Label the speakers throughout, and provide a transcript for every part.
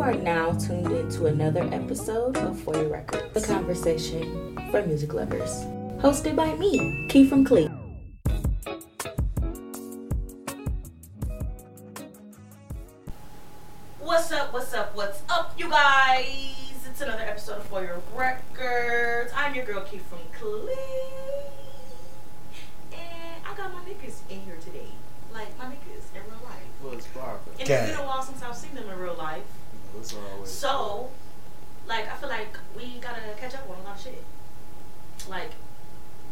Speaker 1: are now tuned into another episode of For Your Record, the conversation for music lovers, hosted by me, Key from Clee.
Speaker 2: What's up, what's up, what's up, you guys? It's another episode of For Your Records. I'm your girl, Key from Clee. And I got my niggas in here today. Like, my niggas in real life.
Speaker 3: Well, it's Barbara.
Speaker 2: And
Speaker 4: Gang.
Speaker 2: it's been a while since I've seen them in real life.
Speaker 3: Those are always.
Speaker 2: So, like, I feel like we gotta catch up on a lot of shit. Like,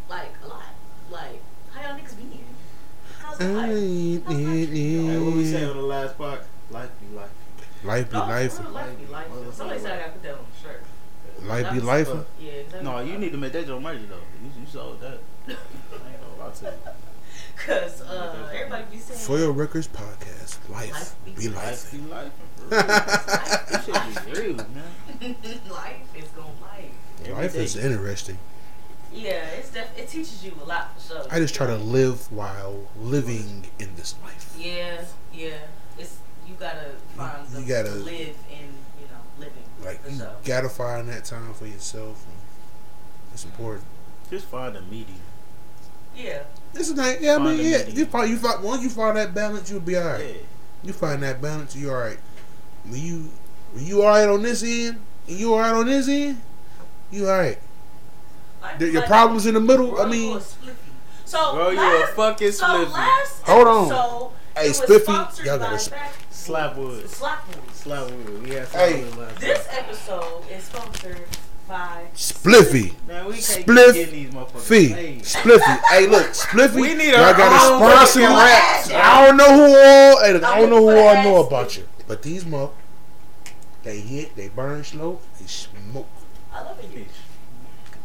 Speaker 2: like, a lot. Like, how y'all niggas been? How's it life?
Speaker 3: Hey, what we saying
Speaker 4: Life
Speaker 3: on the last part? Life be life.
Speaker 4: be life.
Speaker 2: Oh, life be life. Somebody said I gotta put that on the shirt.
Speaker 4: Life be life.
Speaker 2: Yeah, exactly.
Speaker 3: No, you need to make that your merch though. You, you sold that. I ain't gonna lie to you.
Speaker 2: Cause uh, everybody be saying
Speaker 4: For your records podcast. Life be
Speaker 3: Life
Speaker 4: life.
Speaker 3: be life. For real. This shit be real, man.
Speaker 2: life is gonna life.
Speaker 3: Every
Speaker 4: Life
Speaker 3: day.
Speaker 4: is interesting.
Speaker 2: Yeah, it's def- it teaches you a lot for sure.
Speaker 4: I just try to live while living in this life.
Speaker 2: Yeah, yeah. It's you gotta find
Speaker 4: You
Speaker 2: the
Speaker 4: gotta-
Speaker 2: live in you know living
Speaker 4: Like
Speaker 2: for
Speaker 4: you
Speaker 2: sure.
Speaker 4: gotta find that time for yourself. and It's important.
Speaker 3: Just find a medium.
Speaker 2: Yeah,
Speaker 4: This is not. Yeah, I
Speaker 3: Find
Speaker 4: mean,
Speaker 3: a
Speaker 4: yeah.
Speaker 3: medium.
Speaker 4: You find you find once you find that balance, you'll be
Speaker 3: Yeah.
Speaker 4: alright. You find that balance, you alright. When you when you alright on this end, and you alright on this end, you alright.
Speaker 2: Life
Speaker 4: Your
Speaker 2: is
Speaker 4: your
Speaker 2: like-
Speaker 4: problems in the middle.
Speaker 2: Bro,
Speaker 4: I
Speaker 2: you a
Speaker 4: mean,
Speaker 2: spliffy. so
Speaker 3: Bro, you a
Speaker 2: last,
Speaker 3: fucking
Speaker 2: so
Speaker 3: spliffy.
Speaker 2: last
Speaker 4: Hold on.
Speaker 2: episode,
Speaker 4: Hey,
Speaker 2: it was
Speaker 4: spliffy,
Speaker 2: sponsored
Speaker 4: y'all
Speaker 2: by
Speaker 4: gotta sp-
Speaker 2: Back-
Speaker 3: Slapwood.
Speaker 2: Slapwood.
Speaker 3: Slapwood. We had
Speaker 4: Hey.
Speaker 3: Slapwood last
Speaker 2: This
Speaker 3: time.
Speaker 2: episode is sponsored by
Speaker 4: spliffy.
Speaker 3: Man, we can't
Speaker 4: Spliff
Speaker 3: keep getting these motherfuckers.
Speaker 4: Fee.
Speaker 3: paid.
Speaker 4: Spliffy. Hey, look, Spliffy.
Speaker 3: We need
Speaker 4: y'all
Speaker 3: our
Speaker 4: got
Speaker 3: own
Speaker 4: a sponsor.
Speaker 3: fucking
Speaker 2: rap.
Speaker 4: I don't know who all. Hey, look, I
Speaker 2: I'm
Speaker 4: don't know who
Speaker 2: gonna
Speaker 4: all know
Speaker 2: ask
Speaker 4: about
Speaker 2: you.
Speaker 4: you, but these mother, they hit, they burn slow, they smoke.
Speaker 2: I love it.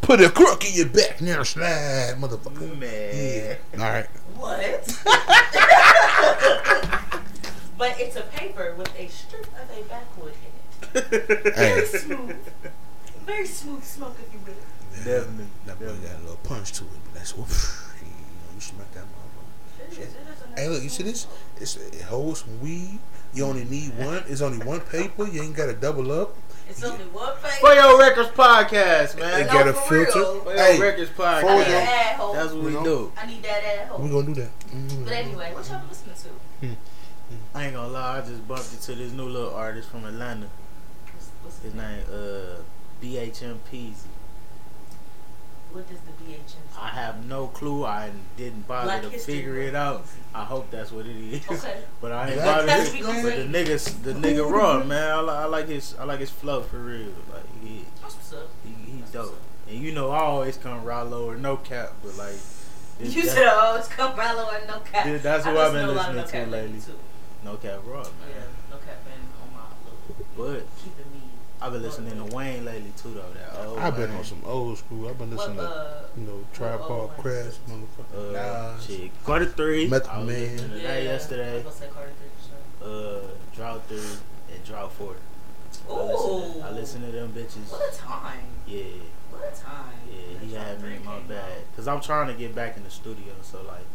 Speaker 4: Put a crook in your back now, slide, motherfucker. Yeah.
Speaker 3: Man.
Speaker 4: All right.
Speaker 2: What? but it's a paper with a strip of a backwood in it. Very
Speaker 4: Hey.
Speaker 2: smooth. Very smooth smoke, if you will.
Speaker 3: Definitely.
Speaker 4: That boy got a little punch to it, but that's what. You know, you smack that
Speaker 2: It
Speaker 4: motherfucker.
Speaker 2: is, it is a
Speaker 4: Hey, look, you see this? It's, it holds some weed. You only need one. It's only one paper. You ain't got to double up.
Speaker 2: It's only one face.
Speaker 3: For your records podcast,
Speaker 4: It
Speaker 3: man.
Speaker 2: No,
Speaker 4: got a
Speaker 2: for
Speaker 4: filter.
Speaker 2: real.
Speaker 3: For your
Speaker 4: Hey,
Speaker 3: records podcast.
Speaker 4: for
Speaker 2: I need
Speaker 4: your-
Speaker 2: that ad hole.
Speaker 3: That's what we
Speaker 4: You know?
Speaker 3: do.
Speaker 2: I need that ad
Speaker 4: we
Speaker 2: hole.
Speaker 4: gonna do that. Mm-hmm.
Speaker 2: But anyway, what y'all been listening to?
Speaker 3: I ain't gonna lie, I just bumped into this new little artist from Atlanta.
Speaker 2: What's, what's
Speaker 3: His
Speaker 2: his name?
Speaker 3: name uh BHM Peasy.
Speaker 2: What does the BHM
Speaker 3: I have no clue. I didn't bother
Speaker 2: Black
Speaker 3: to
Speaker 2: History
Speaker 3: figure it
Speaker 2: Month.
Speaker 3: out. I hope that's what it is.
Speaker 2: Okay.
Speaker 3: but I ain't
Speaker 4: Black
Speaker 3: bothered. to-
Speaker 2: History Month.
Speaker 3: But the niggas, the nigga raw man. I, li- I like his, I like his flow for real. Like he,
Speaker 2: That's what's up.
Speaker 3: he, he dope. And you know, I always come Rallo or no cap, but like this-
Speaker 2: You
Speaker 3: that-
Speaker 2: said I always come Rallo and no cap.
Speaker 3: Yeah, that's
Speaker 2: I
Speaker 3: who I've
Speaker 2: just
Speaker 3: been
Speaker 2: know a lot of
Speaker 3: listening to
Speaker 2: no cap
Speaker 3: lately.
Speaker 2: lately, too.
Speaker 3: no cap raw man.
Speaker 2: Yeah, no cap been on my little
Speaker 3: But
Speaker 2: keeping me.
Speaker 3: I've been listening to Wayne lately too, though. That old
Speaker 4: I've been
Speaker 3: Wayne.
Speaker 4: on some old school. I've been
Speaker 2: What
Speaker 4: listening to
Speaker 2: uh?
Speaker 4: you know Tribe
Speaker 2: what
Speaker 4: Called
Speaker 2: old
Speaker 4: Crash,
Speaker 2: ones?
Speaker 4: motherfucker.
Speaker 3: Uh,
Speaker 4: Nas.
Speaker 3: shit, quarter three.
Speaker 4: Method
Speaker 3: I was
Speaker 4: Man.
Speaker 3: listening to that
Speaker 2: I was
Speaker 3: yesterday.
Speaker 2: gonna say Carter Three for sure.
Speaker 3: Uh, drought three and drought four. I listened,
Speaker 2: Ooh.
Speaker 3: to, I listened to them bitches.
Speaker 2: What a time.
Speaker 3: Yeah,
Speaker 2: What a time.
Speaker 3: yeah. He
Speaker 2: That
Speaker 3: had
Speaker 2: John
Speaker 3: me in my
Speaker 2: Drake came
Speaker 3: bag
Speaker 2: out.
Speaker 3: because I'm trying to get back in the studio. So like,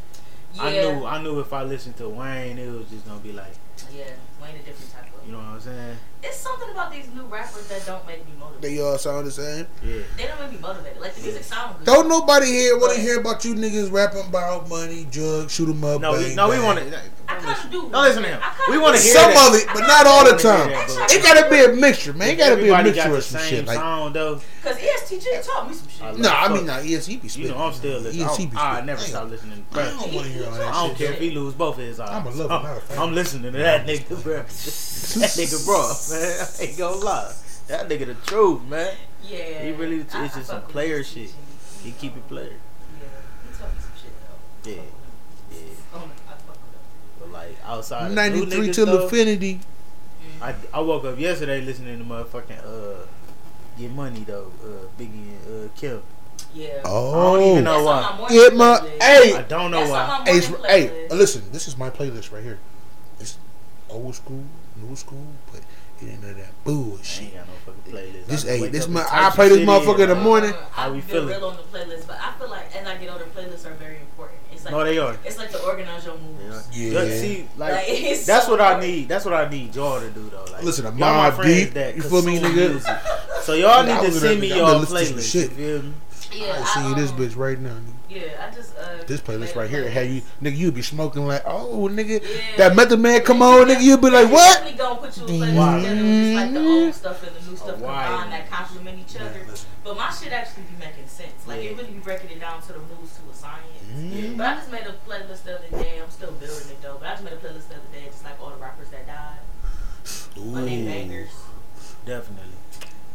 Speaker 2: Yeah.
Speaker 3: I knew, I knew if I listened to Wayne, it was just gonna be like,
Speaker 2: Yeah. Wayne a different type of.
Speaker 3: you know what I'm saying?
Speaker 2: It's something about these new rappers that don't make me motivated.
Speaker 4: They all sound the same.
Speaker 3: Yeah.
Speaker 2: They don't make me motivated. Like the music sound good.
Speaker 4: Don't nobody here want to
Speaker 2: Right.
Speaker 4: hear about you niggas rapping about money, drugs, shoot 'em up.
Speaker 3: No,
Speaker 4: bang,
Speaker 3: we, no, we
Speaker 4: bang.
Speaker 3: want to.
Speaker 2: I kind of do.
Speaker 3: No, listen to him.
Speaker 2: I kinda
Speaker 3: We wanna
Speaker 2: do.
Speaker 3: hear
Speaker 4: some
Speaker 3: that.
Speaker 4: of it, but not all the
Speaker 3: I wanna
Speaker 4: time.
Speaker 3: hear that,
Speaker 2: Actually,
Speaker 3: but-
Speaker 4: It gotta be a mixture, man. It gotta be a
Speaker 3: Everybody got
Speaker 4: mixture
Speaker 3: the
Speaker 4: of some
Speaker 3: same
Speaker 4: shit. Like,
Speaker 3: song though.
Speaker 2: Cause E ESTG taught me some shit.
Speaker 3: I
Speaker 2: I
Speaker 3: love-
Speaker 4: no, I
Speaker 3: Fuck.
Speaker 4: mean, nah, yes, he be
Speaker 3: You
Speaker 4: spitting.
Speaker 3: know, I'm still listening.
Speaker 4: Yes, he be
Speaker 3: I'm- I
Speaker 4: spitting.
Speaker 3: never
Speaker 4: Damn.
Speaker 3: stop listening to
Speaker 4: I
Speaker 3: Brad.
Speaker 4: don't want to hear all that
Speaker 3: I don't
Speaker 4: shit.
Speaker 3: care if he lose both of his eyes.
Speaker 4: I'm a lover,
Speaker 3: I'm,
Speaker 4: not a fan.
Speaker 3: I'm listening to that nigga, bro. that nigga, bro, man. I ain't gonna lie. That nigga the truth, man.
Speaker 2: yeah.
Speaker 3: He really- it's
Speaker 2: I- I
Speaker 3: just
Speaker 2: fuck
Speaker 3: some
Speaker 2: with E
Speaker 3: player
Speaker 2: ESTG.
Speaker 3: shit. He keep it player.
Speaker 2: Yeah. He taught me some shit though. I
Speaker 3: Yeah.
Speaker 2: fuck with him.
Speaker 3: Yeah.
Speaker 2: Oh, I fuck with
Speaker 3: But like outside of new
Speaker 4: 93
Speaker 3: niggas,
Speaker 4: till
Speaker 3: though,
Speaker 4: infinity.
Speaker 2: him.
Speaker 3: I, I woke up yesterday listening to motherfucking uh Get Money though, uh Biggie and uh Kim.
Speaker 2: Yeah.
Speaker 4: Oh,
Speaker 3: even know
Speaker 2: That's on
Speaker 3: why.
Speaker 2: my morning
Speaker 4: Get my
Speaker 2: playlist.
Speaker 4: hey,
Speaker 3: I don't know
Speaker 2: That's on
Speaker 3: why.
Speaker 2: my
Speaker 4: hey,
Speaker 2: morning
Speaker 4: it's- hey,
Speaker 2: playlist.
Speaker 4: listen, this is my playlist right here. It's old school, new school, but it ain't none of that bullshit.
Speaker 3: ain't got no fucking playlist.
Speaker 4: This
Speaker 3: I just
Speaker 4: hey,
Speaker 3: wake
Speaker 4: this
Speaker 3: up and
Speaker 4: my
Speaker 3: type
Speaker 4: I
Speaker 3: some
Speaker 4: play this
Speaker 3: shit in. uh,
Speaker 4: motherfucker in the morning.
Speaker 3: How we
Speaker 2: I
Speaker 3: feeling?
Speaker 2: real on the playlist, but I feel like as I get older, playlists are very important. It's like
Speaker 3: No, they are.
Speaker 2: It's like to organize your moves.
Speaker 4: Yeah.
Speaker 3: Good, See, like,
Speaker 2: Like, it's
Speaker 3: that's
Speaker 2: so
Speaker 3: what I
Speaker 2: hard.
Speaker 3: need. That's what I need y'all to do though. Like,
Speaker 4: Listen to
Speaker 3: y'all my
Speaker 4: Mobb
Speaker 3: friends
Speaker 4: Deep,
Speaker 3: that
Speaker 4: you feel me,
Speaker 3: consume
Speaker 4: nigga?
Speaker 3: music. So y'all
Speaker 4: Nigga, I
Speaker 3: need to
Speaker 4: was
Speaker 3: send
Speaker 4: gonna-
Speaker 3: me
Speaker 4: I'm
Speaker 3: y'all
Speaker 4: gonna listen to
Speaker 3: playlist.
Speaker 4: shit.
Speaker 3: You feel me?
Speaker 2: Yeah,
Speaker 4: I see this
Speaker 2: um,
Speaker 4: bitch right now. Nigga.
Speaker 2: Yeah, I just uh.
Speaker 4: This playlist
Speaker 2: made
Speaker 4: right
Speaker 2: a
Speaker 4: here, how you nigga, you'd be smoking like, oh nigga,
Speaker 2: Yeah.
Speaker 4: that Method Man come on, nigga, you'd be like,
Speaker 2: They
Speaker 4: what?
Speaker 2: definitely gonna put you a
Speaker 4: Wow.
Speaker 2: playlist together with just like the old stuff and the new
Speaker 3: Oh,
Speaker 2: stuff
Speaker 3: wow.
Speaker 2: combined that complement each
Speaker 4: Yeah,
Speaker 2: other.
Speaker 4: listen.
Speaker 2: But my shit actually be making sense. Like
Speaker 3: Yeah. Mm-hmm.
Speaker 2: it really be breaking it down to the moves to a science.
Speaker 4: Mm.
Speaker 2: But I just made a playlist the other day. I'm still building it though. But I just made a playlist the other day, just like all the rappers that died, on their
Speaker 3: Ooh,
Speaker 2: bangers.
Speaker 3: definitely.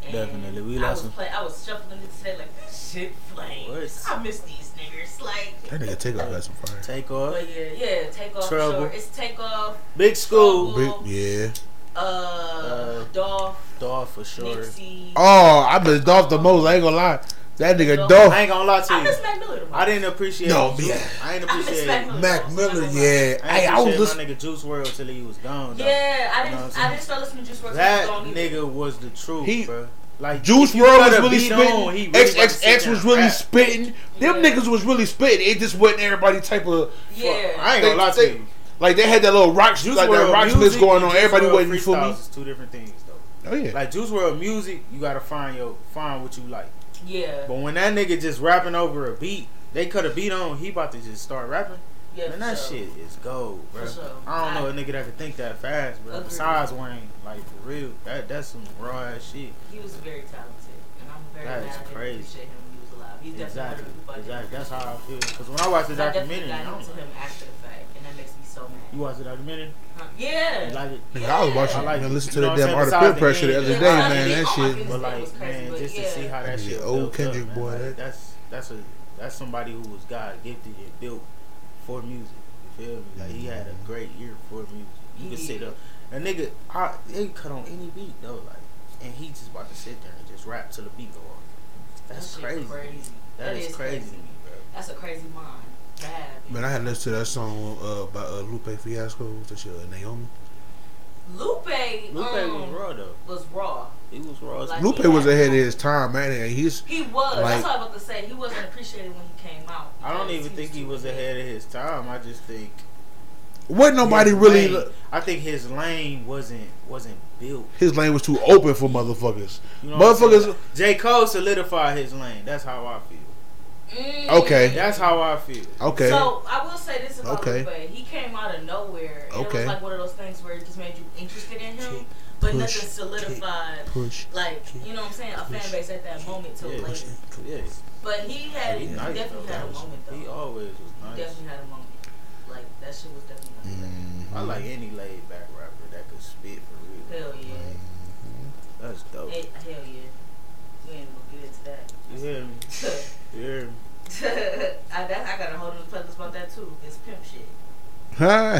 Speaker 2: And
Speaker 3: Definitely, we
Speaker 2: I
Speaker 3: lost
Speaker 2: was
Speaker 3: some-
Speaker 2: play- I was shuffling it today, like this shit flames.
Speaker 3: Words.
Speaker 2: I miss these niggas. Like,
Speaker 4: That nigga take off got some fire.
Speaker 3: Take off.
Speaker 2: but yeah, yeah. Take off.
Speaker 3: Oh, Trouble.
Speaker 2: Sure. It's take off.
Speaker 3: Big
Speaker 2: oh,
Speaker 3: school.
Speaker 4: Big, yeah.
Speaker 2: Uh, Dolph,
Speaker 3: Dog for sure.
Speaker 2: Nipsey.
Speaker 4: Oh, I miss Dolph the most. I ain't gonna lie. That nigga
Speaker 2: No,
Speaker 4: Dolph
Speaker 3: I ain't gonna lie to
Speaker 2: I
Speaker 3: you.
Speaker 2: miss Mac Miller. the most.
Speaker 3: I didn't appreciate.
Speaker 4: No,
Speaker 3: Juice.
Speaker 4: yeah.
Speaker 3: I ain't
Speaker 2: I miss
Speaker 3: appreciate.
Speaker 2: Mac Miller.
Speaker 4: Mac Miller, yeah.
Speaker 3: I
Speaker 4: Hey,
Speaker 3: ain't
Speaker 4: I was
Speaker 3: appreciate
Speaker 4: listening.
Speaker 3: my nigga Juice World till he was gone. though.
Speaker 2: Yeah, I
Speaker 3: You know what I'm
Speaker 2: didn't.
Speaker 3: saying?
Speaker 2: I didn't start listening to Juice WRLD. till
Speaker 3: That
Speaker 2: he was gone either.
Speaker 3: nigga was the truth,
Speaker 4: He-
Speaker 3: bro. Like
Speaker 4: Juice
Speaker 3: if you
Speaker 4: World
Speaker 3: cut
Speaker 4: was
Speaker 3: a
Speaker 4: really
Speaker 3: beat
Speaker 4: spitting.
Speaker 3: on, he really about to sit
Speaker 4: XXX
Speaker 3: down
Speaker 4: was
Speaker 3: and
Speaker 4: really
Speaker 3: rap.
Speaker 4: spitting. Them
Speaker 2: Yeah.
Speaker 4: niggas was really spitting. It just wasn't everybody type of.
Speaker 2: Yeah.
Speaker 3: I ain't gonna lie to
Speaker 4: They-
Speaker 3: you.
Speaker 4: Like they had that little rock,
Speaker 3: Juice
Speaker 4: like that
Speaker 3: World
Speaker 4: rock
Speaker 3: music
Speaker 4: split going
Speaker 3: and
Speaker 4: on.
Speaker 3: Juice
Speaker 4: Everybody
Speaker 3: World
Speaker 4: wasn't you feel
Speaker 3: freestyles
Speaker 4: me.
Speaker 3: is two different things though.
Speaker 4: Oh yeah.
Speaker 3: Like Juice World music, you gotta find your find what you like.
Speaker 2: yeah,
Speaker 3: But when that nigga just rapping over a beat, they cut a beat on, he about to just start rapping.
Speaker 2: yeah.
Speaker 3: Man,
Speaker 2: for
Speaker 3: that
Speaker 2: sure.
Speaker 3: shit is gold, bro.
Speaker 2: For sure.
Speaker 3: I
Speaker 2: I-
Speaker 3: don't know a nigga that could think that fast, bro.
Speaker 2: Agreed.
Speaker 3: Besides Wayne, like for real, that that's some raw ass shit.
Speaker 2: He was very talented, and I'm very
Speaker 3: That
Speaker 2: glad
Speaker 3: is
Speaker 2: I didn't
Speaker 3: crazy.
Speaker 2: appreciate him when he was alive. He's definitely one
Speaker 3: Exactly,
Speaker 2: of the people I didn't
Speaker 3: exactly. That's how I feel. Cause when I watch the
Speaker 2: appreciate. I definitely
Speaker 3: documentary,
Speaker 2: got
Speaker 3: I'm
Speaker 2: into
Speaker 3: like,
Speaker 2: him after the fact, and that makes me so
Speaker 3: you
Speaker 2: mad.
Speaker 3: watch the documentary,
Speaker 2: Huh?
Speaker 3: you
Speaker 2: Yeah.
Speaker 3: like it.
Speaker 4: Nigga, I was watching
Speaker 3: I like
Speaker 4: and
Speaker 3: it.
Speaker 4: listening to
Speaker 3: You know what
Speaker 4: that damn
Speaker 3: I'm
Speaker 4: Art of
Speaker 3: saying?
Speaker 4: Peer
Speaker 3: Besides the
Speaker 4: Pressure the
Speaker 3: end,
Speaker 4: other
Speaker 3: yeah.
Speaker 4: day, man.
Speaker 2: Oh
Speaker 4: That
Speaker 2: my
Speaker 4: shit.
Speaker 2: goodness. It
Speaker 3: But like,
Speaker 2: was crazy,
Speaker 3: man,
Speaker 2: but
Speaker 3: just to
Speaker 2: yeah.
Speaker 3: see how that
Speaker 4: Yeah,
Speaker 3: shit
Speaker 4: old
Speaker 3: built
Speaker 4: Kendrick
Speaker 3: up, man,
Speaker 4: boy,
Speaker 3: like,
Speaker 4: that-
Speaker 3: that's that's a that's somebody who was God gifted and built for music. You feel me? Like he had a great ear for music. You can
Speaker 2: He
Speaker 3: sit
Speaker 2: did.
Speaker 3: up, a nigga, I, they cut on any beat though, like, and he just about to sit there and just rap till the beat go on. That's
Speaker 2: That shit
Speaker 3: crazy. that is, crazy, to me, bro.
Speaker 2: That's a crazy mind. Bad.
Speaker 4: Man, I had listened to that song uh, by uh, Lupe Fiasco. That shit, uh, Naomi.
Speaker 2: Lupe.
Speaker 3: Lupe was
Speaker 2: um,
Speaker 3: raw though.
Speaker 2: was raw.
Speaker 3: He was raw. as
Speaker 2: Like,
Speaker 3: fuck.
Speaker 4: Lupe was ahead of his time, man. And he's
Speaker 2: He was.
Speaker 4: Like-
Speaker 2: That's what I was about to say. He wasn't appreciated when he came out.
Speaker 3: I don't
Speaker 2: because
Speaker 3: even think he
Speaker 2: too
Speaker 3: was
Speaker 2: big.
Speaker 3: ahead of his time. I just think
Speaker 4: wasn't nobody
Speaker 3: his
Speaker 4: really.
Speaker 3: lane- I think his lane wasn't wasn't built.
Speaker 4: His lane was too open for motherfuckers.
Speaker 3: You know what I'm
Speaker 4: Motherfuckers-
Speaker 3: saying? J. Cole solidified his lane. That's how I feel.
Speaker 2: Mm.
Speaker 4: Okay.
Speaker 3: That's how I feel.
Speaker 4: Okay.
Speaker 2: So I will say this about
Speaker 4: Okay.
Speaker 2: Lupe. He came out of nowhere. And It
Speaker 4: Okay.
Speaker 2: was like one of those things where it just made you interested in him,
Speaker 4: Kick,
Speaker 2: but
Speaker 4: push,
Speaker 2: nothing solidified.
Speaker 4: push.
Speaker 2: like
Speaker 4: kick,
Speaker 2: you know what I'm saying, a
Speaker 4: push,
Speaker 2: fan base at that moment till
Speaker 3: Yeah.
Speaker 2: later.
Speaker 4: Push and pull.
Speaker 3: Yeah.
Speaker 2: But he had, he
Speaker 3: nice,
Speaker 2: definitely
Speaker 3: though.
Speaker 2: had a moment though.
Speaker 3: He
Speaker 2: He
Speaker 3: always was nice.
Speaker 2: definitely had a moment. Like that shit was definitely.
Speaker 4: Mhm.
Speaker 3: I like any laid back rapper that could spit for real.
Speaker 2: Hell yeah.
Speaker 4: Mm-hmm.
Speaker 3: That's dope.
Speaker 2: Hey, hell yeah. We ain't gonna get into that.
Speaker 3: You hear me? You hear me?
Speaker 2: I, that, I got a whole new playlist about that too. It's pimp shit.
Speaker 4: Hi.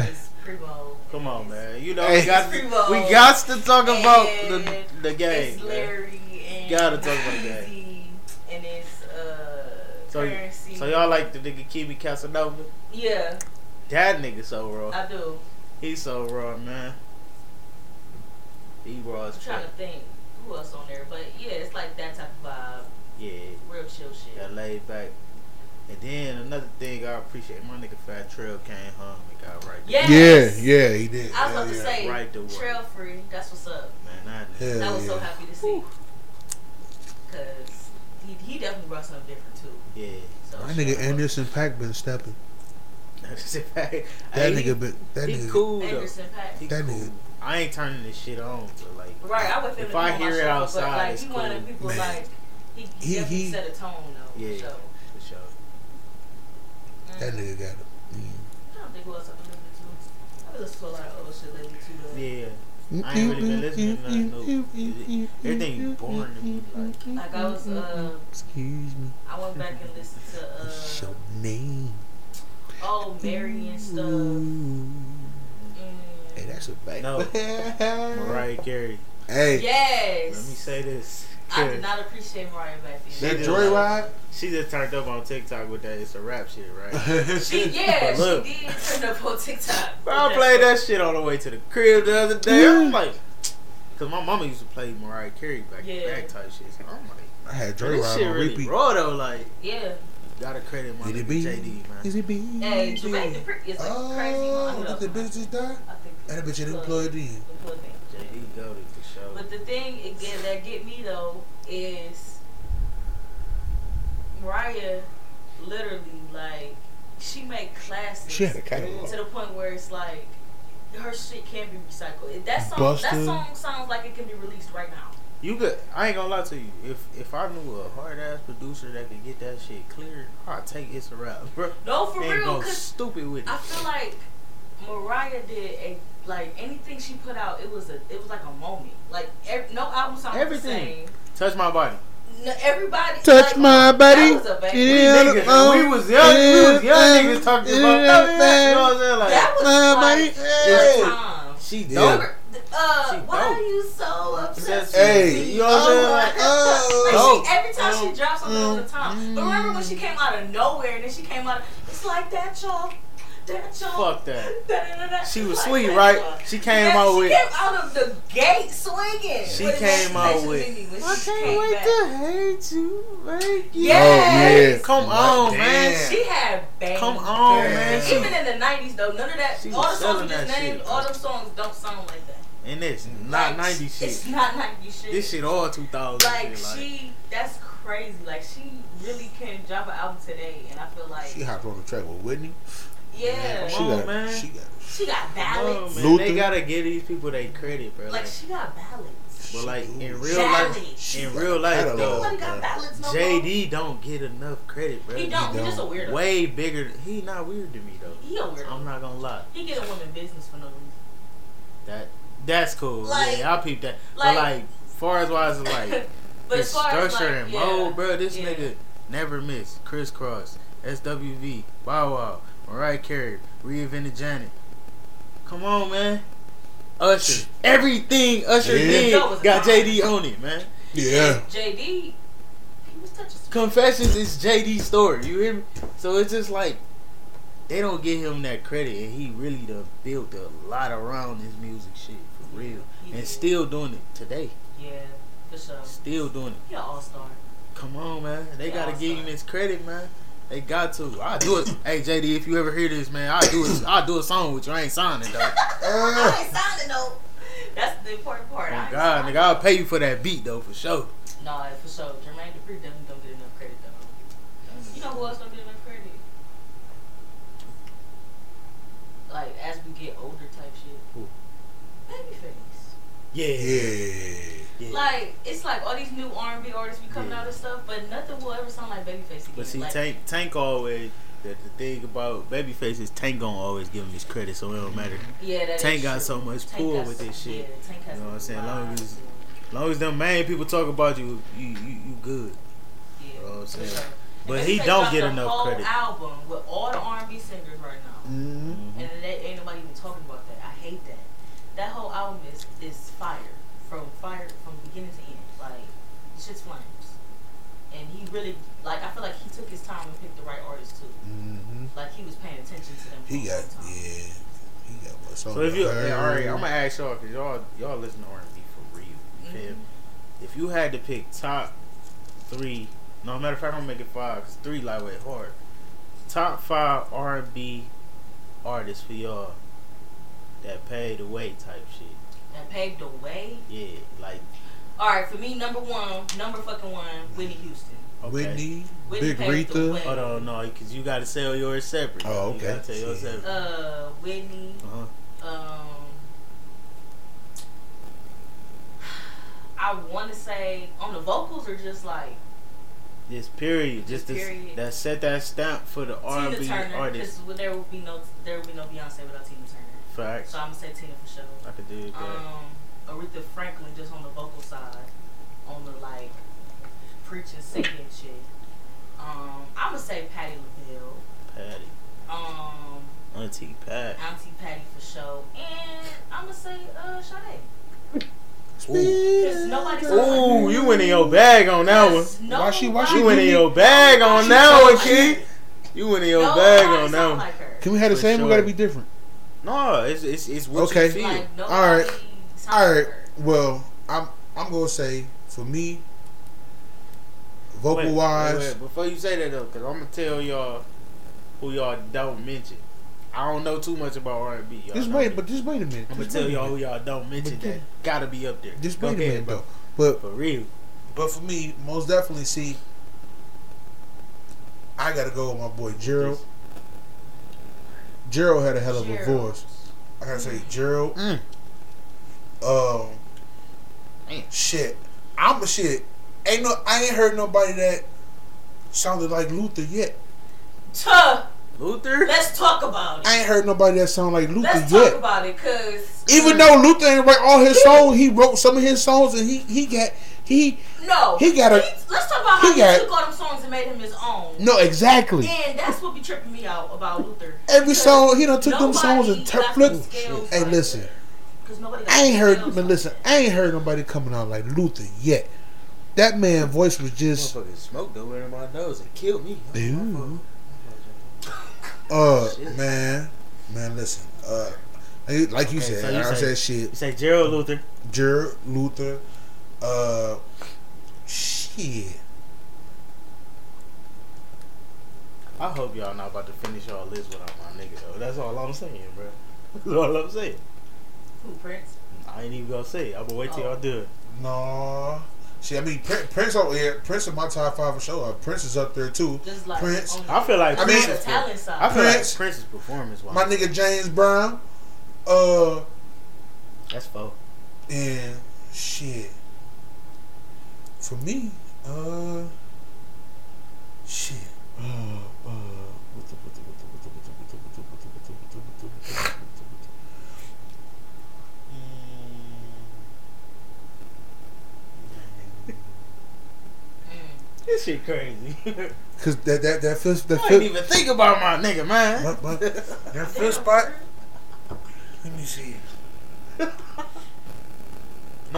Speaker 2: It's primo.
Speaker 3: Come on,
Speaker 2: It's-
Speaker 3: man. You know
Speaker 4: Hey.
Speaker 3: we got to, we got to talk about the the game.
Speaker 2: It's
Speaker 3: man.
Speaker 2: Larry and
Speaker 3: Gotta talk about the game.
Speaker 2: Easy, and it's uh
Speaker 3: So,
Speaker 2: currency.
Speaker 3: so y'all like the nigga Kimi Casanova?
Speaker 2: Yeah,
Speaker 3: That nigga so raw.
Speaker 2: I do.
Speaker 3: He so raw, man. He raw as
Speaker 2: I'm trying
Speaker 3: fuck.
Speaker 2: to think who else on there, but yeah, it's like that type of vibe,
Speaker 3: Yeah.
Speaker 2: real chill shit.
Speaker 3: got laid back. And then another thing I appreciate, my nigga Fat Trail came home and got right. the-
Speaker 2: Yes.
Speaker 4: Yeah, yeah, he
Speaker 2: I
Speaker 4: did.
Speaker 2: was
Speaker 4: Hell
Speaker 2: about to
Speaker 4: yeah.
Speaker 2: say
Speaker 3: right to work.
Speaker 2: trail free. That's what's up.
Speaker 3: Man, I
Speaker 4: Hell
Speaker 2: I was so
Speaker 4: yeah.
Speaker 2: happy to see, cause he he definitely brought something different too.
Speaker 3: yeah.
Speaker 2: So
Speaker 4: That nigga Anderson Pack been stepping.
Speaker 3: That's a fact. Hey,
Speaker 4: That
Speaker 3: he-
Speaker 4: nigga been. That
Speaker 3: he
Speaker 4: nigga.
Speaker 3: cool though.
Speaker 2: Anderson Paak.
Speaker 3: He
Speaker 4: That
Speaker 3: cool.
Speaker 4: nigga-
Speaker 3: I ain't turning this shit on, but like
Speaker 2: Right, I would feel
Speaker 3: if
Speaker 2: the
Speaker 3: I
Speaker 2: people
Speaker 3: hear it
Speaker 2: myself,
Speaker 3: outside,
Speaker 2: but like
Speaker 3: it's
Speaker 2: he one of
Speaker 3: cool.
Speaker 2: the people
Speaker 4: Man.
Speaker 2: like he,
Speaker 4: He-
Speaker 2: he definitely
Speaker 4: he-
Speaker 2: set a tone though.
Speaker 3: Yeah.
Speaker 2: So,
Speaker 3: for sure.
Speaker 2: mm.
Speaker 4: That nigga got it.
Speaker 2: I don't think who else I've been listening to. I've been listening to a lot of old shit lately too. Though.
Speaker 3: Yeah. I ain't really been listening to nothing new. Everything boring to me, like-
Speaker 2: Like I was, uh,
Speaker 3: Mm-hmm.
Speaker 4: Excuse me.
Speaker 2: I went back and listened
Speaker 4: What's
Speaker 2: to
Speaker 4: your name?
Speaker 2: uh, old Mary and stuff. Mm.
Speaker 4: Ooh. Hey, that's a back.
Speaker 3: No. Mariah Carey.
Speaker 4: Hey,
Speaker 2: Yes.
Speaker 3: Let me say this.
Speaker 2: I did not appreciate Mariah back then.
Speaker 4: That
Speaker 3: did
Speaker 4: joyride.
Speaker 3: She just turned up on TikTok with that. It's a rap shit, right?
Speaker 2: She,
Speaker 4: Shit.
Speaker 2: yeah,
Speaker 3: But look.
Speaker 2: she did turn up on TikTok.
Speaker 3: Bro, I played that shit on the way to the crib the other day. I'm like, cause my mama used to play Mariah Carey back to
Speaker 2: Yeah.
Speaker 3: back type shit. So I'm like,
Speaker 4: I had
Speaker 3: Bro, this
Speaker 4: joyride
Speaker 3: shit
Speaker 4: on
Speaker 3: really
Speaker 4: repeat.
Speaker 3: raw though. Like,
Speaker 2: Yeah.
Speaker 3: gotta credit my
Speaker 4: Did it
Speaker 3: nigga
Speaker 4: be?
Speaker 3: JD man.
Speaker 4: Is it big?
Speaker 2: Hey, Jamaica Pre- is a crazy
Speaker 4: Oh,
Speaker 2: one.
Speaker 4: did the bitch just die?
Speaker 2: I think
Speaker 4: And the bitch didn't plug it in.
Speaker 2: Plug in.
Speaker 3: JD goaded for sure.
Speaker 2: But the thing again that get me though is Mariah literally like she make classics
Speaker 4: She had a
Speaker 2: to
Speaker 4: catalog.
Speaker 2: the point where it's like her shit can be recycled. That song that
Speaker 4: Busta.
Speaker 2: song sounds like it can be released right now.
Speaker 3: You could, I ain't gonna lie to you. If if I knew a hard ass producer that could get that shit cleared, I'd take it's a rap, bro.
Speaker 2: No, for
Speaker 3: and
Speaker 2: real,
Speaker 3: go
Speaker 2: cause
Speaker 3: stupid with it.
Speaker 2: I feel like Mariah did a like anything she put out. It was a it was like a moment. Like ev- no album sounded the
Speaker 3: Everything.
Speaker 2: same.
Speaker 3: Touch my body.
Speaker 2: No, everybody
Speaker 4: Touch
Speaker 2: like,
Speaker 4: my body.
Speaker 2: That was a banger.
Speaker 4: It Yeah,
Speaker 3: Niggas,
Speaker 4: um,
Speaker 3: we was young, we was young
Speaker 4: yeah,
Speaker 3: niggas talking
Speaker 4: yeah,
Speaker 3: about
Speaker 4: yeah.
Speaker 3: You know what I'm saying? Like,
Speaker 2: That was
Speaker 4: Uh,
Speaker 2: like
Speaker 4: buddy.
Speaker 2: first
Speaker 4: Hey.
Speaker 2: time.
Speaker 3: she
Speaker 4: Yeah.
Speaker 3: dope.
Speaker 2: Remember, Uh,
Speaker 3: She
Speaker 2: why
Speaker 3: dope.
Speaker 2: are you so obsessed? with
Speaker 4: Hey.
Speaker 2: me?
Speaker 3: You know what I'm saying? Like,
Speaker 4: oh,
Speaker 2: Like,
Speaker 3: dope.
Speaker 2: she, every time
Speaker 3: Um,
Speaker 2: she drops something over the top. But remember when
Speaker 4: mm.
Speaker 2: she came out of nowhere and then she came out of, it's like that, y'all. That, y'all.
Speaker 3: Fuck that.
Speaker 2: Da-da-da-da.
Speaker 3: She
Speaker 2: It's
Speaker 3: was
Speaker 2: like
Speaker 3: sweet,
Speaker 2: that,
Speaker 3: right?
Speaker 2: y'all.
Speaker 3: She came
Speaker 2: Yeah,
Speaker 3: out
Speaker 2: she
Speaker 3: with.
Speaker 2: came out of the gate swinging.
Speaker 3: She
Speaker 2: What is
Speaker 3: came
Speaker 2: that
Speaker 3: out with-
Speaker 2: Mimi when
Speaker 3: I
Speaker 2: she
Speaker 3: can't
Speaker 2: came
Speaker 3: wait
Speaker 2: back.
Speaker 3: to hate you, make you.
Speaker 2: Yeah. Yes.
Speaker 3: Come on,
Speaker 4: Damn.
Speaker 3: man.
Speaker 2: She had bang.
Speaker 3: Come on, man.
Speaker 4: Damn.
Speaker 3: She,
Speaker 2: Even in the 90s, though, none of that,
Speaker 3: She
Speaker 2: all the
Speaker 3: was
Speaker 2: songs we
Speaker 3: selling
Speaker 2: just
Speaker 3: that
Speaker 2: named,
Speaker 3: shit.
Speaker 2: all them songs don't sound like that.
Speaker 3: and it's not
Speaker 2: Like,
Speaker 3: 90 shit.
Speaker 2: It's not 90 shit.
Speaker 3: This shit all 2000.
Speaker 2: like
Speaker 3: shit, like,
Speaker 2: she that's crazy like she really can drop an album today and i feel like
Speaker 4: She hopped on the track with Whitney.
Speaker 2: yeah
Speaker 4: She
Speaker 3: Come on,
Speaker 4: got,
Speaker 3: man.
Speaker 4: She got.
Speaker 2: she got
Speaker 3: Oh,
Speaker 2: ballads
Speaker 3: man,
Speaker 4: Luther.
Speaker 3: they gotta give these people their credit, bro. Like,
Speaker 2: like she got ballads
Speaker 3: but like in
Speaker 4: She
Speaker 3: real
Speaker 2: ballads
Speaker 3: life,
Speaker 4: she
Speaker 3: in
Speaker 4: got
Speaker 3: real life,
Speaker 4: catalog,
Speaker 3: though,
Speaker 2: nobody got
Speaker 4: bruh.
Speaker 2: ballads no more.
Speaker 3: JD don't get enough credit, bro.
Speaker 2: he don't he,
Speaker 4: don't.
Speaker 2: just a weirdo
Speaker 3: Way bigger. He not weird to me though.
Speaker 2: he a weirdo
Speaker 3: I'm not gonna lie.
Speaker 2: he get a woman business for no reason
Speaker 3: That that's cool.
Speaker 2: Like-
Speaker 3: yeah, I peep that. but
Speaker 2: like-
Speaker 3: like, far as wise, like
Speaker 2: but
Speaker 3: his
Speaker 2: as far as
Speaker 3: structure
Speaker 2: like,
Speaker 3: and
Speaker 2: yeah,
Speaker 3: mode, bro. This
Speaker 2: yeah.
Speaker 3: nigga never miss. Crisscross, SWV, Wow Wow, Mariah Carey, reinvented Janet. Come on, man. Usher, everything Usher
Speaker 4: Yeah.
Speaker 2: That was
Speaker 3: did got
Speaker 2: fire.
Speaker 3: JD on it, man.
Speaker 4: Yeah.
Speaker 2: jd he was touching some-
Speaker 3: Confessions is JD's story. You hear me? So it's just like they don't give him that credit, and he really done built a lot around his music shit for real,
Speaker 2: He
Speaker 3: and
Speaker 2: did.
Speaker 3: still doing it today.
Speaker 2: yeah for sure
Speaker 3: Still doing it.
Speaker 2: he an all-star
Speaker 3: Come on, man. They
Speaker 2: Yeah,
Speaker 3: gotta
Speaker 2: I'm
Speaker 3: give him
Speaker 2: sorry.
Speaker 3: his credit, man. They got to. I do it. hey, JD, if you ever hear this, man, I do it. I do a song with you. I ain't signing though.
Speaker 2: i
Speaker 4: Uh,
Speaker 2: ain't signing no that's the important part I
Speaker 3: Oh
Speaker 2: ain't
Speaker 3: God,
Speaker 2: signing.
Speaker 3: nigga, I'll pay you for that beat though, for sure.
Speaker 2: Nah, for sure. Jermaine Dupri definitely don't get enough credit though. You know who else don't get enough credit? Like as we get older, type shit.
Speaker 3: Who?
Speaker 2: Babyface.
Speaker 3: Yeah,
Speaker 4: yeah.
Speaker 3: yeah.
Speaker 2: Like it's like all these new R and B artists be coming
Speaker 3: Yeah.
Speaker 2: out and stuff, but nothing will ever sound like Babyface again.
Speaker 3: But see,
Speaker 2: like,
Speaker 3: Tank, Tank always. The, the thing about Babyface is Tank gonna always give him his credit, so it don't matter.
Speaker 2: yeah, that is
Speaker 3: Tank got
Speaker 2: true.
Speaker 3: so much
Speaker 2: Tank
Speaker 3: pull
Speaker 2: got
Speaker 3: with
Speaker 2: so-
Speaker 3: this shit.
Speaker 2: Yeah, Tank has
Speaker 3: You know what I'm
Speaker 2: some
Speaker 3: saying? Long
Speaker 2: vibes
Speaker 3: as-
Speaker 2: and-
Speaker 3: As long as them main people talk about you, you you, you good.
Speaker 2: yeah,
Speaker 3: You know what I'm
Speaker 2: for
Speaker 3: saying?
Speaker 2: sure.
Speaker 3: But
Speaker 2: And
Speaker 3: he
Speaker 2: Babyface
Speaker 3: don't
Speaker 2: dropped
Speaker 3: get
Speaker 2: a
Speaker 3: enough
Speaker 2: whole
Speaker 3: credit. Mm.
Speaker 2: Album with all the R and B singers right now.
Speaker 4: Mm-hmm.
Speaker 2: and that ain't nobody even talking about that. I hate that. That whole album is is fire from fire from beginning to end. Like it's just flames. And he really like I feel like he took his time and picked the right artists too.
Speaker 4: Mm-hmm.
Speaker 2: Like he was paying attention to them. for
Speaker 4: He
Speaker 2: a
Speaker 4: got
Speaker 2: long
Speaker 4: yeah.
Speaker 2: time.
Speaker 4: He got what's on.
Speaker 3: So if you,
Speaker 4: her.
Speaker 3: yeah, all right, I'm gonna ask y'all because y'all y'all listen to R and B for real. You feel me? If you had to pick top three, no matter of fact, I'm gonna make it five because three lightweight hard. Top five R and B artists for y'all that paid the way type shit.
Speaker 2: That paved the way.
Speaker 3: Yeah, like
Speaker 2: All right, for me, number one, number fucking one, Whitney Houston.
Speaker 3: okay.
Speaker 4: Whitney,
Speaker 2: Whitney
Speaker 4: Big
Speaker 2: paved the
Speaker 4: Rita.
Speaker 2: way.
Speaker 3: Hold on, no, because you gotta sell yours separate.
Speaker 4: Oh,
Speaker 3: You
Speaker 4: okay.
Speaker 3: gotta tell yours
Speaker 4: Yeah.
Speaker 3: separate.
Speaker 2: Uh, Whitney.
Speaker 3: Uh-huh.
Speaker 2: Um, I want to say on the vocals are just like
Speaker 3: This period,
Speaker 2: Just
Speaker 3: just this,
Speaker 2: period.
Speaker 3: that set that stamp for the R and
Speaker 2: Tina
Speaker 3: B
Speaker 2: Turner, because
Speaker 3: artists.
Speaker 2: there would be no there would be no Beyonce without Tina Turner.
Speaker 3: Facts.
Speaker 2: So I'm gonna say Tina for sure.
Speaker 3: I could do it. yeah.
Speaker 2: Um, Aretha Franklin just on the vocal side, on the like preaching, singing shit. Um, I'm gonna say Patti LaBelle,
Speaker 3: Patty,
Speaker 2: um,
Speaker 3: Auntie Pat.
Speaker 2: Auntie Patty for sure, and I'm gonna say uh Sade. 'Cause nobody's-
Speaker 3: Ooh, you went in your bag on that one.
Speaker 2: Yes,
Speaker 4: Why she- why
Speaker 2: nobody-
Speaker 4: she
Speaker 3: You went in your bag on
Speaker 4: She
Speaker 3: that
Speaker 4: sound
Speaker 3: one,
Speaker 4: like
Speaker 3: kid.
Speaker 4: she-
Speaker 3: You went in your
Speaker 2: nobody
Speaker 3: bag on
Speaker 2: sound
Speaker 3: that one.
Speaker 2: Like her.
Speaker 4: Can we have the
Speaker 3: For
Speaker 4: same? We
Speaker 3: sure.
Speaker 4: gotta be different.
Speaker 3: No, it's it's it's what
Speaker 4: Okay.
Speaker 3: you feel.
Speaker 2: Like, nobody
Speaker 4: All right.
Speaker 2: sound
Speaker 4: All
Speaker 2: like
Speaker 4: right.
Speaker 2: her.
Speaker 4: Well, I'm I'm gonna say for me, vocal
Speaker 3: Wait, wait,
Speaker 4: wise,
Speaker 3: wait, before you say that though, because I'm gonna tell y'all who y'all don't mention. I don't know too much about R&B. Y'all
Speaker 4: just
Speaker 3: know
Speaker 4: wait.
Speaker 3: me.
Speaker 4: But just wait a minute.
Speaker 3: I'm gonna
Speaker 4: Just
Speaker 3: tell
Speaker 4: wait a
Speaker 3: y'all who
Speaker 4: minute.
Speaker 3: y'all don't mention
Speaker 4: But
Speaker 3: that
Speaker 4: just-
Speaker 3: gotta be up there.
Speaker 4: Just
Speaker 3: Go
Speaker 4: wait a
Speaker 3: ahead,
Speaker 4: minute
Speaker 3: bro.
Speaker 4: though. But
Speaker 3: For real.
Speaker 4: but for me, most definitely, see, I gotta go with my boy Gerald. Gerald had a hell of a
Speaker 2: Gerald.
Speaker 4: voice. I gotta say Gerald.
Speaker 3: Mm.
Speaker 4: Um,
Speaker 3: Man.
Speaker 4: shit, I'm a shit. Ain't no, I ain't heard nobody that sounded like Luther yet.
Speaker 2: Tuh,
Speaker 3: Luther.
Speaker 2: let's talk about it.
Speaker 4: I ain't heard nobody that sound like Luther
Speaker 2: Let's
Speaker 4: yet.
Speaker 2: talk about it, cause
Speaker 4: Even though Luther ain't write all his songs, he wrote some of his songs, and he he got he
Speaker 2: no,
Speaker 4: he got a-
Speaker 2: let's talk about how
Speaker 4: he
Speaker 2: he,
Speaker 4: got-
Speaker 2: took all them songs and made him his own.
Speaker 4: no exactly
Speaker 2: And that's what be tripping me out about Luther.
Speaker 4: every
Speaker 2: Because
Speaker 4: song. He done took them
Speaker 2: nobody
Speaker 4: songs and
Speaker 2: got
Speaker 4: tur-
Speaker 2: the
Speaker 4: flipped.
Speaker 2: scales
Speaker 4: Hey,
Speaker 2: like
Speaker 4: listen,
Speaker 2: that. 'Cause nobody got
Speaker 4: I ain't
Speaker 2: the
Speaker 4: heard.
Speaker 2: scales
Speaker 4: But
Speaker 2: like
Speaker 4: listen,
Speaker 2: that.
Speaker 4: I ain't heard nobody coming out like Luther yet. That man voice was just
Speaker 3: Motherfucking smoke though in my nose. It killed me.
Speaker 4: Ew. uh
Speaker 3: Shit.
Speaker 4: man, man. Listen, uh, like, like you
Speaker 3: Okay,
Speaker 4: said,
Speaker 3: so you
Speaker 4: I
Speaker 3: say-
Speaker 4: said shit.
Speaker 3: You say Gerald Luther.
Speaker 4: Jer Luther, uh, shit.
Speaker 3: I hope y'all not about to finish y'all list without my nigga though. That's all I'm saying, bro. That's all I'm saying.
Speaker 2: Who Prince?
Speaker 3: I ain't even gonna say. it. I'm gonna wait till
Speaker 2: Oh.
Speaker 3: y'all do it.
Speaker 4: No. See, I mean, Prin- Prince over here. Prince is my top five for sure. Prince is up there too.
Speaker 2: Just like
Speaker 4: Prince.
Speaker 2: on the-
Speaker 3: I feel like
Speaker 4: I
Speaker 2: on
Speaker 4: mean-
Speaker 3: Prince
Speaker 2: the
Speaker 3: is
Speaker 2: talent
Speaker 3: I
Speaker 2: side. Mm.
Speaker 3: feel
Speaker 4: Prince.
Speaker 3: like Prince's performance wise.
Speaker 4: My nigga James Brown. Uh,
Speaker 3: That's four.
Speaker 4: and shit. For me, uh, shit. Uh, uh, what the- what the- what the- what the- what the- what the- what the- what the- what the- what the- what the- what the- what the- what the-
Speaker 2: Mm.
Speaker 3: This shit crazy. I
Speaker 4: Cause that that that fifth that
Speaker 3: didn't
Speaker 4: fifth
Speaker 3: even think about my nigga, man.
Speaker 4: But- but- that
Speaker 2: Damn,
Speaker 4: fifth spot.
Speaker 2: Prince.
Speaker 4: Let me see.
Speaker 3: no,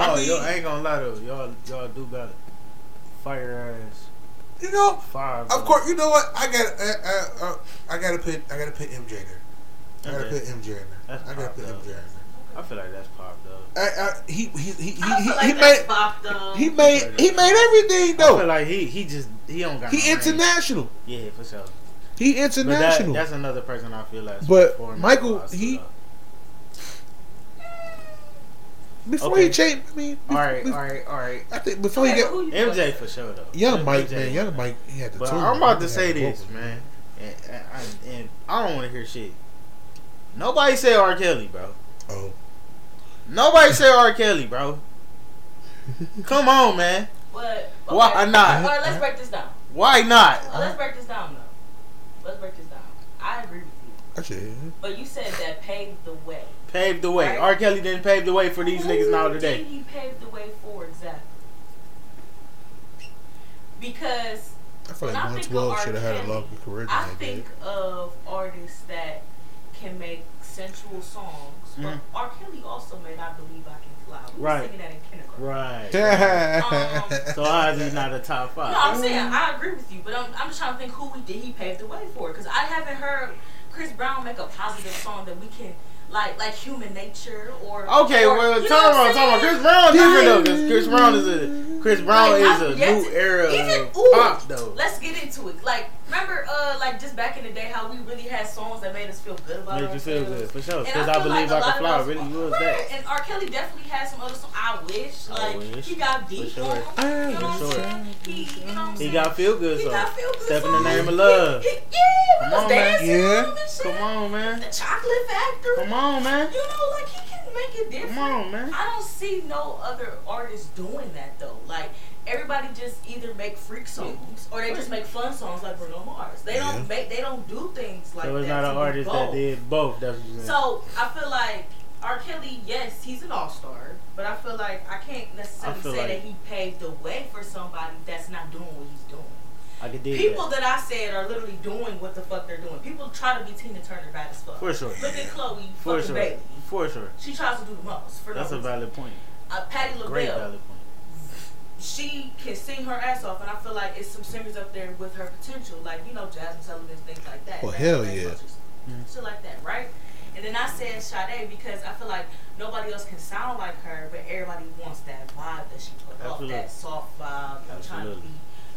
Speaker 4: I mean-
Speaker 3: y'all I ain't gonna lie though. Y'all y'all do got fire ass
Speaker 4: You know,
Speaker 3: five.
Speaker 4: Of course, you know what? I got uh, uh, uh, I gotta put I gotta put MJ there. I gotta
Speaker 3: Okay.
Speaker 4: put MJ in there.
Speaker 3: That's
Speaker 4: I gotta put
Speaker 3: popped up.
Speaker 4: MJ in there.
Speaker 3: I feel like that's pop though.
Speaker 4: I, I, he he he he,
Speaker 2: I
Speaker 4: he,
Speaker 2: feel like that's
Speaker 4: he
Speaker 2: um,
Speaker 4: made
Speaker 2: Bob, though.
Speaker 4: he made he made everything
Speaker 3: I feel
Speaker 4: though.
Speaker 3: like he he just he don't got.
Speaker 4: He
Speaker 3: no range.
Speaker 4: international.
Speaker 3: Yeah, for sure.
Speaker 4: He
Speaker 3: But that-
Speaker 4: international.
Speaker 3: that's another person I feel like.
Speaker 4: But Michael, he- Before he
Speaker 3: okay.
Speaker 4: changed, I mean,
Speaker 3: All
Speaker 4: before,
Speaker 3: right, all right, all right.
Speaker 4: I think before
Speaker 2: Okay,
Speaker 4: he
Speaker 2: but
Speaker 4: got
Speaker 2: who you
Speaker 3: MJ
Speaker 2: put?
Speaker 3: for sure though.
Speaker 4: young
Speaker 3: M-
Speaker 4: Mike,
Speaker 3: MJ.
Speaker 4: man, young Mike, he had the.
Speaker 3: But
Speaker 4: tune,
Speaker 3: I'm about
Speaker 4: he
Speaker 3: to
Speaker 4: had
Speaker 3: say
Speaker 4: the
Speaker 3: this,
Speaker 4: vocal.
Speaker 3: man, and, and, I- and I don't want to hear shit. Nobody say R. Kelly, bro.
Speaker 4: Oh,
Speaker 3: Nobody say R. Kelly, bro.
Speaker 4: Oh.
Speaker 3: Come on, man.
Speaker 2: But, okay.
Speaker 3: Why
Speaker 2: All
Speaker 3: not? Uh-huh.
Speaker 2: right, let's break this down.
Speaker 3: Why not?
Speaker 2: Well, let's break this down though. Let's break this down. I agree with you,
Speaker 4: actually,
Speaker 2: but you said that paved the way.
Speaker 3: Paved the way.
Speaker 2: Right.
Speaker 3: R. Kelly didn't pave the way for these
Speaker 2: Who
Speaker 3: niggas now
Speaker 2: Did
Speaker 3: today.
Speaker 2: he paved the way for exactly? Because
Speaker 4: I feel
Speaker 2: When
Speaker 4: like
Speaker 2: I think of
Speaker 4: 112
Speaker 2: R.
Speaker 4: should have had a
Speaker 2: Kelly,
Speaker 4: longer career than
Speaker 2: I
Speaker 4: they did.
Speaker 2: think of artists that can make sensual songs, but
Speaker 3: Mhm.
Speaker 2: R. Kelly also made "I Believe I Can Fly." We were
Speaker 3: Right.
Speaker 2: singing that in kindergarten.
Speaker 3: Right.
Speaker 2: Um,
Speaker 3: So why is he not a top
Speaker 2: No,
Speaker 3: five?
Speaker 2: I'm saying I agree with you, but I'm, I'm just trying to think who we did he paved the way for because I haven't heard Chris Brown make a positive song that we can like like Human Nature or
Speaker 3: Okay,
Speaker 2: or,
Speaker 3: well,
Speaker 2: you know
Speaker 3: talk
Speaker 2: what
Speaker 3: about
Speaker 2: I'm
Speaker 3: talk about
Speaker 2: saying?
Speaker 3: Chris Brown different though,
Speaker 4: Like-
Speaker 3: because Chris Brown is a Chris Brown
Speaker 2: Like,
Speaker 3: is
Speaker 2: I'm
Speaker 3: a
Speaker 2: yet
Speaker 3: new
Speaker 2: to-
Speaker 3: era
Speaker 2: even-
Speaker 3: of
Speaker 2: ooh.
Speaker 3: pop though.
Speaker 2: Let's get into it. Like remember uh like just back in the day how we really had songs that made us feel good about
Speaker 3: Made you
Speaker 2: ourselves.
Speaker 3: feel good for sure,
Speaker 2: And
Speaker 3: because
Speaker 2: I,
Speaker 3: I
Speaker 2: feel
Speaker 3: believe
Speaker 2: like
Speaker 3: I can
Speaker 2: a lot
Speaker 3: fly.
Speaker 2: of those-
Speaker 3: Really was
Speaker 2: Right,
Speaker 3: that.
Speaker 2: And R. Kelly definitely had some other songs. I wish,
Speaker 3: I
Speaker 2: like
Speaker 3: wish.
Speaker 2: he got
Speaker 3: For
Speaker 2: deep.
Speaker 3: sure.
Speaker 2: on them,
Speaker 4: I
Speaker 2: you know
Speaker 3: wish.
Speaker 2: what
Speaker 3: For
Speaker 2: I'm saying? He, you know what I'm
Speaker 3: He
Speaker 2: saying?
Speaker 3: got feel good
Speaker 2: He
Speaker 3: so.
Speaker 2: got feel good
Speaker 3: Step in the
Speaker 2: songs.
Speaker 3: name of
Speaker 2: He-
Speaker 3: love.
Speaker 2: he- yeah,
Speaker 3: Come
Speaker 2: we was
Speaker 3: on, man.
Speaker 2: dancing
Speaker 4: Yeah.
Speaker 2: on him and shit.
Speaker 3: Come on, man.
Speaker 2: The Chocolate Factory.
Speaker 3: Come on, man.
Speaker 2: You know, like he can make it different.
Speaker 3: Come on, man.
Speaker 2: I don't see no other artist doing that though. Like everybody just either make freak
Speaker 3: Hmm.
Speaker 2: songs or they just make fun songs like Bruno Mars. They
Speaker 4: Yeah.
Speaker 2: don't make they don't do things like
Speaker 3: So it's
Speaker 2: that.
Speaker 3: not
Speaker 2: to
Speaker 3: an
Speaker 2: be
Speaker 3: artist that
Speaker 2: bold.
Speaker 3: did both. That's what you're saying.
Speaker 2: So I feel like R. Kelly, yes, he's an all star, but I feel like I can't necessarily
Speaker 3: I feel
Speaker 2: say
Speaker 3: like-
Speaker 2: that he paved the way for somebody that's not doing what he's doing.
Speaker 3: I could dig
Speaker 2: People
Speaker 3: that.
Speaker 2: that I said are literally doing what the fuck they're doing. People try to be Tina Turner bad as fuck.
Speaker 3: For sure.
Speaker 2: Look at Chloe
Speaker 3: For
Speaker 2: fucking
Speaker 3: sure.
Speaker 2: Bailey.
Speaker 3: For sure.
Speaker 2: She tries to do the most for
Speaker 3: That's
Speaker 2: no
Speaker 3: a
Speaker 2: reason.
Speaker 3: valid point.
Speaker 2: uh, Patty LaBelle.
Speaker 3: Great valid point.
Speaker 2: she can sing her ass off, and I feel like it's some singers up there with her potential, like you know Jasmine Sullivan, things like that.
Speaker 4: Well,
Speaker 2: That's
Speaker 4: hell
Speaker 2: what
Speaker 4: yeah.
Speaker 2: cultures-
Speaker 3: Mhm.
Speaker 2: shit like that, right? And then I said Sade because I feel like nobody else can sound like her, but everybody wants that vibe that she put
Speaker 3: Absolutely.
Speaker 2: off, that soft vibe. I'm trying to
Speaker 3: Absolutely.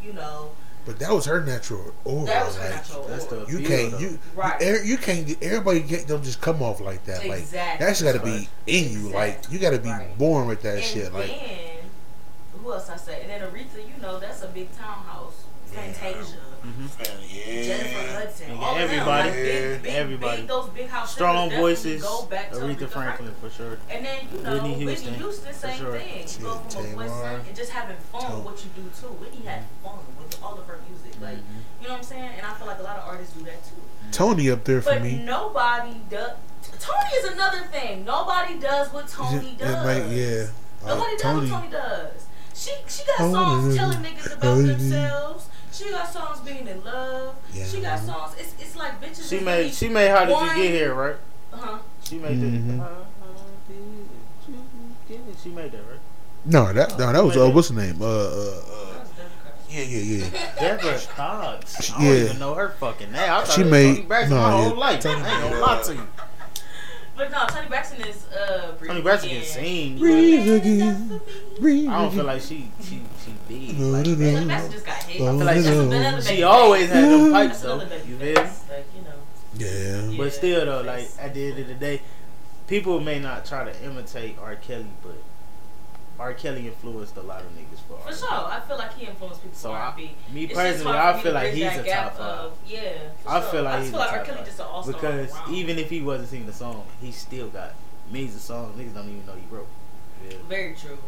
Speaker 2: be, you know,
Speaker 4: But that was her natural aura.
Speaker 2: that was her
Speaker 4: like,
Speaker 2: natural.
Speaker 3: That's
Speaker 2: aura.
Speaker 3: the
Speaker 4: You
Speaker 3: appeal,
Speaker 4: can't
Speaker 3: though.
Speaker 4: you
Speaker 2: Right.
Speaker 4: you, er- you can't get everybody can't don't just come off like that. Like
Speaker 2: Exactly.
Speaker 4: that's got to be in you. Like you got to be
Speaker 2: Right.
Speaker 4: born with that
Speaker 2: and
Speaker 4: shit. Like
Speaker 2: then who else I say? And then Aretha, you know, that's a big townhouse. Fantasia.
Speaker 3: Mhm.
Speaker 2: Jennifer Hudson,
Speaker 3: Yeah,
Speaker 2: all
Speaker 3: everybody.
Speaker 2: of them, like big, big,
Speaker 3: Everybody.
Speaker 2: big, those big house
Speaker 3: Strong
Speaker 2: singers definitely
Speaker 3: voices.
Speaker 2: Go back to
Speaker 3: Aretha Franklin for sure.
Speaker 2: And then you know,
Speaker 3: Whitney
Speaker 2: Whitney Houston,
Speaker 3: Houston, for
Speaker 2: same
Speaker 3: sure.
Speaker 2: thing. You go
Speaker 4: Shit,
Speaker 2: from a
Speaker 4: Tamar.
Speaker 2: Western and just having fun
Speaker 4: Dope.
Speaker 2: with what you do too. Whitney had
Speaker 3: Mm-hmm.
Speaker 2: fun with all of her music, like you know what I'm saying. And I feel like a lot of artists do that too.
Speaker 4: Tony up there for
Speaker 2: But
Speaker 4: me.
Speaker 2: nobody does. Tony is another thing. Nobody does what Tony
Speaker 4: It-
Speaker 2: does.
Speaker 4: it might- yeah. Uh,
Speaker 2: Nobody does
Speaker 4: Tony.
Speaker 2: what Tony does. She she got
Speaker 4: Tony.
Speaker 2: songs telling niggas about
Speaker 4: Tony.
Speaker 2: themselves. She got songs being in love.
Speaker 4: Yeah.
Speaker 2: She got songs. It's it's like bitches.
Speaker 3: She
Speaker 2: is
Speaker 3: made
Speaker 2: really-
Speaker 3: she made How Did
Speaker 2: One-
Speaker 3: You Get Here, right?
Speaker 2: Uh-huh.
Speaker 3: She made
Speaker 4: Mhm.
Speaker 3: the How Did You Get Here. She made that, right?
Speaker 4: No, that no, that was
Speaker 3: Wait.
Speaker 4: uh, what's the name? Uh, uh,
Speaker 2: That
Speaker 4: uh,
Speaker 2: was Democrat.
Speaker 4: yeah, yeah, yeah.
Speaker 3: Deborah Cox. I don't
Speaker 4: Yeah.
Speaker 3: even know her fucking name. I thought
Speaker 4: She
Speaker 3: it was
Speaker 4: made-
Speaker 3: Tony Braxton
Speaker 4: nah,
Speaker 3: my
Speaker 4: yeah,
Speaker 3: whole life.
Speaker 4: Tony-
Speaker 3: I ain't gonna lie to you.
Speaker 2: But no, Tony Braxton is uh.
Speaker 3: Tony Braxton
Speaker 2: Brienne.
Speaker 3: can sing. but
Speaker 4: Breathe again, breathe
Speaker 3: I don't feel
Speaker 4: again.
Speaker 3: like she she she big.
Speaker 4: No,
Speaker 3: like
Speaker 4: no,
Speaker 3: that.
Speaker 2: Tony Braxton just got hit.
Speaker 4: Oh,
Speaker 3: like
Speaker 2: That's
Speaker 3: she-
Speaker 2: another
Speaker 4: no.
Speaker 2: baby
Speaker 3: She
Speaker 2: face.
Speaker 3: always had them
Speaker 4: That's
Speaker 3: pipes
Speaker 2: That's
Speaker 3: though.
Speaker 2: another baby
Speaker 3: You
Speaker 2: face.
Speaker 3: feel me?
Speaker 2: Like you know.
Speaker 4: Yeah,
Speaker 2: Yeah.
Speaker 3: But still though, like
Speaker 2: Face.
Speaker 3: at the end of the day, people may not try to imitate R. Kelly, but R. Kelly influenced a lot of niggas for
Speaker 2: For
Speaker 3: R.
Speaker 2: sure, I feel like he influenced people
Speaker 3: So
Speaker 2: for
Speaker 3: I,
Speaker 2: R&B.
Speaker 3: me
Speaker 2: It's just
Speaker 3: personally,
Speaker 2: hard for
Speaker 3: I
Speaker 2: me
Speaker 3: feel
Speaker 2: to
Speaker 3: like
Speaker 2: bridge
Speaker 3: he's
Speaker 2: that
Speaker 3: a
Speaker 2: gap
Speaker 3: top five.
Speaker 2: of- Yeah. for
Speaker 3: I
Speaker 2: sure.
Speaker 3: feel like
Speaker 2: I just
Speaker 3: he's
Speaker 2: feel
Speaker 3: a
Speaker 2: like R.
Speaker 3: top
Speaker 2: Kelly
Speaker 3: five.
Speaker 2: just an all star.
Speaker 3: Because even if he wasn't singing the song, he still got millions of songs. Niggas don't even know he wrote. Yeah.
Speaker 2: Very true.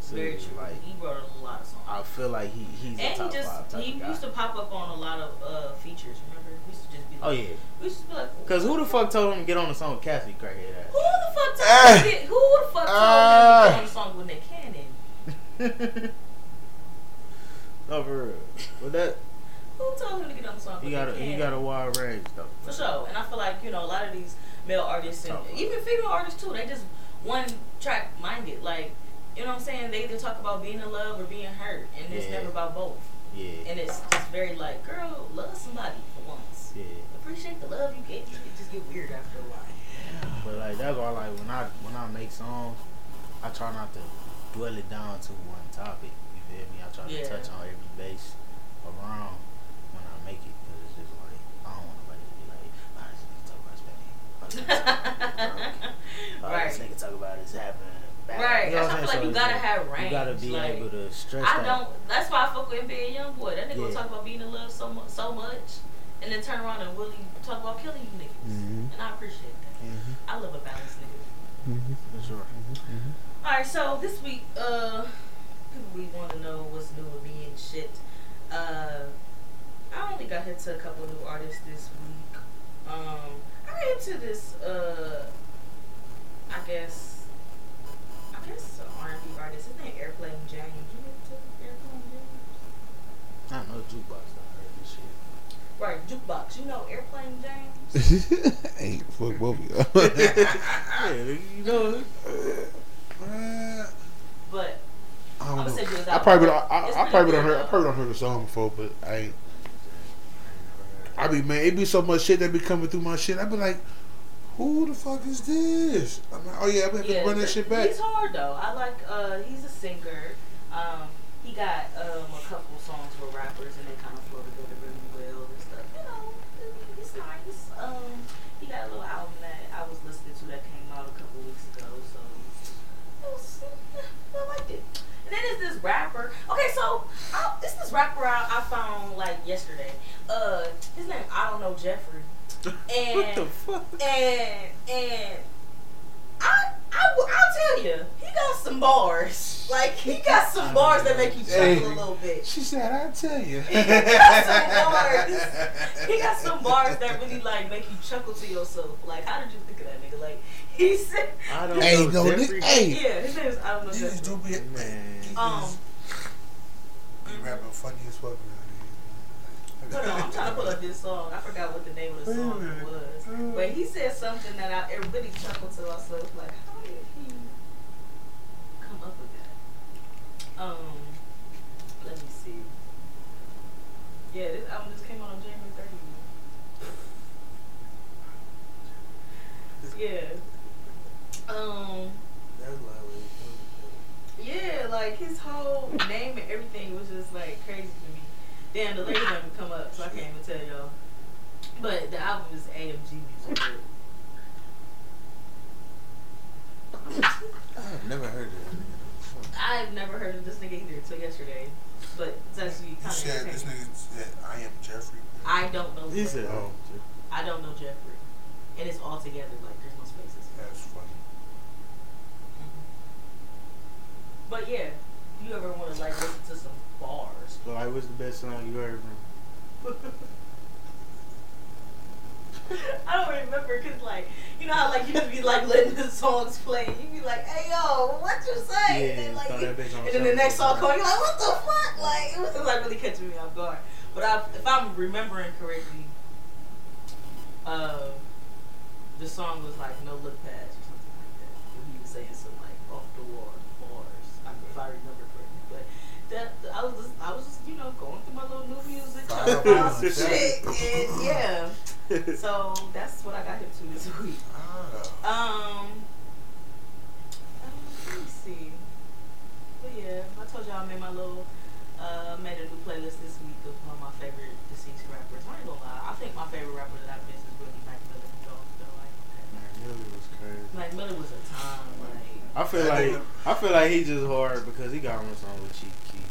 Speaker 3: So,
Speaker 2: Very true.
Speaker 3: Like,
Speaker 2: he wrote a lot of songs.
Speaker 3: I feel like he he's a
Speaker 2: and he
Speaker 3: top five
Speaker 2: just
Speaker 3: type
Speaker 2: he
Speaker 3: of guy.
Speaker 2: used to pop up on a lot of uh features. Remember, we used to just be like,
Speaker 3: oh yeah,
Speaker 2: we used to be like,
Speaker 3: because who the fuck told him to get on the song with Cassidy Crackhead?
Speaker 2: who the fuck told
Speaker 3: Eh.
Speaker 4: Ah.
Speaker 2: him? to get- Who the fuck told him
Speaker 3: Ah.
Speaker 2: to get on the song with Nick Cannon?
Speaker 3: ass? no, for real. But that
Speaker 2: Who told him to get on the song
Speaker 3: he
Speaker 2: with
Speaker 3: got
Speaker 2: Nick
Speaker 3: a,
Speaker 2: Cannon?
Speaker 3: he got a wide range though.
Speaker 2: For sure. And I feel like, you know, a lot of these male artists and
Speaker 3: Tough.
Speaker 2: even female artists too, they just one track minded. Like, you know what I'm saying? They either talk about being in love or being hurt. And it's
Speaker 3: Yeah.
Speaker 2: never about both.
Speaker 3: Yeah,
Speaker 2: And it's just very like, girl, love somebody for once.
Speaker 3: yeah.
Speaker 2: Appreciate the love you get. It just get weird after a while.
Speaker 3: But like that's why like when I when I make songs, I try not to dwell it down to one topic. You feel me? I try
Speaker 2: Yeah.
Speaker 3: to touch on every base around when I make it because it's just like I don't want nobody to be like, oh, this nigga talk about Spanish. Oh, this nigga talk about drunk. Oh, this
Speaker 2: right.
Speaker 3: nigga talk about this happening. Bad.
Speaker 2: Right.
Speaker 3: You know
Speaker 2: That's why I
Speaker 3: what
Speaker 2: feel
Speaker 3: I'm saying?
Speaker 2: like you
Speaker 3: So
Speaker 2: gotta
Speaker 3: it's
Speaker 2: have
Speaker 3: like,
Speaker 2: range.
Speaker 3: You gotta be
Speaker 2: like,
Speaker 3: able to
Speaker 2: I
Speaker 3: stress that.
Speaker 2: don't that's why I fuck with NBA Young Boy. That nigga will
Speaker 3: Yeah.
Speaker 2: talk about being in love so much so much and then turn around and really talk about killing you niggas.
Speaker 4: Mhm.
Speaker 2: And I appreciate that.
Speaker 4: Mhm.
Speaker 2: I love a balanced nigga.
Speaker 4: Mhm.
Speaker 3: For sure.
Speaker 4: Mhm.
Speaker 2: All right, so this week, uh, people we want to know what's new with me and shit. Uh, I only got hit to a couple new artists this week. Um, I got hit to this, uh, I guess, I guess it's an R&B artist. His name Airplane James. You hit to Airplane James?
Speaker 3: I don't know jukebox. I heard this shit.
Speaker 2: Right, jukebox. You know Airplane James?
Speaker 4: Hey, fuck both of
Speaker 3: yeah, you know.
Speaker 4: y'all.
Speaker 2: But
Speaker 4: I don't
Speaker 2: I'ma
Speaker 4: know.
Speaker 2: send you his
Speaker 4: I probably don't,
Speaker 2: album.
Speaker 4: I,
Speaker 2: It's
Speaker 4: I, I
Speaker 2: pretty
Speaker 4: probably
Speaker 2: good,
Speaker 4: don't heard I
Speaker 2: though.
Speaker 4: probably don't heard the song before, but I ain't- I be man, it be so much shit that be coming through my shit. I be like, who the fuck is this? I'm like, oh yeah, I'm gonna have to run that
Speaker 2: th-
Speaker 4: shit back.
Speaker 2: He's hard though. I like. Uh, he's a singer. Um, he got um a couple songs with rappers, and they kind of flow together really well and stuff. You know, it- it's nice. Um, he got a little album that I was listening to that came out a couple weeks ago, so it was, I liked it. And then there's this rapper. Okay, so I, it's this rapper I, I found like yesterday. Uh, his name I don't know Jeffrey. And
Speaker 3: what the fuck?
Speaker 2: and and I I will I'll tell you, he got some bars. Like he got some bars that make you
Speaker 4: Hey.
Speaker 2: chuckle a little bit.
Speaker 4: She said, I tell you.
Speaker 2: He got some bars. He got some bars that really like make you chuckle to yourself. Like how did you think of that nigga? Like he said,
Speaker 3: I don't
Speaker 4: Hey,
Speaker 3: know.
Speaker 4: no, this,
Speaker 3: Jeffrey-
Speaker 4: hey,
Speaker 2: yeah, his name is I don't know.
Speaker 4: this is
Speaker 2: Jeffrey.
Speaker 4: Doobie.
Speaker 3: Man.
Speaker 2: Um,
Speaker 4: You rapping funny as fuck around here.
Speaker 2: Hold on, I'm trying to pull up this song. I forgot what the name of the song was. But he said something that I it really chuckled to myself. Like, how did he come up Um, Um, like his whole name and everything was just like crazy to me. Damn, the lady don't even come up, so I can't even tell y'all. But the album is AMG music.
Speaker 3: I've never heard of it.
Speaker 2: I've never heard of this nigga either until yesterday, but it's actually
Speaker 4: You
Speaker 2: kind
Speaker 4: said
Speaker 2: of.
Speaker 4: this nigga that I am Jeffrey.
Speaker 2: I don't know.
Speaker 3: He said,
Speaker 2: Jeffrey.
Speaker 3: "Oh,
Speaker 2: I don't know Jeffrey, and it's all together. Like there's no spaces. Mm-hmm.
Speaker 4: That's funny.
Speaker 2: But yeah, if you ever want to like listen to some bars,
Speaker 3: well, I was the best song you heard from."
Speaker 2: I don't remember because like you know how like you just be like letting the songs play and you be like, hey yo, what you say? and
Speaker 3: Yeah,
Speaker 2: then, like,
Speaker 3: thought that bitch on
Speaker 2: and then the next song
Speaker 3: something.
Speaker 2: comes, you're like, what the fuck? Like it was just like really catching me off guard. But I, if I'm remembering correctly, uh, the song was like no look pass or something like that. When he was saying some like off the wall bars, I- if I remember correctly, but. That, I was just, I was just, you know, going through my little new music, trying to find some shit, and yeah. So that's what I got him to this week.
Speaker 4: Ah,
Speaker 2: Um, let me see. But yeah, I told y'all I made my little, uh, made a new playlist this week of one of my favorite deceased rappers. I ain't gonna lie, I think my favorite rapper that I've missed is really Mac Miller. Though, though, like,
Speaker 3: Man, Miller was crazy.
Speaker 2: Mac Miller was a time, like,
Speaker 3: I feel like I feel like he just hard because he got one song with Chief Keef.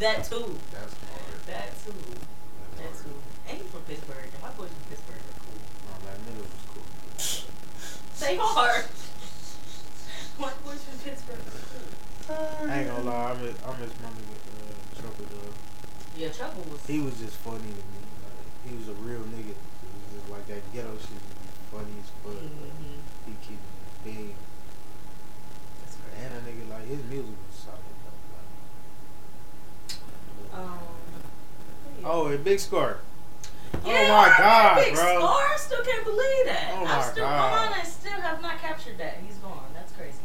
Speaker 2: that too.
Speaker 3: That's hard.
Speaker 2: That too. That
Speaker 3: That's
Speaker 2: too.
Speaker 3: hard.
Speaker 2: And he's from Pittsburgh, and my boys from Pittsburgh are cool.
Speaker 3: No, like Miller was cool.
Speaker 2: They are. my boys from Pittsburgh are cool. Um,
Speaker 3: I ain't gonna lie, I miss, I miss my nigga uh, Trouble Dog.
Speaker 2: Yeah, Trouble was
Speaker 3: He was just funny to me. Like, he was a real nigga. It was just like that ghetto shit. Funny as fuck. Like,
Speaker 2: Mhm.
Speaker 3: he keep it big.
Speaker 2: That's crazy.
Speaker 3: And a nigga like his music was solid though. Like,
Speaker 2: Um,
Speaker 3: oh, and Big Scar.
Speaker 2: yeah,
Speaker 3: oh my
Speaker 2: I
Speaker 3: god,
Speaker 2: mean, big
Speaker 3: bro.
Speaker 2: Scar, I still can't believe that.
Speaker 3: Oh
Speaker 2: I
Speaker 3: my
Speaker 2: still,
Speaker 3: God.
Speaker 2: My mind, I still have not captured that. He's gone. That's crazy.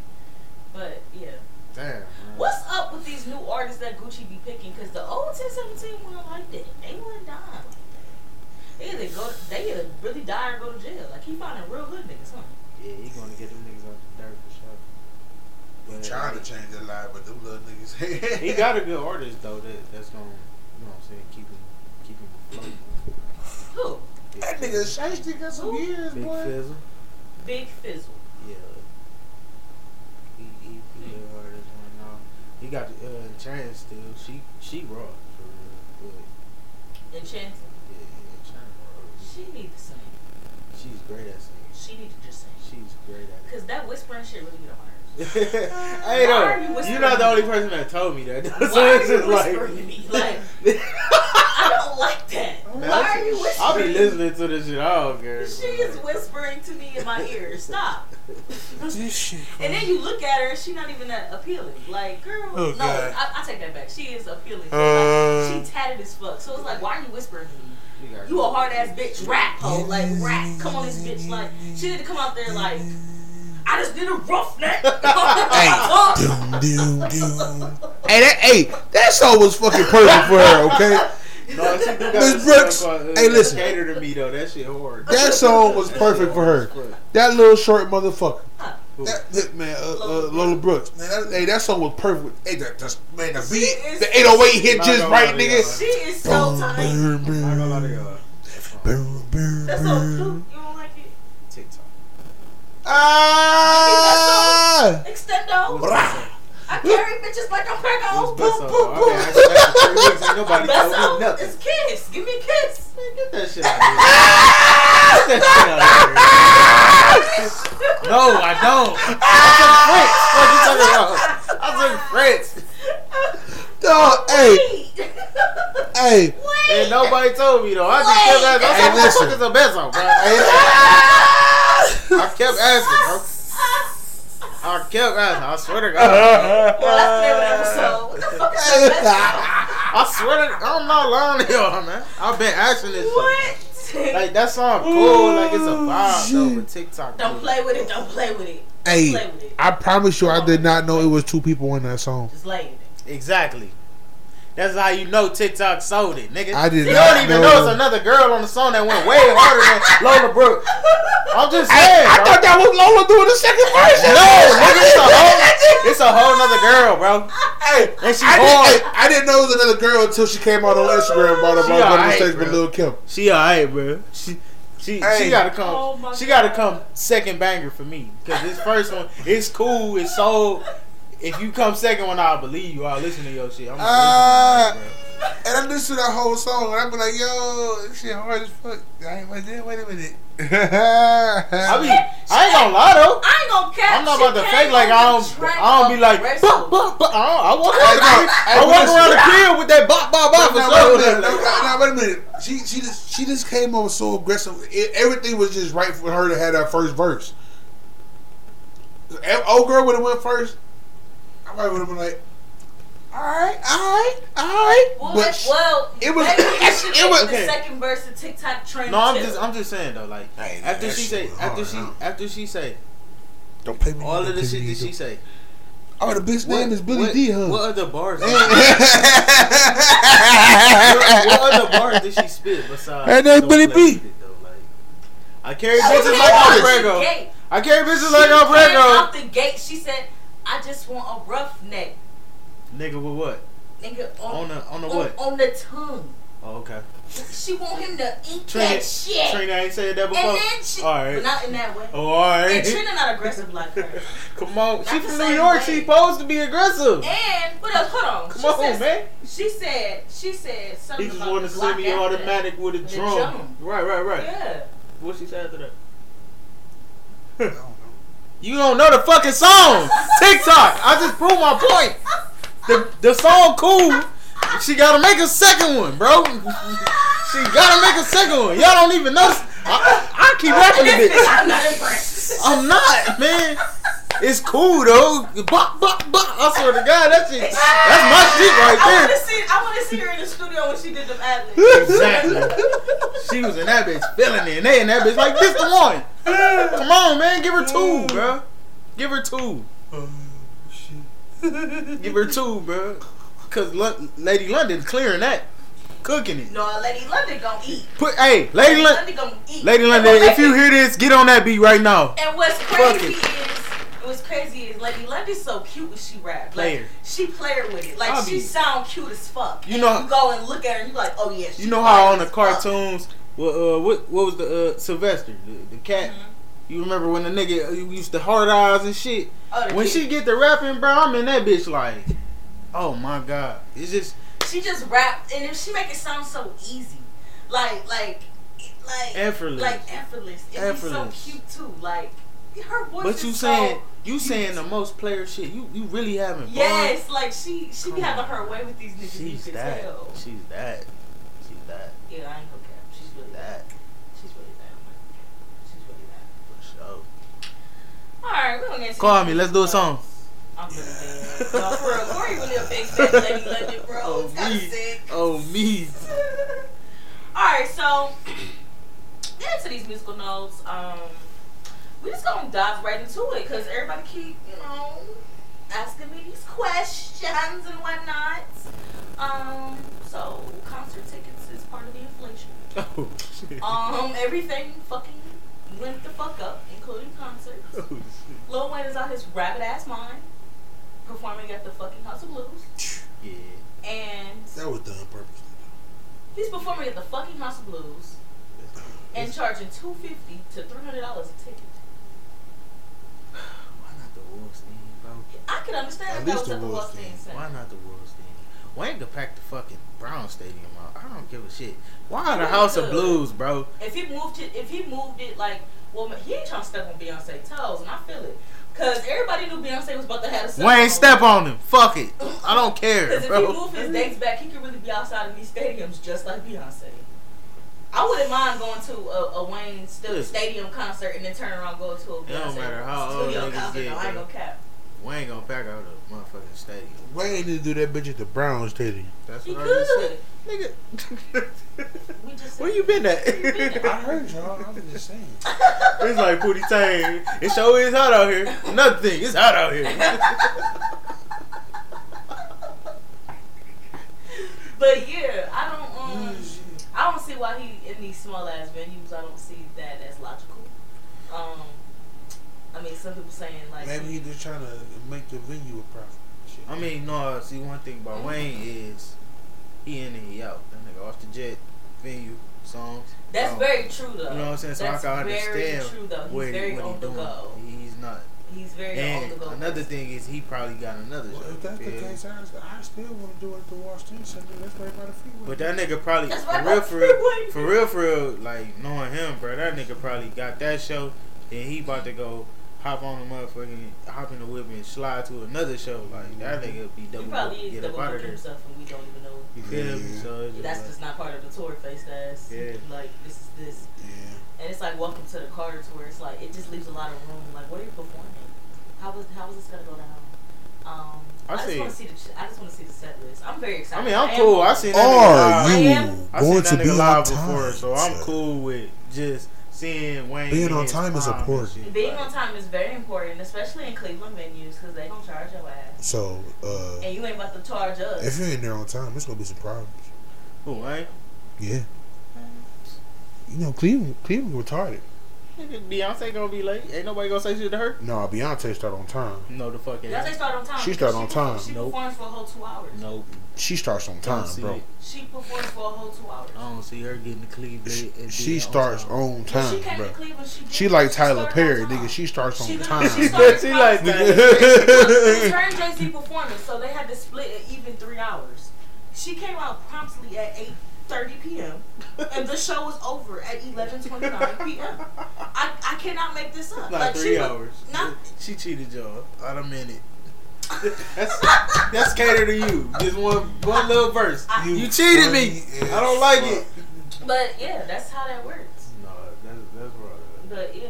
Speaker 2: But yeah,
Speaker 3: Damn. Man.
Speaker 2: what's up with these new artists that Gucci be picking? Cause the old 1017 weren't like that. They weren't dying like that. They either go, they either really die or go to jail. Like he finding real good niggas, huh?
Speaker 3: Yeah, he gonna get them niggas out the dirt for sure. uh,
Speaker 4: we trying to change their life, but them little niggas.
Speaker 3: He got a good artist though. That that's gonna you know what I'm saying keep him keep him
Speaker 2: Who?
Speaker 3: afloat. Big
Speaker 4: that nigga
Speaker 3: Fizz-
Speaker 4: Shiesty got some years,
Speaker 3: Big
Speaker 4: boy.
Speaker 3: Fizzle.
Speaker 2: Big Fizzle.
Speaker 3: Yeah. He he he did her this one now. He got the uh Chance still. She she raw for real. But
Speaker 2: And Chance,
Speaker 3: yeah, yeah, Chance raw.
Speaker 2: she need to sing.
Speaker 3: She's great at singing.
Speaker 2: She need to just sing.
Speaker 3: She's great at it.
Speaker 2: Cause that whispering shit really get on my nerves.
Speaker 3: hey
Speaker 2: Why are you
Speaker 3: though, you're
Speaker 2: whispering?
Speaker 3: not the only person that told me that. so
Speaker 2: Why are
Speaker 3: it's
Speaker 2: you
Speaker 3: just like-
Speaker 2: whispering to me? Like- I don't like that.
Speaker 4: Oh,
Speaker 3: Man,
Speaker 2: Why are you
Speaker 3: I-
Speaker 2: whispering?
Speaker 3: I be listening to this shit all girl.
Speaker 2: She is whispering to me in my ear. Stop.
Speaker 4: This shit.
Speaker 2: And then you look at her, and she not even that appealing. Like, girl,
Speaker 4: Oh,
Speaker 2: no,
Speaker 4: God.
Speaker 2: I, I take that back. She is appealing.
Speaker 4: Uh.
Speaker 2: Like, she tatted as fuck. So it's like, why are you whispering to me?
Speaker 3: You got-
Speaker 2: You a hard ass bitch, rap hoe. Like, rap. Come on, this bitch. Like, she need to come out there like, I just did a rough neck.
Speaker 4: Doom, doom, doom. Hey, that, hey, that song was fucking perfect for her, okay?
Speaker 3: No, she do got a
Speaker 4: Miss
Speaker 3: song
Speaker 4: Brooks,
Speaker 3: called, uh,
Speaker 4: hey, listen.
Speaker 3: Cater to me though. That shit hard.
Speaker 4: That song was
Speaker 3: That shit
Speaker 4: perfect for
Speaker 3: hard
Speaker 4: her.
Speaker 3: as fuck.
Speaker 4: That little short motherfucker.
Speaker 2: Huh.
Speaker 4: That, that man, uh, uh,
Speaker 2: Lola
Speaker 4: Lola Brooks. Man, that, hey, that song was perfect. Hey, that, that's, man, the
Speaker 2: She
Speaker 4: beat,
Speaker 2: is-
Speaker 4: the 808 hit
Speaker 3: Not
Speaker 4: just
Speaker 3: gonna
Speaker 4: right,
Speaker 3: lie to
Speaker 4: nigga.
Speaker 2: She is
Speaker 3: Oh,
Speaker 2: so tight.
Speaker 3: I ain't gonna lie to y'all.
Speaker 4: Boom, boom,
Speaker 2: That's so
Speaker 4: boom.
Speaker 2: You don't like it?
Speaker 3: TikTok.
Speaker 4: Ah!
Speaker 2: Extendo.
Speaker 3: What's that song?
Speaker 2: I carry bitches like I'm
Speaker 3: What's
Speaker 2: Prego.
Speaker 3: that
Speaker 2: Boom,
Speaker 3: song?
Speaker 2: boom,
Speaker 3: I've been
Speaker 2: boom.
Speaker 3: asking that for three weeks. Ain't nobody told
Speaker 2: Besso
Speaker 3: me nothing.
Speaker 2: is kiss. Give me a kiss.
Speaker 3: Man, get that shit out of
Speaker 4: Ah!
Speaker 3: here. Get that shit out of here. No, I don't. I took French. What you talking about? I took French.
Speaker 4: Dog, hey,
Speaker 2: Wait.
Speaker 4: hey.
Speaker 3: And
Speaker 2: Wait.
Speaker 3: nobody told me though. I just kept asking. I
Speaker 4: Hey,
Speaker 3: said, what the
Speaker 4: listen.
Speaker 3: fuck is a bezel, bro? I kept
Speaker 2: Ah,
Speaker 3: asking, bro. I kept asking. I swear to
Speaker 2: Well,
Speaker 3: God.
Speaker 2: that's the name of the episode. What the fuck is that?
Speaker 3: I swear to I'm not lying to y'all, man. I've been asking this shit.
Speaker 2: Besso? What? Oh,
Speaker 3: Like that song cool, like it's a vibe though with TikTok.
Speaker 2: Don't play with it. Don't play with it.
Speaker 4: Hey,
Speaker 2: Play with it.
Speaker 4: I promise you, I did not know it was two people in that song.
Speaker 2: Just lay in it.
Speaker 3: Exactly. That's how you know TikTok sold it, nigga.
Speaker 4: I did
Speaker 3: you
Speaker 4: not
Speaker 3: don't even
Speaker 4: know
Speaker 3: know it's
Speaker 4: that.
Speaker 3: another girl on the song that went way harder than Lola Brooke. I'm just
Speaker 4: Hey,
Speaker 3: saying.
Speaker 4: I
Speaker 3: bro.
Speaker 4: thought that was Lola doing the second
Speaker 3: No,
Speaker 4: version.
Speaker 3: nigga, it's a whole, it's a whole nother girl, bro. And she
Speaker 4: I,
Speaker 3: hard.
Speaker 4: didn't, I, I didn't know it was another girl until she came out on Instagram and brought up
Speaker 3: She
Speaker 4: on one of the
Speaker 3: alright,
Speaker 4: stage with
Speaker 3: bro.
Speaker 4: Lil Kim.
Speaker 3: She alright, bro. She she
Speaker 4: Hey.
Speaker 3: she gotta come.
Speaker 2: Oh my
Speaker 3: she gotta
Speaker 2: God.
Speaker 3: come second banger for me because this first one it's cool. It's so. If you come second one, I'll believe you. I'll listen to your shit. I'm
Speaker 4: Ah.
Speaker 3: gonna listen
Speaker 4: And I listened to that whole song and I be like, yo, this shit hard as fuck. I ain't wait, wait a minute.
Speaker 3: to it, bro. I be. I ain't gonna lie though.
Speaker 2: I ain't gonna cap.
Speaker 3: I'm not
Speaker 2: She
Speaker 3: about to
Speaker 2: came
Speaker 3: fake like
Speaker 2: on
Speaker 3: I
Speaker 2: the
Speaker 3: don't-
Speaker 2: track
Speaker 3: I don't be
Speaker 2: of
Speaker 3: like,
Speaker 2: wrestling.
Speaker 3: But I, don't- I walk
Speaker 4: Hey,
Speaker 3: around.
Speaker 4: no,
Speaker 3: I
Speaker 4: hey,
Speaker 3: walk
Speaker 4: listen.
Speaker 3: around the crib with that bop bop bop for
Speaker 4: No, no, wait a
Speaker 3: sure.
Speaker 4: minute. No, no, no, wait a minute. She she just she just came over so aggressive. It, everything was just right for her to have that first verse. If old girl would have went first. I probably would have been like, all right, all right, all right.
Speaker 2: Well,
Speaker 4: but
Speaker 2: that-
Speaker 4: she-
Speaker 2: well,
Speaker 4: it was-
Speaker 2: maybe we should
Speaker 4: it
Speaker 2: make
Speaker 4: was-
Speaker 2: the
Speaker 3: okay.
Speaker 2: second verse of TikTok trend.
Speaker 3: No, I'm
Speaker 2: too.
Speaker 3: just I'm just saying though, like
Speaker 4: Hey, man,
Speaker 3: after
Speaker 4: that
Speaker 3: she
Speaker 4: shit
Speaker 3: say
Speaker 4: was hard,
Speaker 3: after she
Speaker 4: huh?
Speaker 3: after she say
Speaker 4: don't play me.
Speaker 3: all of
Speaker 4: don't
Speaker 3: the
Speaker 4: play
Speaker 3: shit
Speaker 4: me,
Speaker 3: that she
Speaker 4: don't-
Speaker 3: say.
Speaker 4: Oh, the bitch name is Billy
Speaker 3: what,
Speaker 4: D, huh?
Speaker 3: What other bars? what, what
Speaker 4: what
Speaker 3: other bars did she spit besides?
Speaker 4: Her name
Speaker 3: Don't
Speaker 4: Billy
Speaker 3: Play
Speaker 4: B.
Speaker 3: With It, though, like, I carry
Speaker 2: She
Speaker 3: bitches
Speaker 2: came
Speaker 3: like
Speaker 2: out
Speaker 3: Alfredo.
Speaker 2: the gate.
Speaker 3: I carry bitches
Speaker 2: She
Speaker 3: like
Speaker 2: came out
Speaker 3: Alfredo.
Speaker 2: the gate. She said, "I just want a rough neck,
Speaker 3: Nigga with what?
Speaker 2: nigga,
Speaker 3: On
Speaker 2: on
Speaker 3: the on the
Speaker 2: on,
Speaker 3: what?
Speaker 2: on the tongue."
Speaker 3: Oh, okay.
Speaker 2: She want him to eat
Speaker 3: Trina,
Speaker 2: that shit,
Speaker 3: Trina ain't said that
Speaker 2: and
Speaker 3: before.
Speaker 2: then she,
Speaker 3: all right.
Speaker 2: not in that way.
Speaker 3: Oh, all
Speaker 2: And
Speaker 3: right.
Speaker 2: Trina not aggressive like her.
Speaker 3: Come on, she
Speaker 2: Not the
Speaker 3: from New
Speaker 2: same
Speaker 3: York.
Speaker 2: way.
Speaker 3: She supposed to be aggressive.
Speaker 2: And what else? Hold on.
Speaker 3: Come
Speaker 2: she
Speaker 3: on,
Speaker 2: says,
Speaker 3: man.
Speaker 2: She said. She said something
Speaker 3: He just
Speaker 2: about
Speaker 3: wanted to
Speaker 2: the
Speaker 3: send
Speaker 2: Glock
Speaker 3: me
Speaker 2: after that.
Speaker 3: automatic with a
Speaker 2: The
Speaker 3: drum.
Speaker 2: drum.
Speaker 3: Right, right, right.
Speaker 2: Yeah.
Speaker 3: What she said after that? You don't know the fucking song. TikTok. I just proved my point. The the song cool. She gotta make a second one, bro. She gotta make a second one. Y'all don't even know. I, I keep rapping a bit.
Speaker 2: I'm not impressed.
Speaker 3: I'm not, man. It's cool though. Bop, bop, bop. I swear to God, that shit. That's my shit
Speaker 2: I
Speaker 3: right
Speaker 2: want
Speaker 3: there.
Speaker 2: to see. I want to see her in the studio when she did them ad libs.
Speaker 3: Exactly. She was in that bitch feeling it, and they in that bitch like this the one. Come on, man, give her two, bro. Give her two.
Speaker 4: Oh, shit.
Speaker 3: Give her two, bro. Cause Lon- Lady London clearing that, cooking it.
Speaker 2: No, Lady London gonna eat.
Speaker 3: Put hey, Lady London,
Speaker 2: London gonna eat.
Speaker 3: Lady
Speaker 2: And
Speaker 3: London,
Speaker 2: what
Speaker 3: if you
Speaker 2: make-
Speaker 3: hear this, get on that beat right now.
Speaker 2: And what's
Speaker 3: Fuck
Speaker 2: crazy is,
Speaker 3: it.
Speaker 2: what's crazy is Lady London's so cute when she rap. Like,
Speaker 3: Player.
Speaker 2: She player with it. Like
Speaker 3: I'll
Speaker 2: she
Speaker 3: be-
Speaker 2: sound cute as fuck.
Speaker 3: You
Speaker 2: And
Speaker 3: know-
Speaker 2: You go and look at her. and You like, oh yeah. she
Speaker 3: You know how
Speaker 2: fine
Speaker 3: on the
Speaker 2: as fuck.
Speaker 3: cartoons, what uh, what what was the uh, Sylvester, the, the cat?
Speaker 2: Mhm.
Speaker 3: You remember when the nigga uh, used to hard eyes and shit?
Speaker 2: Oh, the
Speaker 3: When
Speaker 2: cute.
Speaker 3: she get the rapping, bro, I'm in that bitch like, oh my god, it's just
Speaker 2: she just rap and if she make it sound so easy, like like like
Speaker 3: effortless.
Speaker 2: like effortless. And
Speaker 3: Effortless.
Speaker 2: She's so cute too. Like her voice.
Speaker 3: but
Speaker 2: is
Speaker 3: you
Speaker 2: so-
Speaker 3: saying you saying the most player shit. You you really having fun.
Speaker 2: Yes, like she she
Speaker 3: Come
Speaker 2: be
Speaker 3: on.
Speaker 2: having her way with these niggas. you
Speaker 3: She's
Speaker 2: can
Speaker 3: that.
Speaker 2: tell.
Speaker 3: She's that. She's that.
Speaker 2: Yeah, I ain't gonna cap. She's really that.
Speaker 3: That
Speaker 2: She's really that. She's really that.
Speaker 3: for sure.
Speaker 2: All right, we're gonna get
Speaker 3: Call me. Let's do a song.
Speaker 2: I'm really dead. No, for real, Corey really a big fan of Lady London, bro.
Speaker 3: Oh,
Speaker 2: It's kinda
Speaker 3: me.
Speaker 2: sick.
Speaker 3: Oh me.
Speaker 2: Alright, so get into these musical notes. Um we just gonna dive right into it because everybody keep, you know, asking me these questions and whatnot. Um, so concert tickets is part of the inflation.
Speaker 3: Oh shit.
Speaker 2: Um, everything fucking went the fuck up, including concerts.
Speaker 3: Oh, shit.
Speaker 2: Lil Wayne is out his rabbit ass mind, performing at the fucking House of Blues.
Speaker 3: Yeah.
Speaker 2: And
Speaker 4: That was done purposely.
Speaker 2: he's performing at the fucking House of Blues and charging two fifty to three hundred dollars a ticket.
Speaker 3: Why not the Wolves thing, bro?
Speaker 2: I could understand
Speaker 4: At
Speaker 2: if that
Speaker 4: least
Speaker 2: was
Speaker 4: the
Speaker 2: at the
Speaker 4: Wolves
Speaker 2: Wolf
Speaker 4: thing.
Speaker 2: Center.
Speaker 3: Why not the Wolves thing? Wayne could pack the fucking Brown Stadium out. I don't give a shit. Why the House of Blues, bro?
Speaker 2: If he moved it, if he moved it like, well, he ain't trying to step on Beyonce toes, and I feel it, cause everybody knew Beyonce was about to have a cell
Speaker 3: Wayne,
Speaker 2: phone.
Speaker 3: step on him. Fuck it. I don't care,
Speaker 2: Because if he
Speaker 3: bro.
Speaker 2: moved his dates back, he could really be outside in these stadiums just like Beyonce. I wouldn't mind going to a, a Wayne St-
Speaker 3: Listen.
Speaker 2: stadium concert and then turn around and go to a Beyonce
Speaker 3: It don't matter how old
Speaker 2: studio
Speaker 3: niggas
Speaker 2: concert.
Speaker 3: get,
Speaker 2: though. I ain't
Speaker 3: bro.
Speaker 2: gonna cap.
Speaker 3: Wayne gonna pack out a motherfucking stadium.
Speaker 4: Wayne need to do that bitch at the Browns Stadium.
Speaker 3: That's
Speaker 2: He
Speaker 3: what
Speaker 2: could.
Speaker 3: I just said. Nigga.
Speaker 2: We just
Speaker 3: Where you been at?
Speaker 4: I heard y'all. I'm just saying.
Speaker 3: It's like Pootie Tang. It sure is hot out here. Another thing, it's hot out here.
Speaker 2: But yeah, I don't. Um, I don't see why he in these small ass venues. I don't see that as logical. Um, I mean, some people saying like
Speaker 4: Maybe he just trying to make the venue a profit. Shit.
Speaker 3: I mean, no. See, one thing about Wayne is he in and he out. That nigga off the jet venue songs.
Speaker 2: That's
Speaker 3: Oh.
Speaker 2: very true though.
Speaker 3: You know what I'm saying? So
Speaker 2: That's
Speaker 3: I can
Speaker 2: very
Speaker 3: understand
Speaker 2: true though. He's
Speaker 3: where
Speaker 2: very
Speaker 3: what
Speaker 2: on
Speaker 3: he
Speaker 2: the
Speaker 3: doing.
Speaker 2: go.
Speaker 3: He's not.
Speaker 2: He's very on
Speaker 3: And
Speaker 2: the go.
Speaker 3: another thing is he probably got another
Speaker 4: Well,
Speaker 3: show.
Speaker 4: if that's the
Speaker 3: yeah.
Speaker 4: case, I, I still want to do it at the Washington Center. That's right by the freeway.
Speaker 3: But that nigga probably
Speaker 2: That's
Speaker 3: for
Speaker 2: right
Speaker 3: real,
Speaker 2: by
Speaker 3: for
Speaker 2: the
Speaker 3: real,
Speaker 2: freeway.
Speaker 3: for real, for real. Like knowing him, bro, that nigga probably got that show. Then he about to go hop on the motherfucking hop in the whip and slide to another show. Like that nigga
Speaker 2: Mm-hmm.
Speaker 3: be
Speaker 2: He
Speaker 3: double
Speaker 2: probably
Speaker 3: booked,
Speaker 2: is
Speaker 3: get
Speaker 2: double
Speaker 3: up out of
Speaker 2: booked
Speaker 3: there.
Speaker 2: himself, and we don't even know.
Speaker 3: You feel me?
Speaker 4: Yeah.
Speaker 3: So it's just
Speaker 2: That's
Speaker 3: like,
Speaker 2: just not part of the tour, faced ass.
Speaker 3: Yeah.
Speaker 2: Like this is this,
Speaker 4: Yeah.
Speaker 2: and it's like welcome to the Carter tour. It's like it just leaves a lot of room. Like what are you performing? How was how is this gonna go down? Um,
Speaker 3: I
Speaker 2: I, just
Speaker 3: see.
Speaker 2: want to see the ch- I just want to see the set list. I'm very excited.
Speaker 3: I mean, I'm
Speaker 2: am-
Speaker 3: cool. I seen that
Speaker 4: Are
Speaker 3: nigga live.
Speaker 2: I
Speaker 4: you
Speaker 2: am-
Speaker 3: I
Speaker 4: going
Speaker 3: seen that
Speaker 4: to be
Speaker 3: nigga
Speaker 4: on
Speaker 3: live
Speaker 4: time?
Speaker 3: before, so I'm
Speaker 4: sir?
Speaker 3: cool with just seeing Wayne.
Speaker 4: Being
Speaker 3: and
Speaker 4: on
Speaker 3: his
Speaker 4: time is
Speaker 3: prime and
Speaker 4: important.
Speaker 3: shit,
Speaker 2: Being
Speaker 3: like-
Speaker 2: on time is very important, especially in Cleveland venues, because they gonna charge your ass,
Speaker 4: So, uh,
Speaker 2: and you ain't about to charge us.
Speaker 4: if you ain't there on time, it's gonna be some problems.
Speaker 3: Who Wayne?
Speaker 4: Yeah. You know, Cleveland, Cleveland retarded.
Speaker 3: Nigga, Beyonce gonna be late. Ain't nobody gonna say shit to her.
Speaker 4: No, Beyonce started on time.
Speaker 3: No, the fuck ain't.
Speaker 2: Beyonce started on time.
Speaker 4: She started on time.
Speaker 2: She
Speaker 3: Nope.
Speaker 2: performs for a whole two hours.
Speaker 3: Nope.
Speaker 4: She starts on
Speaker 3: Don't
Speaker 4: time,
Speaker 3: see
Speaker 4: bro.
Speaker 3: it.
Speaker 2: She performs for a whole two hours.
Speaker 3: I don't see her getting to Cleveland.
Speaker 4: She,
Speaker 3: and
Speaker 4: she
Speaker 3: being on
Speaker 4: starts
Speaker 3: time.
Speaker 4: on
Speaker 2: When
Speaker 4: time,
Speaker 2: she came
Speaker 4: bro.
Speaker 2: to Cleveland, she,
Speaker 4: She like Tyler
Speaker 2: started
Speaker 4: Perry,
Speaker 2: on time.
Speaker 4: nigga. She starts on
Speaker 2: She
Speaker 4: time.
Speaker 2: literally-
Speaker 3: She
Speaker 2: she
Speaker 4: nigga.
Speaker 2: started-
Speaker 3: she like
Speaker 2: It was
Speaker 3: that.
Speaker 2: her and Jay Z performance, so they had to split at even three hours. She came out promptly at eight thirty p.m. and the show was over at eleven twenty nine p.m. I, I cannot make this up.
Speaker 3: Not
Speaker 2: like
Speaker 3: three
Speaker 2: she was-
Speaker 3: hours.
Speaker 2: Not,
Speaker 3: She cheated y'all. I done meant it. That's that's catered to you. Just one one little verse.
Speaker 2: I-
Speaker 3: You cheated me.
Speaker 4: funny
Speaker 3: I don't
Speaker 4: as
Speaker 3: like
Speaker 4: fuck.
Speaker 3: it.
Speaker 2: but yeah, that's how that works.
Speaker 3: No, that's that's wrong.
Speaker 2: But yeah,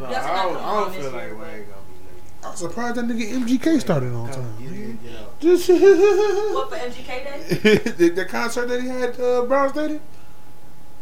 Speaker 3: No,
Speaker 2: That's
Speaker 3: I don't,
Speaker 2: not
Speaker 3: I don't
Speaker 2: gonna
Speaker 3: feel
Speaker 2: go
Speaker 3: like
Speaker 2: on this
Speaker 3: Wayne gonna
Speaker 4: I'm surprised that nigga MGK started on
Speaker 3: be late.
Speaker 4: time.
Speaker 3: Come,
Speaker 4: nigga.
Speaker 3: get, in, get out.
Speaker 4: Just
Speaker 2: what for MGK Day?
Speaker 4: the, the concert that he had, uh, Brown Stadium.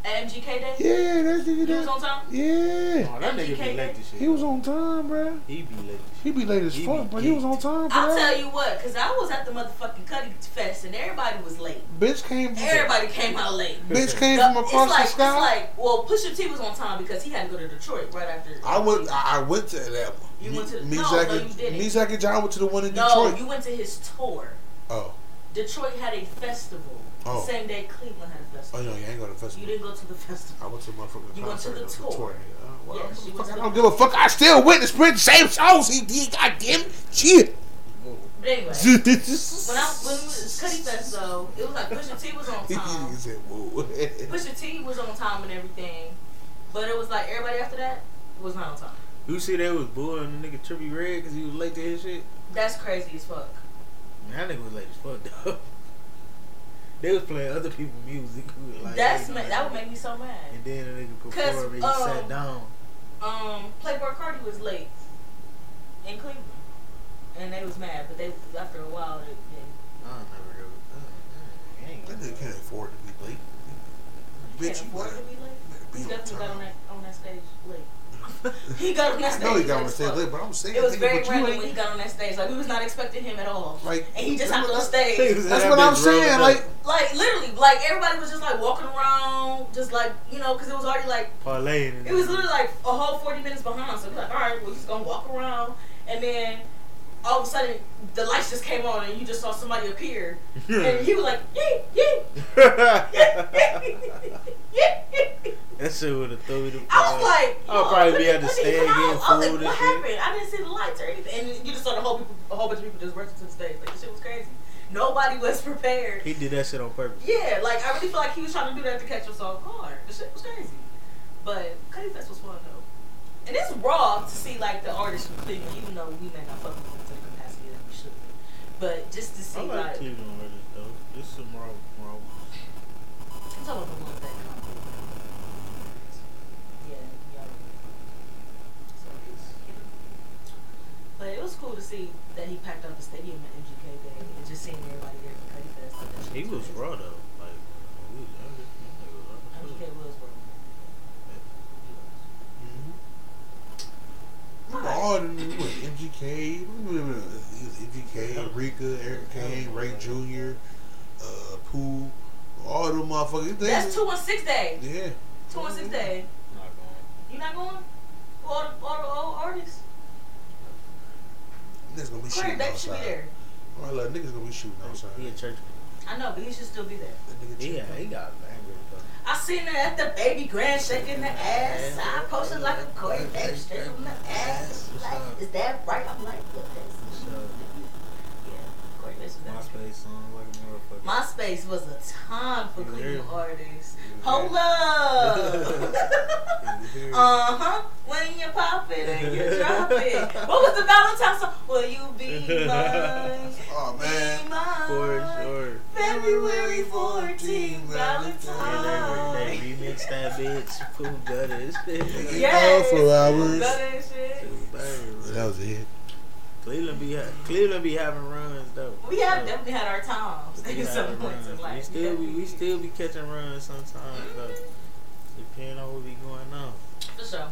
Speaker 2: At MGK Day,
Speaker 4: Yeah, that nigga.
Speaker 2: he was
Speaker 4: That,
Speaker 2: on time.
Speaker 4: yeah,
Speaker 3: No, Oh, that nigga be
Speaker 2: MGK.
Speaker 3: late to shit.
Speaker 4: he was on time, bro.
Speaker 3: He be late.
Speaker 4: He be late as
Speaker 3: He be
Speaker 4: fuck, but he was on
Speaker 3: geeked.
Speaker 4: time,
Speaker 2: I'll
Speaker 4: bro.
Speaker 2: tell you what, because I was at the motherfucking Cuddy Fest and everybody was late.
Speaker 4: Bitch came. From,
Speaker 2: Everybody came out late.
Speaker 4: bitch came
Speaker 2: The-
Speaker 4: from across
Speaker 2: it's like,
Speaker 4: the sky.
Speaker 2: It's like, well, Pusha T was on time because he had to go to Detroit right after.
Speaker 4: I went. I I went to that one.
Speaker 2: You
Speaker 4: Me-
Speaker 2: went to-
Speaker 4: me,
Speaker 2: no,
Speaker 4: Zach
Speaker 2: no,
Speaker 4: and-
Speaker 2: you didn't.
Speaker 4: Me, Zach and John went to the one in
Speaker 2: no,
Speaker 4: Detroit.
Speaker 2: you went to his tour.
Speaker 4: oh,
Speaker 2: Detroit had a festival.
Speaker 4: Oh.
Speaker 2: The same day Cleveland had a
Speaker 4: oh
Speaker 2: festival.
Speaker 4: no, you ain't going to the
Speaker 2: You
Speaker 4: festival.
Speaker 2: didn't go to the festival.
Speaker 4: I went to the motherfucking
Speaker 2: You went to
Speaker 4: concert.
Speaker 2: the
Speaker 4: I went
Speaker 2: tour.
Speaker 4: nigga. Uh, well,
Speaker 2: Yeah,
Speaker 4: I, don't
Speaker 2: she
Speaker 4: fuck-
Speaker 2: was
Speaker 4: I
Speaker 2: the-
Speaker 4: don't give a fuck. I still went and spread the same songs he did. Goddamn shit.
Speaker 2: But anyway, when I when we was Cuddy Fest though, it was like Pusha T was on
Speaker 4: He
Speaker 2: time.
Speaker 4: said, "Whoa."
Speaker 2: Pusha T was on time and everything, but it was like everybody after that was not on time.
Speaker 3: You see, they was booing the nigga Trippy Red because he was late to his shit.
Speaker 2: That's crazy as fuck.
Speaker 3: Man, that nigga was late as fuck though. they was playing other people's music. who was Like,
Speaker 2: That's
Speaker 3: you
Speaker 2: ma-
Speaker 3: know,
Speaker 2: that would make me so mad.
Speaker 3: And then the nigga
Speaker 2: 'Cause,
Speaker 3: performed and he
Speaker 2: um,
Speaker 3: sat down.
Speaker 2: um, Playboy Cardi was late in Cleveland, and they was mad. But they after a while, they, they
Speaker 3: I don't never go. I don't- I ain't
Speaker 4: That
Speaker 3: gonna
Speaker 4: nigga
Speaker 3: go.
Speaker 4: can't afford to be late.
Speaker 2: can't
Speaker 4: Bitch, you
Speaker 2: afford
Speaker 4: gotta
Speaker 2: to be late.
Speaker 4: be
Speaker 2: He
Speaker 4: on
Speaker 2: definitely got on
Speaker 4: time.
Speaker 2: that on that stage late. he got on that
Speaker 4: I
Speaker 2: stage.
Speaker 4: know he got
Speaker 2: late
Speaker 4: on
Speaker 2: as
Speaker 4: stage
Speaker 2: fuck.
Speaker 4: late, but I'm saying
Speaker 2: It was
Speaker 4: nigga,
Speaker 2: very
Speaker 4: but you
Speaker 2: random
Speaker 4: ain't-
Speaker 2: when he got on that stage. Like we was not expecting him at all,
Speaker 4: Like,
Speaker 2: and he just
Speaker 4: that's
Speaker 2: hopped on
Speaker 4: what I-
Speaker 3: He
Speaker 2: stage.
Speaker 3: was-
Speaker 4: That's
Speaker 3: That
Speaker 4: what I'm
Speaker 3: bitch rolling
Speaker 4: saying.
Speaker 3: up.
Speaker 4: Like,
Speaker 2: Like literally, like everybody was just like walking around, just like you know, because it was already like
Speaker 3: Parlaying. and
Speaker 2: It was
Speaker 3: everything.
Speaker 2: literally like a whole 40 minutes behind. So we're like, all right, we're just gonna walk around. And then all of a sudden, the lights just came on and you just saw somebody appear. and he was like, yee, yee, yee, yee.
Speaker 3: that shit would have threw me the fuck.
Speaker 2: I was
Speaker 3: out.
Speaker 2: like,
Speaker 3: I'll
Speaker 2: yo,
Speaker 3: probably be
Speaker 2: what
Speaker 3: at the
Speaker 2: the- what the
Speaker 3: stand
Speaker 2: hell?
Speaker 3: getting
Speaker 2: I was
Speaker 3: food
Speaker 2: like, what
Speaker 3: and
Speaker 2: happened? I didn't see the lights or anything. And you just saw the whole people, a whole bunch of people just rushing to the stage. Like, this shit was crazy. Nobody was prepared.
Speaker 3: He did that shit on purpose.
Speaker 2: Yeah, like I really feel like he was trying to do that to catch us off guard. The shit was crazy. But Cuddy Fest was fun though. And it's raw to see like the artists from Cleveland, even though we may not fuck with them to the capacity that we should. But just to see
Speaker 3: I like
Speaker 2: like, I'm
Speaker 3: Cleveland Raiders though. This is some raw, raw.
Speaker 2: talking about the ones that come. Yeah, yeah. So it's- But it was cool to see that he packed up the stadium at MGK Day and just seeing everybody there for Cuddy Fest. like, that shit
Speaker 3: He was
Speaker 2: crazy.
Speaker 3: raw though. Like when we was younger, that nigga was raw.
Speaker 2: MGK was raw.
Speaker 4: Remember all the what, MGK, remember, uh, it was MGK, Rika, Eric Kane, Ray Jr., uh, Pooh, all them motherfuckers. They,
Speaker 2: That's two one six day.
Speaker 4: Yeah.
Speaker 2: Two one six day.
Speaker 3: Not going.
Speaker 2: You not going? All the all the old artists.
Speaker 4: There's gonna be
Speaker 2: Clear,
Speaker 4: shit
Speaker 2: they should be
Speaker 4: outside.
Speaker 2: there.
Speaker 4: All right, niggas gonna be shooting outside.
Speaker 3: He a church.
Speaker 2: I know, but he should still be there.
Speaker 4: That nigga
Speaker 3: Yeah,
Speaker 4: checked
Speaker 3: he
Speaker 4: out.
Speaker 3: got angry though.
Speaker 2: I seen her at the baby grand shaking the ass. I posted like a Corey baby straight from the ass. She's Like, is that right? I'm like, what this?
Speaker 3: So,
Speaker 2: Yeah, Corey Bass was that.
Speaker 3: MySpace song, like a motherfucker.
Speaker 2: MySpace was a time for
Speaker 3: You hear?
Speaker 2: Cleveland artists.
Speaker 3: You
Speaker 2: Hold
Speaker 3: hear?
Speaker 2: up.
Speaker 3: You hear?
Speaker 2: Uh huh. When you pop it and you drop it. What was the Valentine's song? Will you be mine?
Speaker 4: Oh
Speaker 2: Be
Speaker 4: man.
Speaker 2: mine.
Speaker 3: For sure.
Speaker 2: February 14th,
Speaker 3: They
Speaker 2: Valentine's.
Speaker 3: remixed that bitch, poop gutters.
Speaker 2: Yeah.
Speaker 3: Yeah.
Speaker 4: Nigga,
Speaker 2: Yes.
Speaker 4: all for
Speaker 2: Love
Speaker 4: hours.
Speaker 2: that shit.
Speaker 4: That was it.
Speaker 3: Cleveland be ha- Cleveland be having runs though.
Speaker 2: We have
Speaker 3: So,
Speaker 2: definitely had our times
Speaker 3: we
Speaker 2: at some
Speaker 3: having
Speaker 2: points in
Speaker 3: runs. We
Speaker 2: life.
Speaker 3: still be we still be catching runs sometimes though. Depending on what be going on.
Speaker 2: For sure.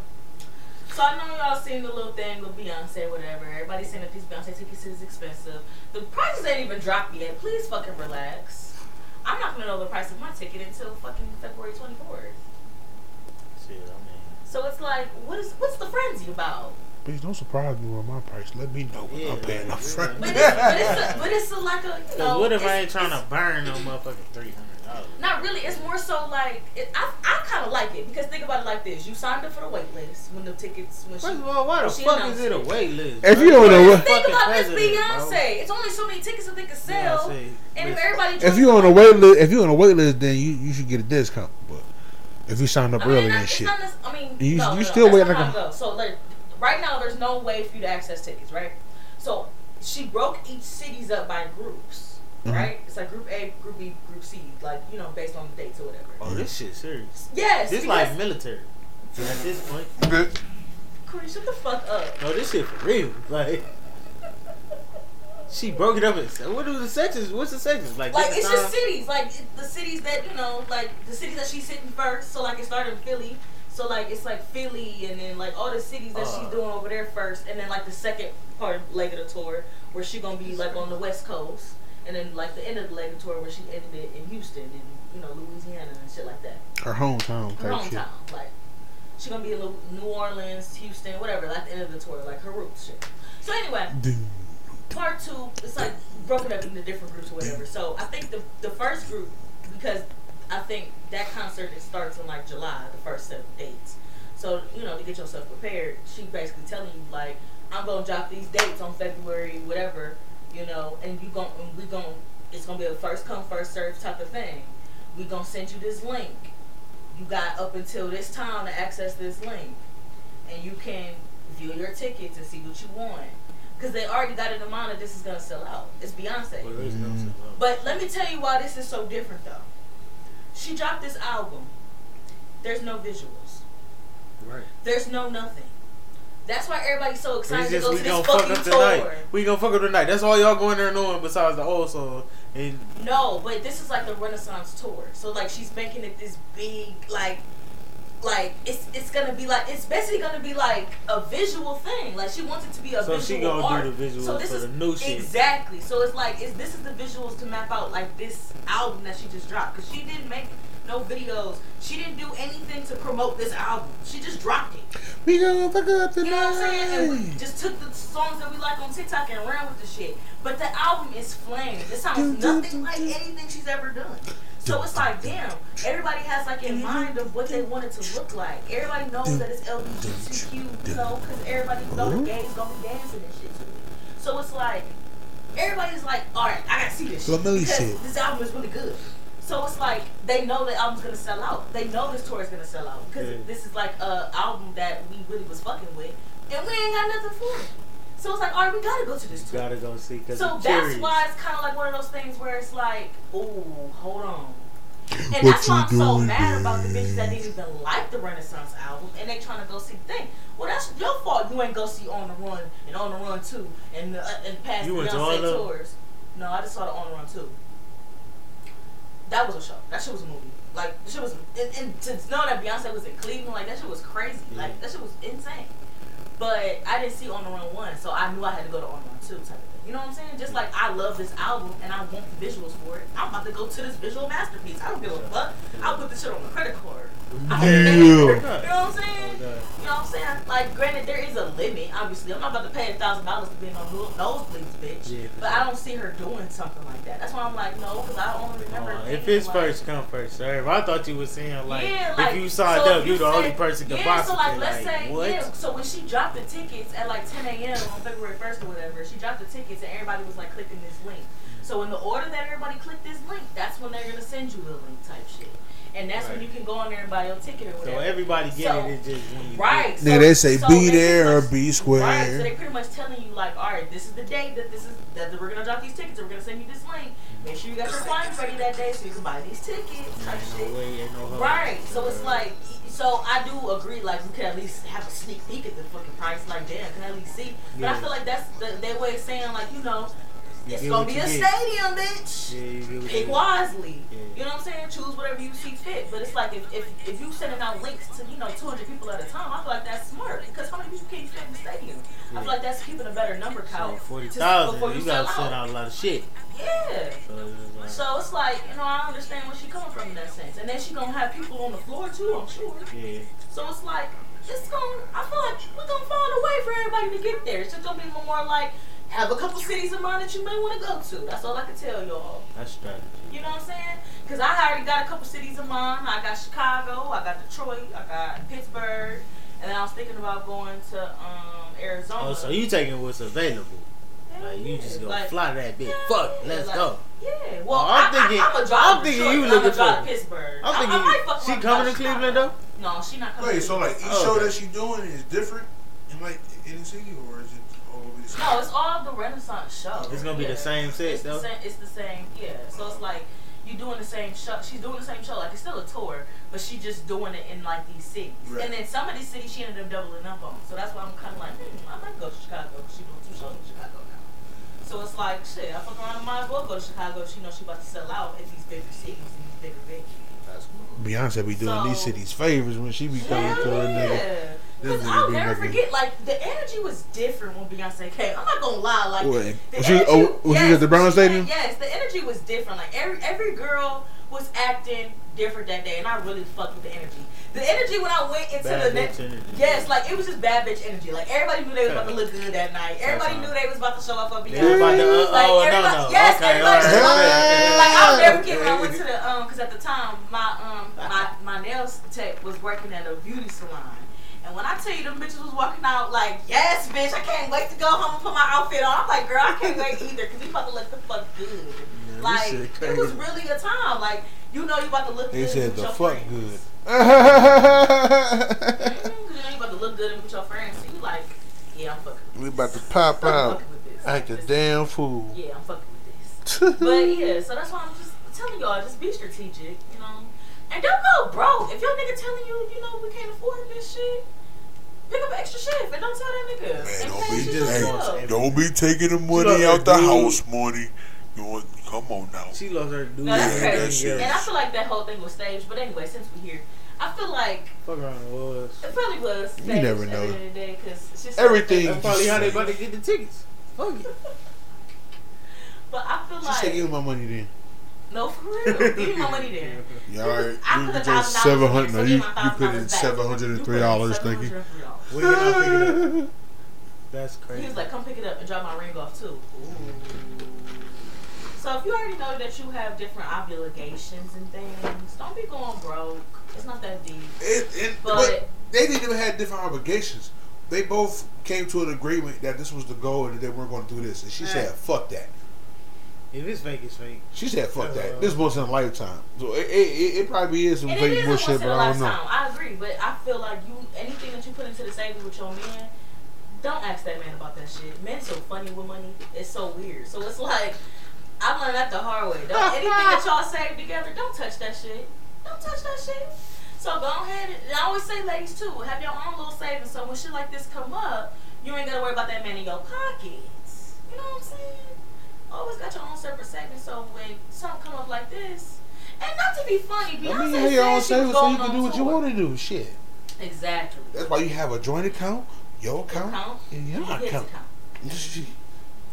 Speaker 2: So I know y'all seen the little thing with Beyonce, whatever. Everybody saying that these Beyonce tickets is expensive. The prices ain't even dropped yet. Please fucking relax. I'm not gonna know the price of my ticket until fucking February 24th.
Speaker 3: Shit, I mean
Speaker 2: So it's like, what is what's the frenzy about?
Speaker 4: Please don't surprise me with my price. Let me know what
Speaker 3: Yeah,
Speaker 4: I'm paying up
Speaker 3: yeah.
Speaker 4: front.
Speaker 2: But it's, but it's, a, but it's a, like a you know.
Speaker 3: what if I
Speaker 2: Oh, it's-
Speaker 3: ain't trying
Speaker 2: it's-
Speaker 3: to burn no motherfucking three hundred dollars?
Speaker 2: Not really. It's more so like it, I, I kind of like it because think about it like this: you signed up for the wait list when the tickets when she
Speaker 3: First of all, why the
Speaker 2: She
Speaker 3: fuck
Speaker 2: announced
Speaker 3: is it a
Speaker 2: it.
Speaker 3: wait list?
Speaker 4: If
Speaker 3: bro?
Speaker 4: you don't know
Speaker 3: You're
Speaker 4: what-
Speaker 3: a
Speaker 2: Think
Speaker 3: fucking
Speaker 2: about this
Speaker 3: president,
Speaker 2: Beyonce.
Speaker 3: bro.
Speaker 2: It's only so many tickets that they can sell,
Speaker 3: Beyonce,
Speaker 2: and if
Speaker 3: listen,
Speaker 2: everybody
Speaker 4: If you're on a wait list, if you're on a wait list, then you, you should get a discount. But if you signed up
Speaker 2: I mean,
Speaker 4: early
Speaker 2: not-
Speaker 4: and
Speaker 2: it's
Speaker 4: shit,
Speaker 2: not nec- I mean,
Speaker 4: You-
Speaker 2: no,
Speaker 4: you
Speaker 2: no,
Speaker 4: still
Speaker 2: no,
Speaker 4: waiting
Speaker 2: that's not
Speaker 4: like
Speaker 2: how it goes. So like, right now there's no way for you to access tickets, right? So she broke each cities up by groups,
Speaker 4: Mhm.
Speaker 2: right? It's like group A, group B, group C, like you know, based on the dates or whatever.
Speaker 3: Oh, this shit serious.
Speaker 2: Yes,
Speaker 3: This
Speaker 2: because-
Speaker 3: like military. At this point,
Speaker 2: Corey, shut the fuck up.
Speaker 3: no, this shit for real. Like, she broke it up. And, said, what are the sections? What's the sections? Like,
Speaker 2: Like
Speaker 3: this
Speaker 2: it's
Speaker 3: is
Speaker 2: just cities, like it, the cities that you know, like the cities that she's sitting first. So like it started in Philly, so like it's like Philly, and then like all the cities that
Speaker 3: Uh.
Speaker 2: she's doing over there first, and then like the second part leg of the tour where she gonna be like on the West Coast, and then like the end of the leg of the tour where she ended it in Houston and you know Louisiana and shit like that,
Speaker 4: her hometown
Speaker 2: her
Speaker 4: type shit.
Speaker 2: hometown. Like she gonna be in Lu- New Orleans, Houston, whatever. Like the end of the tour, like her roots shit. So anyway
Speaker 4: Dude.
Speaker 2: part two, it's like broken up into different groups or whatever. So I think the the first group, because I think that concert it starts in like July, the first seven dates. So you know to get yourself prepared, she basically telling you like I'm gonna drop these dates on February whatever, you know, and you gon' and we gon' it's gonna be a first come first serve type of thing. We gonna send you this link. You got up until this time to access this link, and you can view your tickets and see what you want. Because they already got it in mind that this is going to sell out. It's
Speaker 3: Well,
Speaker 2: Beyonce.
Speaker 3: there's no
Speaker 4: Mm.
Speaker 2: But let me tell you why this is so different, though. She dropped this album. There's no visuals.
Speaker 3: right.
Speaker 2: There's no nothing. That's why everybody's so excited
Speaker 3: It's
Speaker 2: to
Speaker 3: just
Speaker 2: go
Speaker 3: we
Speaker 2: to this
Speaker 3: gonna fuck
Speaker 2: fucking
Speaker 3: up
Speaker 2: tour.
Speaker 3: tonight. We gonna fuck up tonight. That's all y'all going there knowing besides the old song. And
Speaker 2: No, but this is like the Renaissance tour. So like she's making it this big like like it's it's gonna be like it's basically gonna be like a visual thing. Like she wants it to be a
Speaker 3: So
Speaker 2: visual
Speaker 3: she gonna do
Speaker 2: art.
Speaker 3: the visuals
Speaker 2: so this
Speaker 3: for
Speaker 2: is
Speaker 3: the new shit.
Speaker 2: Exactly. So it's like it's, this is the visuals to map out like this album that she just dropped because she didn't make no videos. She didn't do anything to promote this album. She just dropped it.
Speaker 4: We gonna fuck it up
Speaker 2: You know what I'm saying? And we
Speaker 4: tonight.
Speaker 2: just took the songs that we like on TikTok and ran with the shit. But the album is flame. It sounds nothing like anything she's ever done. So it's like, damn, everybody has like in mind of what they want it to look like. Everybody knows that it's LGBTQ, you know, because everybody knows the gays gonna be dancing and shit to it. So it's like, everybody's like, all right, I gotta see this shit.
Speaker 4: Flamelli
Speaker 2: Because
Speaker 4: shit.
Speaker 2: this album is really good. So it's like they know the album's gonna sell out. They know this tour is gonna sell out because
Speaker 3: Yeah.
Speaker 2: this is like a album that we really was fucking with, and we ain't got nothing for it. So it's like, all right, we gotta go to this tour.
Speaker 3: gotta go see. Cause
Speaker 2: So
Speaker 3: it's
Speaker 2: that's
Speaker 3: serious.
Speaker 2: why it's kind of like one of those things where it's like, ooh, hold on. And
Speaker 4: What
Speaker 2: that's why I'm
Speaker 4: you
Speaker 2: so
Speaker 4: doing,
Speaker 2: mad about the bitches that
Speaker 4: bitch?
Speaker 2: didn't even like the Renaissance album and they trying to go see the thing. Well, that's your fault. You ain't go see On the Run and On the Run Two and uh, and past
Speaker 3: You went to all
Speaker 2: Beyonce
Speaker 3: of them?
Speaker 2: tours. No, I just saw the On the Run Two. That was a show. That shit was a movie. Like that shit was, and, and to know that Beyonce was in Cleveland, like that shit was crazy.
Speaker 3: Yeah.
Speaker 2: Like that shit was insane. But I didn't see On the Run one, so I knew I had to go to On the Run two type of thing. You know what I'm saying? Just like I love this album and I want the visuals for it, I'm about to go to this visual masterpiece. I don't give a fuck. I'll put this shit on my credit card. I don't care. You know what I'm
Speaker 3: Oh,
Speaker 2: saying? You know what I'm saying? Like, granted, there is a limit. Obviously, I'm not about to pay a thousand dollars to be on no- nosebleeds, bitch.
Speaker 3: Yeah, for
Speaker 2: but
Speaker 3: sure.
Speaker 2: I don't see her doing something like that. That's why I'm like, no, because I don't remember.
Speaker 3: Uh, if
Speaker 2: thinking,
Speaker 3: it's
Speaker 2: like-
Speaker 3: first come first serve, I thought you were saying like,
Speaker 2: yeah, like
Speaker 3: if you signed
Speaker 2: so
Speaker 3: up,
Speaker 2: if
Speaker 3: you the
Speaker 2: said-
Speaker 3: only person to
Speaker 2: yeah,
Speaker 3: possibly
Speaker 2: So like, let's say,
Speaker 3: what?
Speaker 2: yeah. So when she dropped the tickets at like 10 a.m. on February 1st or whatever, she dropped the tickets and everybody was like clicking this link. So in the order that everybody clicked this link, that's when they're gonna send you the link type shit, and that's when
Speaker 3: Right.
Speaker 2: you can go on there and buy your ticket or whatever.
Speaker 3: So everybody get
Speaker 2: So-
Speaker 3: it. It's just when you
Speaker 2: Right.
Speaker 4: Nigga, they say be
Speaker 2: they
Speaker 4: there
Speaker 2: pretty
Speaker 4: or
Speaker 2: much-
Speaker 4: be square.
Speaker 2: Right. So they pretty much telling you like, all right, this is the date that this is that we're gonna drop these tickets. and We're gonna send you this link. Make sure you got your flights ready that day so you can buy these tickets.
Speaker 3: Ain't
Speaker 2: Type
Speaker 3: no
Speaker 2: shit.
Speaker 3: way, ain't no hope.
Speaker 2: Right. So it's like, so I do agree. Like you can at least have a sneak peek at the fucking price. Like damn, can I at least see? But I
Speaker 3: Yeah.
Speaker 2: feel like that's the, their way of saying like you know,
Speaker 3: You
Speaker 2: it's
Speaker 3: get
Speaker 2: gonna
Speaker 3: what
Speaker 2: be
Speaker 3: you
Speaker 2: a
Speaker 3: get.
Speaker 2: stadium, bitch
Speaker 3: Yeah, you get what
Speaker 2: pick
Speaker 3: you-
Speaker 2: wisely.
Speaker 3: Yeah.
Speaker 2: You know what I'm saying? Choose whatever you see fit. But it's like if, if, if you sending out links to you know 200 people at a time, I feel like that's smart because how many people can you fit in the stadium? I feel like that's keeping a better number count.
Speaker 3: Like Forty
Speaker 2: to-
Speaker 3: thousand.
Speaker 2: before
Speaker 3: You, gotta
Speaker 2: sell
Speaker 3: send out a lot of shit.
Speaker 2: Yeah.
Speaker 3: So it's just like,
Speaker 2: So it's like you know I don't understand where she coming from in that sense, and then she gonna have people on the floor too. I'm sure.
Speaker 3: yeah,
Speaker 2: So it's like it's gonna. I feel like we're gonna find a way for everybody to get there. It's just gonna be more like have a couple cities in mind that you may want to go to. That's all I can tell y'all.
Speaker 3: that's strategy.
Speaker 2: You know what I'm saying? Because I already got a couple cities in mind. I got Chicago, I got Detroit, I got Pittsburgh, and then I was thinking about going to um, Arizona.
Speaker 3: Oh, so you taking what's available? Like you just gonna
Speaker 2: Like,
Speaker 3: fly that bitch?
Speaker 2: yeah,
Speaker 3: Fuck, let's
Speaker 2: like-
Speaker 3: go.
Speaker 2: Yeah. Well,
Speaker 3: Oh,
Speaker 2: I'm
Speaker 3: I'm
Speaker 2: thinking.
Speaker 3: thinking-
Speaker 2: I, am a drive
Speaker 3: I'm
Speaker 2: to
Speaker 3: thinking
Speaker 2: Detroit,
Speaker 3: you
Speaker 2: and I'ma
Speaker 3: looking
Speaker 2: drive
Speaker 3: for-
Speaker 2: to Pittsburg. I- I
Speaker 3: I'm
Speaker 2: might fuck
Speaker 3: thinking
Speaker 2: around
Speaker 3: she
Speaker 2: and
Speaker 3: coming
Speaker 2: go
Speaker 3: to
Speaker 2: Chicago.
Speaker 3: Cleveland though.
Speaker 2: No, she not coming.
Speaker 4: Wait,
Speaker 2: to
Speaker 4: so like each
Speaker 3: Oh,
Speaker 4: show
Speaker 3: okay.
Speaker 4: that she doing is different in like in the city, or is it all over the city?
Speaker 2: No, it's all the Renaissance show.
Speaker 3: It's gonna be
Speaker 2: Yeah.
Speaker 3: the same set
Speaker 2: It's the
Speaker 3: though.
Speaker 2: same. It's the same. Yeah. So it's like you doing the same show. She's doing the same show. Like it's still a tour, but she just doing it in like these cities.
Speaker 4: Right.
Speaker 2: And then some of these cities she ended up doubling up on. So that's why I'm kind of like, hmm, I might go to Chicago. 'cause She doing two shows in Chicago now. So it's like, shit, I fuck around and might as well go to Chicago if she knows she about to sell out in these bigger cities and these bigger venues.
Speaker 4: Beyonce be doing these
Speaker 2: So-
Speaker 4: cities favors when she be coming
Speaker 2: Hell
Speaker 4: to her
Speaker 2: yeah.
Speaker 4: nigga. This
Speaker 2: Because
Speaker 4: nigga
Speaker 2: I'll
Speaker 4: be
Speaker 2: never
Speaker 4: making-
Speaker 2: forget, like, the energy was different when Beyonce came. I'm not gonna lie, like,
Speaker 4: What?
Speaker 2: the
Speaker 4: Was she-
Speaker 2: energy-
Speaker 4: oh, was she at the Brown
Speaker 2: when she came-
Speaker 4: Stadium?
Speaker 2: Yes, the energy was different. Like, every every girl was acting different that day, and I really fucked with the energy. The energy when I went into
Speaker 3: Bad
Speaker 2: the next.
Speaker 3: bitch energy.
Speaker 2: Yes, like it was just bad bitch energy. Like everybody knew they was about to look good that night. Everybody
Speaker 3: That's
Speaker 2: knew
Speaker 3: all.
Speaker 2: they was about to show up on Beyonce.
Speaker 3: Yeah, about to- oh,
Speaker 2: like
Speaker 3: oh, no,
Speaker 2: everybody,
Speaker 3: no.
Speaker 2: yes,
Speaker 3: Okay,
Speaker 2: everybody
Speaker 3: all right.
Speaker 2: was
Speaker 4: Yeah.
Speaker 2: like I'll never forget when I went to the um, cause at the time my um my my nails tech was working at a beauty salon, and when I tell you them bitches was walking out like yes bitch I can't wait to go home and put my outfit on. I'm like girl I can't wait either cause we about to look the fuck good.
Speaker 3: this
Speaker 2: like
Speaker 3: shit
Speaker 2: it
Speaker 3: crazy.
Speaker 2: was really a time. Like you know you about to look
Speaker 4: They
Speaker 2: good.
Speaker 4: said
Speaker 2: with
Speaker 4: the
Speaker 2: your
Speaker 4: fuck
Speaker 2: friends.
Speaker 4: good.
Speaker 2: Mhm, 'cause you know you about to look good and with your friends. So you like yeah I'm fucking.
Speaker 4: we about to pop
Speaker 2: I'm
Speaker 4: out
Speaker 2: fucking with this.
Speaker 4: like a
Speaker 2: This-
Speaker 4: damn fool.
Speaker 2: Yeah, I'm fucking with this. But yeah, so that's why I'm just telling y'all, just be strategic, you know. And don't go broke. If your nigga telling you, you know, we can't afford this shit, pick up an extra shift and don't tell that nigga.
Speaker 4: Man,
Speaker 2: and
Speaker 4: don't
Speaker 2: pay
Speaker 4: be
Speaker 2: shit
Speaker 4: just-
Speaker 2: yourself.
Speaker 3: hey,
Speaker 4: Don't be taking the
Speaker 3: She
Speaker 4: money
Speaker 3: look
Speaker 4: out the
Speaker 3: like dude.
Speaker 4: house, money. You want, come on now.
Speaker 3: She loves her dude.
Speaker 2: No, that's
Speaker 4: Yeah, that
Speaker 2: crazy.
Speaker 4: shit.
Speaker 2: and I feel like that whole thing was staged. But anyway, since we're here, I feel like
Speaker 3: Fuck around was.
Speaker 2: it probably was staged
Speaker 4: never
Speaker 2: at the
Speaker 4: know.
Speaker 2: end of the day, 'cause it's just-
Speaker 4: Everything.
Speaker 3: That's probably how they about to get the tickets. Fuck it.
Speaker 2: But I feel
Speaker 4: She said,
Speaker 2: like
Speaker 4: "Give me my money then."
Speaker 2: no, for real, give me my money then.
Speaker 4: Yeah, all right.
Speaker 2: I
Speaker 4: You
Speaker 2: put
Speaker 4: put
Speaker 2: $1,000 in there,
Speaker 4: just seven hundred.
Speaker 2: so
Speaker 4: No,
Speaker 2: give
Speaker 4: you
Speaker 2: my
Speaker 4: you
Speaker 2: $1,000
Speaker 4: put in
Speaker 2: back.
Speaker 4: seven hundred
Speaker 2: You
Speaker 4: and
Speaker 2: put
Speaker 4: three
Speaker 2: in
Speaker 4: dollars, thinking.
Speaker 2: $703.
Speaker 3: Where can I pick it up? That's
Speaker 2: He
Speaker 3: crazy.
Speaker 2: was like, come pick it up and drop my ring off too. So if you already know that you have different obligations and things, don't be going broke. It's not that deep.
Speaker 4: It, it,
Speaker 2: But-
Speaker 4: but, they didn't even have different obligations. They both came to an agreement that this was the goal and that they weren't going to do this. And she said, "Fuck that."
Speaker 3: if it's fake, it's fake.
Speaker 4: She said, "Fuck
Speaker 3: Uh,
Speaker 4: that." This once in a lifetime. So it, it, it, it probably is some
Speaker 2: And it
Speaker 4: fake
Speaker 2: is a once
Speaker 4: bullshit,
Speaker 2: in
Speaker 4: but
Speaker 2: a
Speaker 4: I don't know.
Speaker 2: lifetime. I agree, but I feel like you anything that you put into the savings with your man, don't ask that man about that shit. Men so funny with money. It's so weird. So it's like I learned that the hard way. Don't, anything that y'all save together, don't touch that shit. Don't touch that shit. So go ahead. And I always say, ladies too, have your own little savings. So when shit like this come up, you ain't gotta worry about that man in your pockets. You know what I'm saying? Always got your own separate savings. So when something come up like this, and not to be funny, Beyonce
Speaker 4: I mean, you have your own
Speaker 2: said she was
Speaker 4: savings so
Speaker 2: going
Speaker 4: you can
Speaker 2: on
Speaker 4: do what you
Speaker 2: tour.
Speaker 4: want to do. Shit.
Speaker 2: Exactly.
Speaker 4: That's why you have a joint account Your account
Speaker 2: Count.
Speaker 4: and your
Speaker 2: His account.
Speaker 4: account.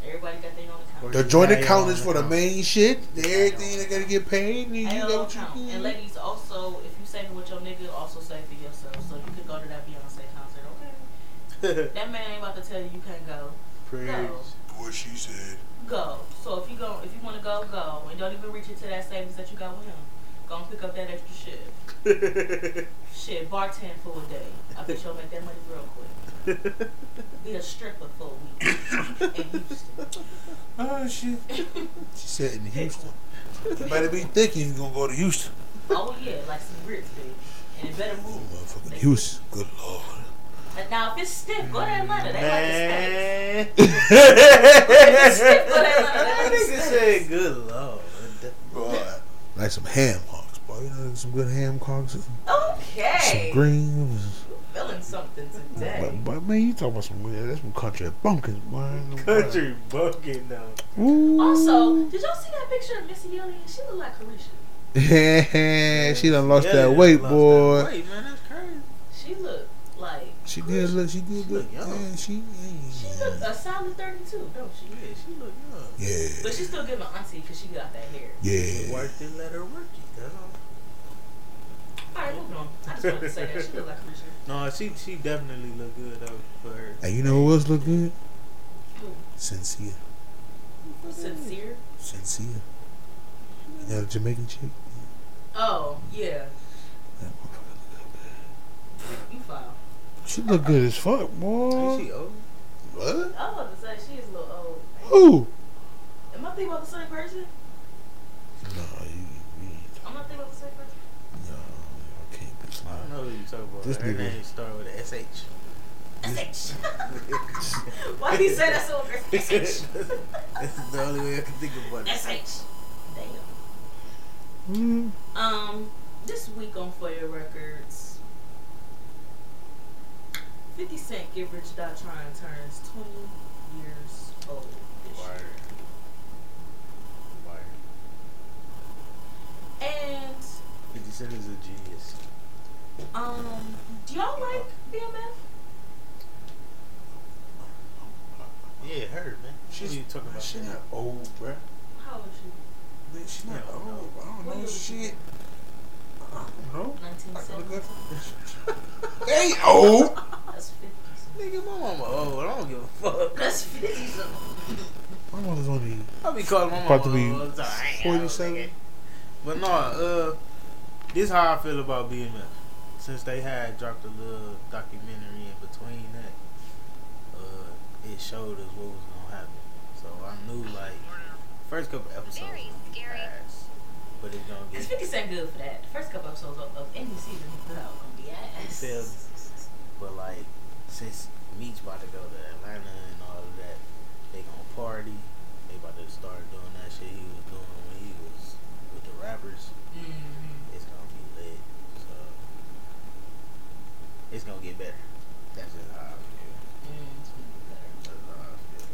Speaker 2: Everybody got their own account.
Speaker 4: The joint
Speaker 3: Yeah, yeah,
Speaker 4: account is
Speaker 3: yeah.
Speaker 4: for the main shit. Everything that gotta get paid. And you
Speaker 2: And
Speaker 4: got what you
Speaker 2: account. And
Speaker 4: need.
Speaker 2: ladies, also, if you saving with your nigga, also save for yourself. So you could go to that Beyonce concert, okay? That man ain't about to tell you you can't go.
Speaker 3: Praise.
Speaker 4: What she said.
Speaker 2: Go. So if you go, if you want to go, go, and don't even reach into that savings that you got with him. Go and pick up that extra shit. Shit, bartend for a day. I bet you'll make that money real quick. Be a stripper for a week in Houston.
Speaker 4: Oh shit. she said in Houston. You better be thinking you're gonna go to Houston.
Speaker 2: Oh yeah, like some grits, baby. And it better
Speaker 4: Oh,
Speaker 2: move.
Speaker 4: motherfucking Houston. Good lord.
Speaker 2: But now if it's stiff, go to Atlanta. They like it stiff.
Speaker 3: Man.
Speaker 2: That
Speaker 3: That
Speaker 2: nigga
Speaker 3: nigga said, good lord.
Speaker 4: Like some ham hocks, boy. You know, some good ham hocks, some
Speaker 2: Okay.
Speaker 4: greens.
Speaker 2: Feeling something today.
Speaker 4: But, but man, you talking about some weird? That's some country bunkers, man.
Speaker 3: Country bucket though.
Speaker 4: Ooh.
Speaker 2: Also, did y'all see that picture of Missy Elliott? She look like Carisha.
Speaker 4: she done lost
Speaker 3: Yeah,
Speaker 4: that weight,
Speaker 3: lost
Speaker 4: boy.
Speaker 3: that weight, man, that's crazy.
Speaker 2: She look like
Speaker 4: She did look. She did
Speaker 3: She
Speaker 4: look.
Speaker 3: look young.
Speaker 4: Yeah, she.
Speaker 2: she look a solid thirty-two, don't she?
Speaker 3: Yeah, Oh, she look young.
Speaker 4: Yeah.
Speaker 2: But she still giving auntie because she got that hair.
Speaker 4: Yeah.
Speaker 3: Work it, let her work it. That's all.
Speaker 2: All right, moving on. I just wanted to say that she look like Carisha.
Speaker 3: No, she she definitely look good though for her.
Speaker 4: And you know who else look good?
Speaker 2: Who?
Speaker 4: Sincere.
Speaker 2: Sincere.
Speaker 4: Sincere. You know, the Jamaican chick.
Speaker 2: Oh yeah,
Speaker 4: That motherfucker look good.
Speaker 2: you foul.
Speaker 4: She look good as fuck, boy.
Speaker 3: Ain't she old?
Speaker 4: What?
Speaker 2: I was about to say she is a little old.
Speaker 4: Who?
Speaker 2: Am I thinking about the same person?
Speaker 4: No, you. you
Speaker 2: I'm not thinking about the same person.
Speaker 4: no, I can't be
Speaker 3: I don't
Speaker 4: lying.
Speaker 3: know who you talking about.
Speaker 4: This
Speaker 3: her
Speaker 4: nigga.
Speaker 3: name start with a SH.
Speaker 2: SH. Why you say that so aggressive?
Speaker 3: That's the only way I can think about it.
Speaker 2: SH. Damn.
Speaker 4: Mm.
Speaker 2: Um, this week on For Your Records, 50 Cent Get Rich Die Trying turns 20 years old. this year.
Speaker 3: Wire. Wire.
Speaker 2: And,
Speaker 3: 50 Cent is a genius.
Speaker 2: um, do y'all like BMF?
Speaker 3: Yeah, her, man. She you talking about.
Speaker 4: She not old, bruh.
Speaker 2: How old is she?
Speaker 4: Man, she not
Speaker 3: No,
Speaker 4: old. I don't
Speaker 2: What
Speaker 4: know
Speaker 2: is she?
Speaker 4: shit. Uh-uh. I don't know. I can look
Speaker 2: 1970?
Speaker 4: up. They ain't old.
Speaker 2: That's 50.
Speaker 3: Nigga, my mama old. I don't give a fuck.
Speaker 2: That's 50 something.
Speaker 4: My mother's only.
Speaker 3: I be calling my mama
Speaker 4: About to be
Speaker 3: old all the time. I ain't old,
Speaker 4: 47?
Speaker 3: nigga. But no, uh, this how I feel about BMF. Since they had dropped a little documentary in between that, uh, it showed us what was gonna happen. So I knew like first couple episodes was
Speaker 5: Very
Speaker 3: gonna be
Speaker 5: scary.
Speaker 3: ass, but it's gonna
Speaker 2: It's
Speaker 3: get
Speaker 2: 50 Cent good for that. The first couple episodes of, of any season he put out gonna be
Speaker 3: Feel.
Speaker 2: ass.
Speaker 3: But like, since Meach about to go to Atlanta and all of that, they gonna party. They about to start doing that shit he was doing when he was with the rappers.
Speaker 2: Mm-hmm.
Speaker 3: It's gonna be lit. So it's gonna get better. That's just how I
Speaker 2: Mm-hmm.
Speaker 3: feel. That's how I feel.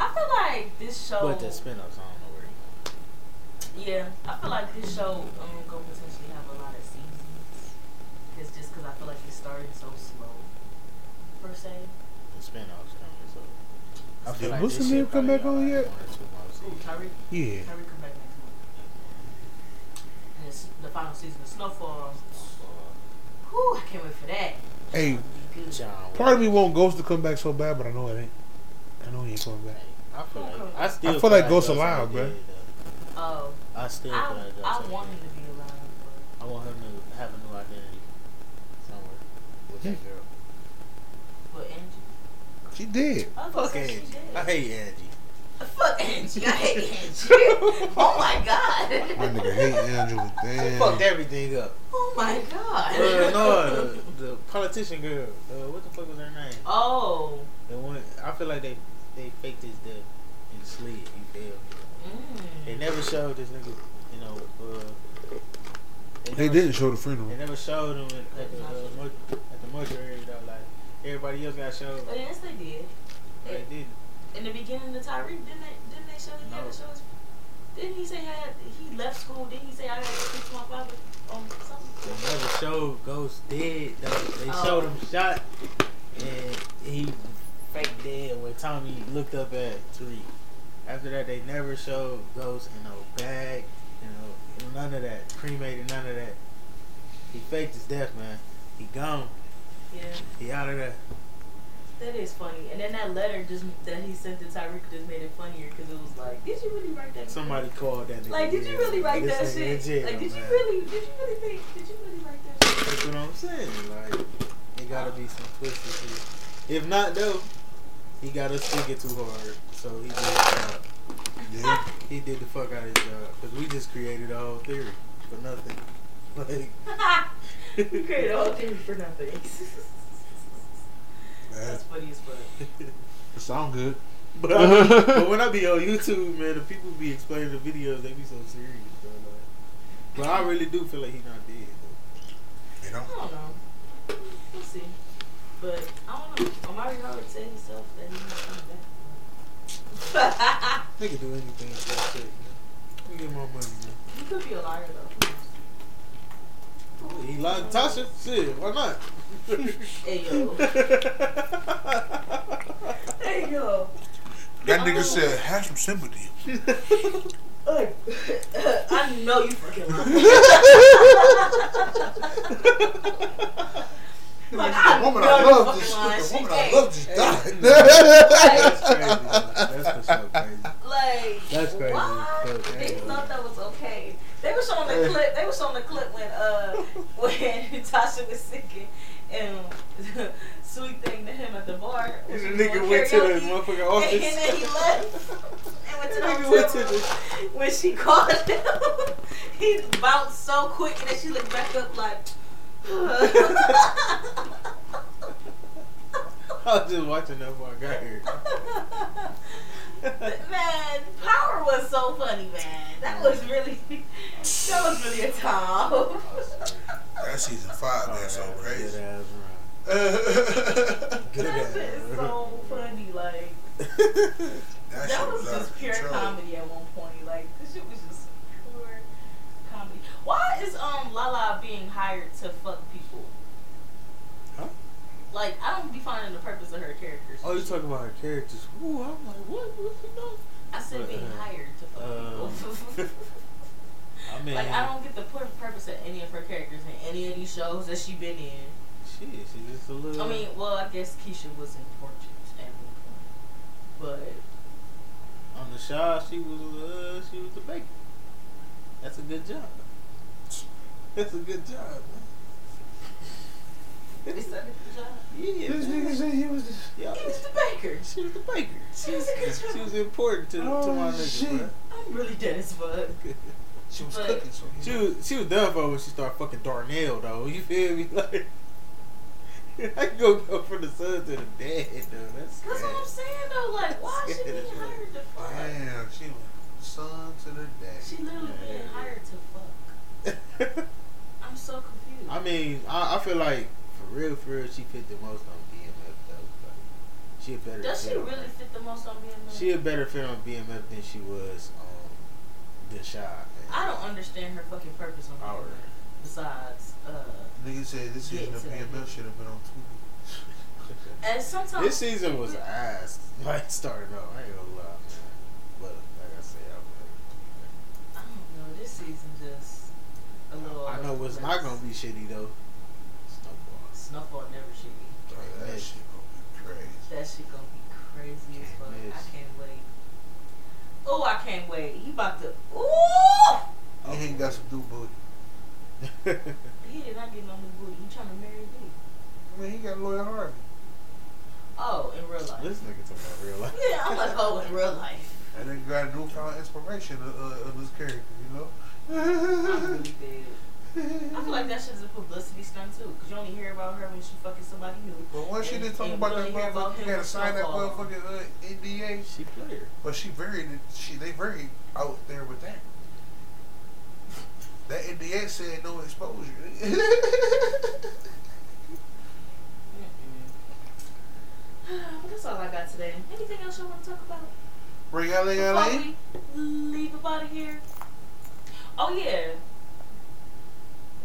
Speaker 2: I feel like this show.
Speaker 3: But the spin-offs, I don't know where he going.
Speaker 2: Yeah, I feel like this show um gonna potentially have a lot of seasons. It's just because I feel like it started so slow, per se.
Speaker 3: The spin-offs coming. So I
Speaker 4: Did
Speaker 3: feel like
Speaker 4: Wilson
Speaker 3: this
Speaker 4: Lee
Speaker 3: shit
Speaker 4: come
Speaker 3: probably
Speaker 4: back
Speaker 3: got
Speaker 4: on
Speaker 3: like
Speaker 4: yet?
Speaker 3: one or two more
Speaker 2: Ooh,
Speaker 3: seasons.
Speaker 2: Tyreek,
Speaker 4: Yeah.
Speaker 2: Tyreek come back next month. And it's the final season of Snowfall. Whew, I can't wait for that.
Speaker 4: Hey,
Speaker 2: Be good.
Speaker 3: John
Speaker 4: part of me want Ghost to come back so bad, but I know it ain't. I know he ain't coming back.
Speaker 3: I feel like I still
Speaker 4: feel like Ghost
Speaker 3: Ghost's
Speaker 4: Alive, bruh.
Speaker 3: dead, though.
Speaker 2: Oh,
Speaker 3: I still feel
Speaker 2: I,
Speaker 3: like Ghost
Speaker 2: I
Speaker 3: Alive
Speaker 2: want him
Speaker 3: dead.
Speaker 2: to be alive.
Speaker 3: I want him to have a new identity somewhere with that girl.
Speaker 2: But, but Angie,
Speaker 4: She did.
Speaker 2: I was gonna
Speaker 3: Fuck
Speaker 2: say she
Speaker 3: Angie. I
Speaker 2: dead.
Speaker 3: hate Angie.
Speaker 2: Fuck Angie. I hate Angie. oh my god.
Speaker 4: My nigga hate Angela.
Speaker 3: She
Speaker 4: Damn.
Speaker 3: fucked everything up.
Speaker 2: Oh my god.
Speaker 3: Uh, no, the, the politician girl. Uh, what the fuck was her name?
Speaker 2: Oh.
Speaker 3: The one. I feel like they they faked his death and slid. You feel?
Speaker 2: Mm.
Speaker 3: They never showed this nigga. You know. Uh,
Speaker 4: They
Speaker 3: never-
Speaker 4: didn't show the funeral.
Speaker 3: They never showed him at, at the uh, mor- at the mortuary though. Like everybody else got showed.
Speaker 2: Oh, yes, they did.
Speaker 3: but They didn't.
Speaker 2: In the beginning of Tyreek, didn't they, didn't they show that he had
Speaker 3: No.
Speaker 2: to show his... Didn't he say I had, he left school? Didn't he say I had to speak to my father on something?
Speaker 3: They never showed Ghost dead though. They
Speaker 2: Oh.
Speaker 3: showed him shot and he fake dead where Tommy looked up at Tariq. After that, they never showed ghosts in no bag, you know, none of that, cremated, none of that. He faked his death, man. He gone.
Speaker 2: Yeah,
Speaker 3: He out of there.
Speaker 2: that is funny. And then that letter just that he sent to Tyreek just made it funnier because it was like, did you really write that?
Speaker 3: Somebody called that nigga.
Speaker 2: Like, did you
Speaker 3: Yeah,
Speaker 2: really write
Speaker 3: this
Speaker 2: that
Speaker 3: nigga in
Speaker 2: shit?
Speaker 3: jail,
Speaker 2: like, did you
Speaker 3: man.
Speaker 2: really? Did you really think? Did you really write that shit?
Speaker 3: That's what I'm saying. Like, it gotta be some twisted shit. If not, though, he got us thinking too hard. So he did his job.
Speaker 4: Yeah.
Speaker 3: He did the fuck out of his job. Because we just created a whole theory for nothing. Like,
Speaker 2: you created a whole theory for nothing.
Speaker 4: Man,
Speaker 2: That's funny as fuck.
Speaker 4: it sound good.
Speaker 3: but, I be- but when I be on YouTube, man, the people be explaining the videos, they be so serious, bro. Like, but I really do feel like he not dead. though.
Speaker 4: You
Speaker 2: I
Speaker 4: know?
Speaker 2: don't know. We'll see. But I don't know. Omari Howard said himself that he's not coming back.
Speaker 3: They can do anything for that shit, man. Let me get my money, man.
Speaker 2: he could be a liar though.
Speaker 3: Oh, He lied to Tasha? Shit, why not?
Speaker 2: Hey yo. Hey yo.
Speaker 4: That nigga said, have some sympathy.
Speaker 2: Ugh. I know you fucking lying. Like, I
Speaker 4: The woman
Speaker 2: know
Speaker 4: I
Speaker 2: you
Speaker 4: love
Speaker 2: fucking
Speaker 4: just,
Speaker 2: lying. She
Speaker 4: the woman I
Speaker 2: can't.
Speaker 4: love just died.
Speaker 3: That's crazy.
Speaker 2: Like
Speaker 3: That's for sure crazy. That's crazy.
Speaker 2: What?
Speaker 3: Fuck,
Speaker 2: They
Speaker 3: hey.
Speaker 2: thought that was okay. They were showing the clip. They were showing the clip when uh when Tasha was singing and sweet thing to him at the bar.
Speaker 3: And
Speaker 2: was
Speaker 3: the
Speaker 2: doing
Speaker 3: nigga went to the
Speaker 2: karaoke.
Speaker 3: motherfucking
Speaker 2: And,
Speaker 3: office.
Speaker 2: and then he left and went to the
Speaker 3: Nigga
Speaker 2: hotel
Speaker 3: went to
Speaker 2: room.
Speaker 3: the-
Speaker 2: when she called him. he bounced so quick and then she looked back up like.
Speaker 3: I was just watching that before I got here.
Speaker 2: man, Power was so funny, man. That was really, that was really a time.
Speaker 4: That's season five, man. So crazy.
Speaker 3: Good ass run. Good
Speaker 2: that shit
Speaker 3: ass
Speaker 2: is so funny. Like
Speaker 3: run.
Speaker 4: That,
Speaker 2: that
Speaker 4: shit
Speaker 2: was
Speaker 4: was out
Speaker 2: just
Speaker 4: of
Speaker 2: pure
Speaker 4: control.
Speaker 2: comedy at one point. Like this shit was just pure comedy. Why is um Lala being hired to fuck people?
Speaker 3: Huh?
Speaker 2: Like I don't be finding the purpose of her characters.
Speaker 3: oh, you talking about her characters. Ooh, I'm like, what? What you know?
Speaker 2: I said being
Speaker 3: Uh,
Speaker 2: hired to fuck people.
Speaker 3: I mean,
Speaker 2: Like I don't get the pur- purpose of any of her characters in any of these shows that she been in.
Speaker 3: shit, she's just a little.
Speaker 2: I mean, well, I guess Keisha was important at one point,
Speaker 3: on the shot, she was uh, she was the baker. That's a good job. That's a good job.
Speaker 2: but
Speaker 3: Man.
Speaker 2: is that a good job?
Speaker 3: yeah,
Speaker 4: This
Speaker 3: man.
Speaker 4: nigga said he was.
Speaker 3: Yeah,
Speaker 2: It was the baker.
Speaker 3: she was the baker.
Speaker 2: She was a good job.
Speaker 3: She was important to, to my
Speaker 4: Oh,
Speaker 3: nigga,
Speaker 4: shit.
Speaker 3: bro.
Speaker 2: I'm really dead as fuck.
Speaker 4: She was
Speaker 2: But-
Speaker 4: cooking, so he
Speaker 3: She was, she was done for when she started fucking Darnell though. You feel me? Like I can go, go from the sun to the dead though. That's
Speaker 2: That's what I'm
Speaker 3: sad.
Speaker 2: saying though. Like, why is she being hired to fuck?
Speaker 4: Damn, she was son to the day.
Speaker 2: She literally being hired to fuck. I'm so confused.
Speaker 3: I mean, I, I feel like for real, for real, she fit the most on BMF though. Like, she a better.
Speaker 2: Does she
Speaker 3: fit on-
Speaker 2: really fit the most on being? a-
Speaker 3: She a better fit on BMF than she was on the shot.
Speaker 2: I don't understand her fucking purpose on
Speaker 3: Power.
Speaker 2: being there. Besides, uh,
Speaker 4: Nigga said this
Speaker 2: Yeah,
Speaker 4: season of
Speaker 2: to that.
Speaker 4: BMF should have been on TV.
Speaker 2: and sometimes
Speaker 3: This season was ass. Like starting off, I ain't gonna lie. Man. But like I said, I'm like,
Speaker 2: I don't know. This season just a little.
Speaker 3: I know what's not gonna be shitty though. Snowballs.
Speaker 2: uh, Snowfall never should be.
Speaker 4: Bro, that
Speaker 3: Yeah.
Speaker 4: shit gonna be crazy.
Speaker 2: That shit gonna be crazy as fuck.
Speaker 3: Yes.
Speaker 2: I can't wait. Oh, I can't wait. He about to. Ooh!
Speaker 4: And he got some new booty.
Speaker 2: He did not get no new booty. He trying to marry me.
Speaker 4: Man, he got Lloyd Harvey.
Speaker 2: Oh, in real life.
Speaker 3: this nigga talking about real life.
Speaker 2: Yeah, I'm like, oh, in real life.
Speaker 4: And then got a newfound inspiration of, uh, of his character, you know?
Speaker 2: I'm really dead. I feel like that shit's a publicity stunt too, cause you only hear about her when she fucking somebody new.
Speaker 4: But once she
Speaker 2: And-
Speaker 4: did talk
Speaker 2: and
Speaker 4: about
Speaker 2: really
Speaker 4: that
Speaker 2: hear about
Speaker 4: motherfucker, you
Speaker 2: him
Speaker 4: gotta
Speaker 2: with
Speaker 4: sign that
Speaker 2: Snowfall.
Speaker 4: motherfucking uh, NDA.
Speaker 3: She player.
Speaker 4: But she very, she they very out there with that. That NDA said no exposure.
Speaker 2: Mm-mm. That's all I got today. Anything else you want to talk about?
Speaker 4: Ring LA LA.
Speaker 2: Before we leave about here. Oh yeah.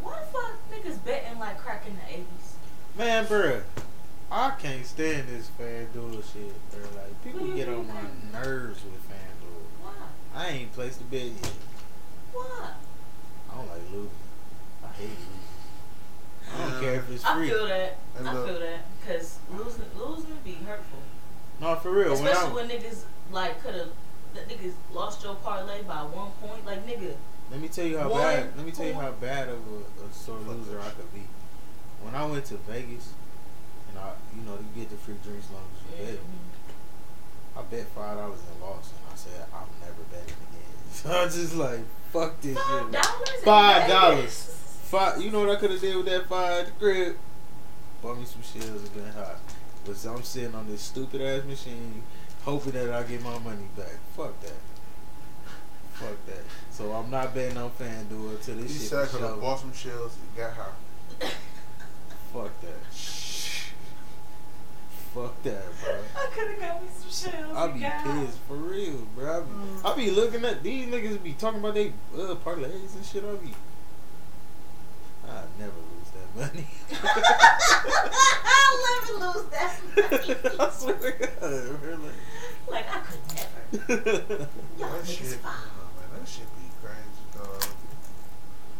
Speaker 2: Why the fuck niggas betting like crack in the eighties?
Speaker 3: Man, bruh. I can't stand this FanDuel shit, bro. Like people get on my nerves with FanDuel.
Speaker 2: Why?
Speaker 3: I ain't placed a bet yet.
Speaker 2: Why?
Speaker 3: I don't like losing. I hate losing. I don't care if it's
Speaker 2: I
Speaker 3: free.
Speaker 2: feel that.
Speaker 4: And
Speaker 2: I
Speaker 4: look-
Speaker 2: feel that. Cause losing, losing be hurtful.
Speaker 3: No, for real. When I,
Speaker 2: Especially when niggas like could have, that niggas lost your parlay by one point. Like nigga,
Speaker 3: let me tell you how
Speaker 2: One
Speaker 3: bad. Let me tell you
Speaker 2: point.
Speaker 3: how bad of a, a sore loser I could be. When I went to Vegas, and I, you know, you get the free drinks as long as you bet. I bet five dollars and lost, and I said I'm never betting again. So I was just like, fuck this
Speaker 2: five
Speaker 3: shit.
Speaker 2: dollars. in
Speaker 3: Five
Speaker 2: Vegas?
Speaker 3: Five, you know what I could have did with that five at the crib? Bought me some shells and been high. But so I'm sitting on this stupid ass machine, hoping that I get my money back. Fuck that. Fuck that. So I'm not betting on FanDuel until
Speaker 4: He
Speaker 3: this shit.
Speaker 4: said I
Speaker 3: for
Speaker 4: could have
Speaker 3: sure.
Speaker 4: bought some shells and got high.
Speaker 3: Fuck that. Fuck that, bro.
Speaker 2: I could have got me some shells.
Speaker 3: I be
Speaker 2: God.
Speaker 3: pissed for real, bro. I be, I
Speaker 2: Mm.
Speaker 3: be looking at these niggas be talking about they uh, parlays and shit. I be, I never
Speaker 2: I'll never lose that.
Speaker 3: lose that money. I swear to God, really.
Speaker 2: Like I could never. Y'all
Speaker 4: That
Speaker 2: niggas
Speaker 4: shit, oh,
Speaker 2: foul.
Speaker 4: man, that shit be crazy, dog.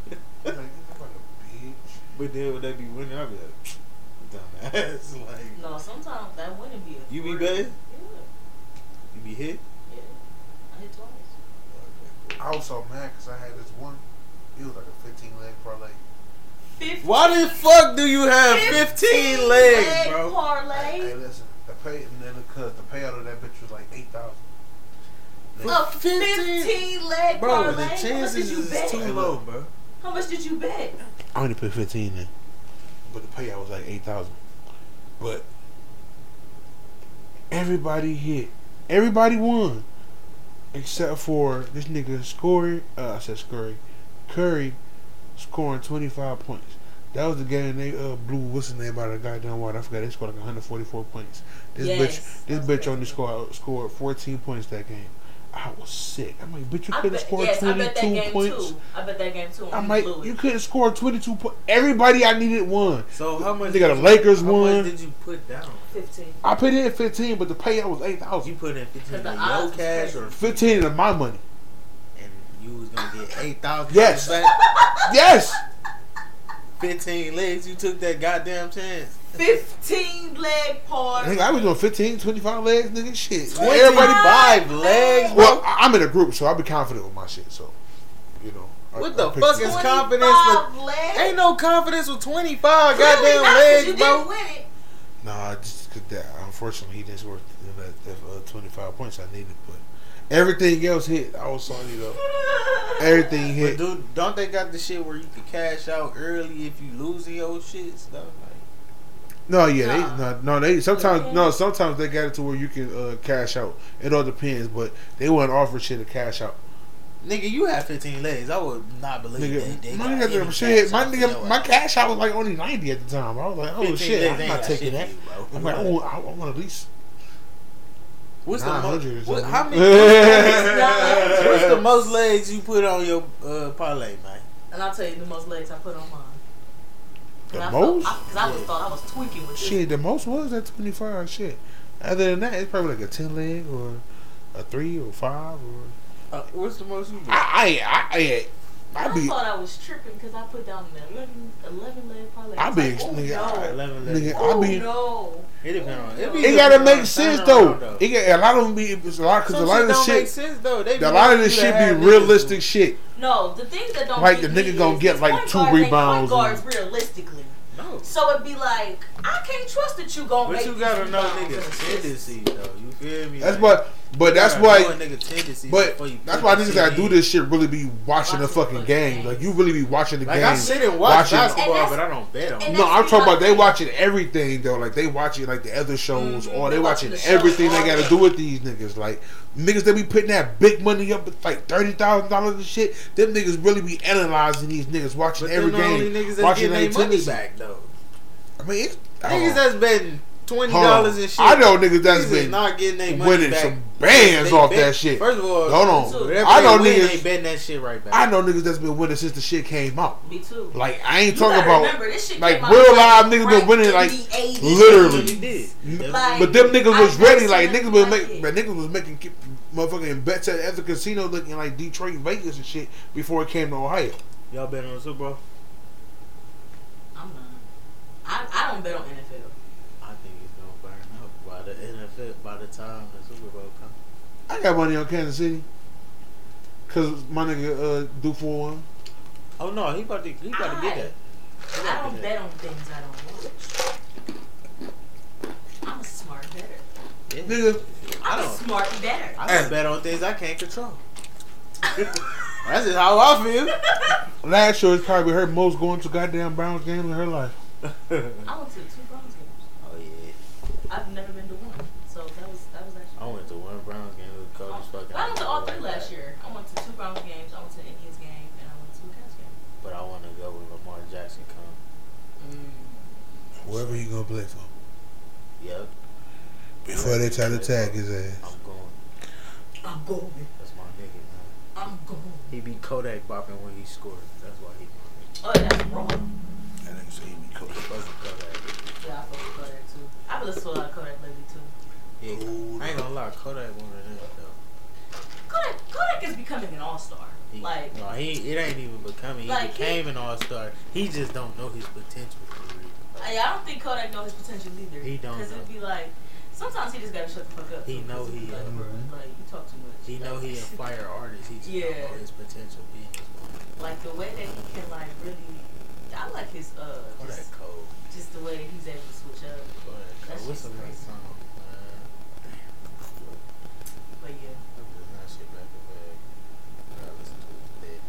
Speaker 4: Like, you look like a bitch.
Speaker 3: but then when they be winning, I be like, dumbass. Like,
Speaker 2: No, sometimes that wouldn't be a.
Speaker 3: You be
Speaker 2: thrill.
Speaker 3: bad?
Speaker 2: Yeah,
Speaker 3: you be hit.
Speaker 2: yeah. I hit twice.
Speaker 4: I was so mad because I had this one. It was like a 15 leg parlay.
Speaker 2: Fifteen-
Speaker 3: Why the fuck do you have 15 legs,
Speaker 2: leg
Speaker 3: bro?
Speaker 4: Hey, hey,
Speaker 2: Parlay.
Speaker 4: listen, the pay and then because the payout of that bitch was like eight thousand.
Speaker 2: A
Speaker 3: 15
Speaker 2: fifteen leg
Speaker 3: Bro,
Speaker 2: parlay.
Speaker 3: the chances
Speaker 2: How much
Speaker 3: is
Speaker 2: did you bet?
Speaker 3: too low, bro.
Speaker 2: How much did you bet?
Speaker 4: I only put fifteen in, but the payout was like eight thousand. But everybody hit, everybody won, except for this nigga Scory. Uh, I said Scurry, Curry, scoring twenty five points. That was the game they uh, blew. What's his name out of the goddamn water? I forgot. They scored like one hundred forty four points. This
Speaker 2: Yes.
Speaker 4: bitch, this bitch only scored scored fourteen points that game. I was sick. I'm like, bitch, you
Speaker 2: I
Speaker 4: couldn't
Speaker 2: bet,
Speaker 4: score
Speaker 2: yes, I
Speaker 4: twenty
Speaker 2: bet that
Speaker 4: two
Speaker 2: game
Speaker 4: points.
Speaker 2: too. I bet that game too. and
Speaker 4: I'm
Speaker 2: we
Speaker 4: like,
Speaker 2: blew it.
Speaker 4: you couldn't score 22 points. Everybody I needed won.
Speaker 3: So how much?
Speaker 4: They got the
Speaker 3: did-
Speaker 4: Lakers
Speaker 3: how much
Speaker 4: won.
Speaker 3: did you put down?
Speaker 2: fifteen.
Speaker 4: I put in 15, but the payout was
Speaker 3: You
Speaker 4: 8,000.
Speaker 3: put in fifteen
Speaker 2: Cause the
Speaker 3: of
Speaker 2: odds
Speaker 3: your
Speaker 2: was
Speaker 3: cash
Speaker 2: crazy.
Speaker 3: or
Speaker 4: 15 of my money.
Speaker 3: and you was gonna get eight thousand.
Speaker 4: Yes. Yes!
Speaker 3: Fifteen legs. You took that goddamn chance.
Speaker 2: Fifteen leg parlay.
Speaker 4: Nigga, I was doing 15, 25 legs, nigga. Shit.
Speaker 3: Everybody
Speaker 4: Everybody buy.
Speaker 3: five legs. Bro.
Speaker 4: Well, I- I'm in a group, so I'll be confident with my shit, so, you know. I-
Speaker 3: What
Speaker 4: I
Speaker 3: the
Speaker 4: picked
Speaker 3: fuck
Speaker 4: it.
Speaker 3: is confidence with-
Speaker 2: leg.
Speaker 3: Ain't no confidence with twenty five
Speaker 2: Clearly
Speaker 3: goddamn
Speaker 2: not, 'cause
Speaker 3: legs,
Speaker 2: you
Speaker 3: bro.
Speaker 2: Didn't win it.
Speaker 4: Nah, I just could that. Unfortunately, he didn't score that, that, uh, 25 points I needed, but everything else hit. I was sorry, though. Everything
Speaker 3: But
Speaker 4: hit.
Speaker 3: dude, don't they got the shit where you can cash out early if you losing your shit stuff? Like,
Speaker 4: No, yeah, they
Speaker 2: Nah.
Speaker 4: no, no, they sometimes
Speaker 2: Okay.
Speaker 4: no, sometimes they got it to where you can uh, cash out. It all depends, but they wouldn't offer shit to cash out.
Speaker 3: nigga, you have fifteen legs. I would not believe
Speaker 4: Nigga,
Speaker 3: that. They
Speaker 4: my
Speaker 3: got
Speaker 4: nigga,
Speaker 3: any
Speaker 4: shit,
Speaker 3: cash
Speaker 4: my
Speaker 3: out for
Speaker 4: nigga,
Speaker 3: your
Speaker 4: my
Speaker 3: ass.
Speaker 4: cash out was like only ninety at the time. I was like, oh
Speaker 3: 15
Speaker 4: shit,
Speaker 3: legs
Speaker 4: I'm
Speaker 3: ain't
Speaker 4: not
Speaker 3: got
Speaker 4: taking
Speaker 3: shit
Speaker 4: that.
Speaker 3: to you, bro.
Speaker 4: I'm like, I want, I want at least
Speaker 3: What's the
Speaker 4: nine
Speaker 3: mo-
Speaker 4: hundred.
Speaker 3: what, how many? what's the
Speaker 4: many?
Speaker 3: most legs you put on your uh, parlay, man?
Speaker 2: And I'll tell you the most legs I put on mine.
Speaker 4: The
Speaker 2: And I
Speaker 4: most?
Speaker 2: Felt, I, Cause I was
Speaker 3: Yeah.
Speaker 2: thought I was tweaking with
Speaker 4: Shit, the most was at twenty five. Shit. Other than that, it's probably like a ten leg or a three or five or.
Speaker 3: Uh, what's the most you put?
Speaker 4: I I I I,
Speaker 2: this.
Speaker 4: I
Speaker 2: I
Speaker 4: be
Speaker 2: thought I was tripping because I put down an 11, 11 leg parlay.
Speaker 4: I be
Speaker 2: was like, oh,
Speaker 4: nigga,
Speaker 2: no.
Speaker 3: Eleven
Speaker 4: nigga,
Speaker 3: legs.
Speaker 4: I
Speaker 2: Oh,
Speaker 4: be
Speaker 2: no.
Speaker 3: It depend on. It, be
Speaker 4: It
Speaker 3: depend
Speaker 4: gotta
Speaker 3: on
Speaker 4: make
Speaker 3: the
Speaker 4: sense
Speaker 3: turnaround,
Speaker 4: though. It got, a lot of them be it's a lot because a
Speaker 3: Some
Speaker 4: lot
Speaker 3: shit
Speaker 4: of the
Speaker 3: don't make
Speaker 4: shit,
Speaker 3: sense though. They be
Speaker 4: a lot of
Speaker 3: wanting
Speaker 4: this
Speaker 3: you to
Speaker 4: shit
Speaker 3: have
Speaker 4: be
Speaker 3: niggas
Speaker 4: realistic
Speaker 3: who-
Speaker 4: shit.
Speaker 2: No, the thing that don't
Speaker 4: Like,
Speaker 2: get
Speaker 4: the nigga
Speaker 2: me
Speaker 4: gonna
Speaker 2: is
Speaker 4: get,
Speaker 2: these
Speaker 4: like,
Speaker 2: point
Speaker 4: two
Speaker 2: guards ain't
Speaker 4: rebounds
Speaker 2: Point guards,
Speaker 4: and-
Speaker 2: realistically.
Speaker 3: No,
Speaker 2: So it'd be like I can't trust that you gonna
Speaker 3: but
Speaker 2: make
Speaker 3: you
Speaker 2: these
Speaker 3: gotta know
Speaker 2: rebounds.
Speaker 3: niggas tendencies though. You feel me?
Speaker 4: That's
Speaker 3: Like,
Speaker 4: what, but
Speaker 3: you
Speaker 4: that's
Speaker 3: gotta know a
Speaker 4: why,
Speaker 3: nigga tendencies
Speaker 4: but
Speaker 3: before you
Speaker 4: that's
Speaker 3: put
Speaker 4: why
Speaker 3: the
Speaker 4: niggas that
Speaker 3: shit
Speaker 4: do
Speaker 3: in.
Speaker 4: this shit really be watching the fucking game. Like you really be watching the
Speaker 3: Like I
Speaker 4: game.
Speaker 3: sit and watch
Speaker 4: watching-
Speaker 3: basketball,
Speaker 2: And
Speaker 3: but I don't bet on.
Speaker 2: and
Speaker 3: it.
Speaker 4: No, I'm
Speaker 2: that's
Speaker 4: talking about
Speaker 2: the
Speaker 4: they
Speaker 2: other-
Speaker 4: watching everything though. Like they watching like the other shows,
Speaker 3: Mm-hmm.
Speaker 2: Mhm,
Speaker 4: or they
Speaker 2: they watching
Speaker 4: watching
Speaker 2: the shows,
Speaker 4: everything they
Speaker 2: all
Speaker 4: got to
Speaker 2: that.
Speaker 4: do with these niggas. Like niggas that be putting that big money up with like thirty thousand dollars and shit. Them niggas really be analyzing these niggas, watching
Speaker 3: But they're
Speaker 4: every
Speaker 3: the only
Speaker 4: game,
Speaker 3: niggas that's
Speaker 4: watching
Speaker 3: getting their money
Speaker 4: tendencies.
Speaker 3: back though.
Speaker 4: I mean, it's, I don't
Speaker 3: Niggas
Speaker 4: know.
Speaker 3: that's betting twenty
Speaker 4: Oh. Hold on.
Speaker 3: dollars and shit.
Speaker 4: I know niggas that's
Speaker 3: These is
Speaker 4: been
Speaker 3: not getting they money
Speaker 4: winning
Speaker 3: back.
Speaker 4: some bands
Speaker 3: They
Speaker 4: off
Speaker 3: bet-
Speaker 4: that shit.
Speaker 3: First of all,
Speaker 4: Hold on.
Speaker 2: Hold
Speaker 3: whatever
Speaker 4: I
Speaker 3: they
Speaker 4: know
Speaker 3: win,
Speaker 4: niggas-
Speaker 3: They betting that shit right back.
Speaker 4: I know niggas that's been winning since the shit came out.
Speaker 2: Me too.
Speaker 4: Like I ain't
Speaker 2: You
Speaker 4: talking
Speaker 2: gotta
Speaker 4: about.
Speaker 2: remember, this shit
Speaker 4: like,
Speaker 2: came out
Speaker 4: real live
Speaker 2: right-
Speaker 4: niggas
Speaker 2: right
Speaker 4: been winning,
Speaker 2: in
Speaker 4: like,
Speaker 2: the 80s.
Speaker 4: literally.
Speaker 3: They did.
Speaker 2: Like-
Speaker 4: But them niggas was
Speaker 2: I've never
Speaker 4: ready.
Speaker 2: seen
Speaker 4: Like
Speaker 2: nothing
Speaker 4: niggas was
Speaker 2: like
Speaker 4: making,
Speaker 2: it.
Speaker 4: but niggas was making ki- motherfucking bets at, at the casino, looking like Detroit, and Vegas, and shit before it came to Ohio.
Speaker 3: Y'all betting on the Super Bowl?
Speaker 2: I'm not. I, I don't bet on NFL.
Speaker 3: I think it's gonna burn up by the NFL by the time the Super Bowl comes.
Speaker 4: I got money on Kansas City because my nigga uh, do for one.
Speaker 3: Oh no, he about to he about to get that. He
Speaker 2: I
Speaker 3: about to
Speaker 2: don't
Speaker 3: get
Speaker 2: bet on things I don't watch. I'm a smart better.
Speaker 3: that. Yeah.
Speaker 4: Nigga,
Speaker 2: I'm
Speaker 3: I
Speaker 2: a
Speaker 3: don't.
Speaker 2: smart better.
Speaker 3: I don't bet on things I can't control. That's just how I feel.
Speaker 4: last year it's probably her most going to goddamn Browns games in her life.
Speaker 2: I went to two Browns games.
Speaker 3: oh yeah.
Speaker 2: I've never been to one, so that was that was actually.
Speaker 3: I went to one Browns game with
Speaker 4: Oh,
Speaker 3: coach fucking.
Speaker 2: I went to all three last year. I went to two Browns games. I went to the Indians game, and I went to a Cavs game.
Speaker 3: But I want to go with Lamar Jackson come.
Speaker 4: Whoever he gonna play for
Speaker 3: Yep,
Speaker 4: before they try to tag his ass.
Speaker 3: I'm going.
Speaker 2: I'm going.
Speaker 3: That's my nigga. Man.
Speaker 2: I'm going.
Speaker 3: He be Kodak bopping when he scored. That's why he.
Speaker 2: Oh, that's wrong.
Speaker 4: That nigga say he be cool.
Speaker 3: Fucking Kodak.
Speaker 2: Yeah, I fuck with Kodak too. I've listened to a lot of Kodak lately too.
Speaker 3: Yeah. I ain't gonna lie, Kodak one of them though.
Speaker 2: Kodak, Kodak is becoming an all star.
Speaker 3: He,
Speaker 2: Like,
Speaker 3: no, he it ain't even becoming. He
Speaker 2: Like, he-
Speaker 3: became an all star. He just don't know his potential for real.
Speaker 2: I, I don't think Kodak knows his potential either.
Speaker 3: He don't
Speaker 2: Because it'd be like, sometimes he just gotta shut the fuck up.
Speaker 3: He
Speaker 2: too,
Speaker 3: know
Speaker 2: 'cause it'd
Speaker 3: he-
Speaker 2: be like, bro,
Speaker 4: Mhm.
Speaker 2: like you talk too much.
Speaker 3: He know he a fire artist. He just
Speaker 2: Yeah.
Speaker 3: don't know his potential being this one.
Speaker 2: Like the way that he can like really, I like his uh,
Speaker 3: Kodak
Speaker 2: just,
Speaker 3: cold.
Speaker 2: just the way that he's able to switch up.
Speaker 3: Kodak
Speaker 2: That
Speaker 3: cold.
Speaker 2: shit's
Speaker 3: What's the next
Speaker 2: crazy.
Speaker 3: song? Uh, damn.
Speaker 2: But yeah,
Speaker 3: I'm just not shit back to back. I listen to it today.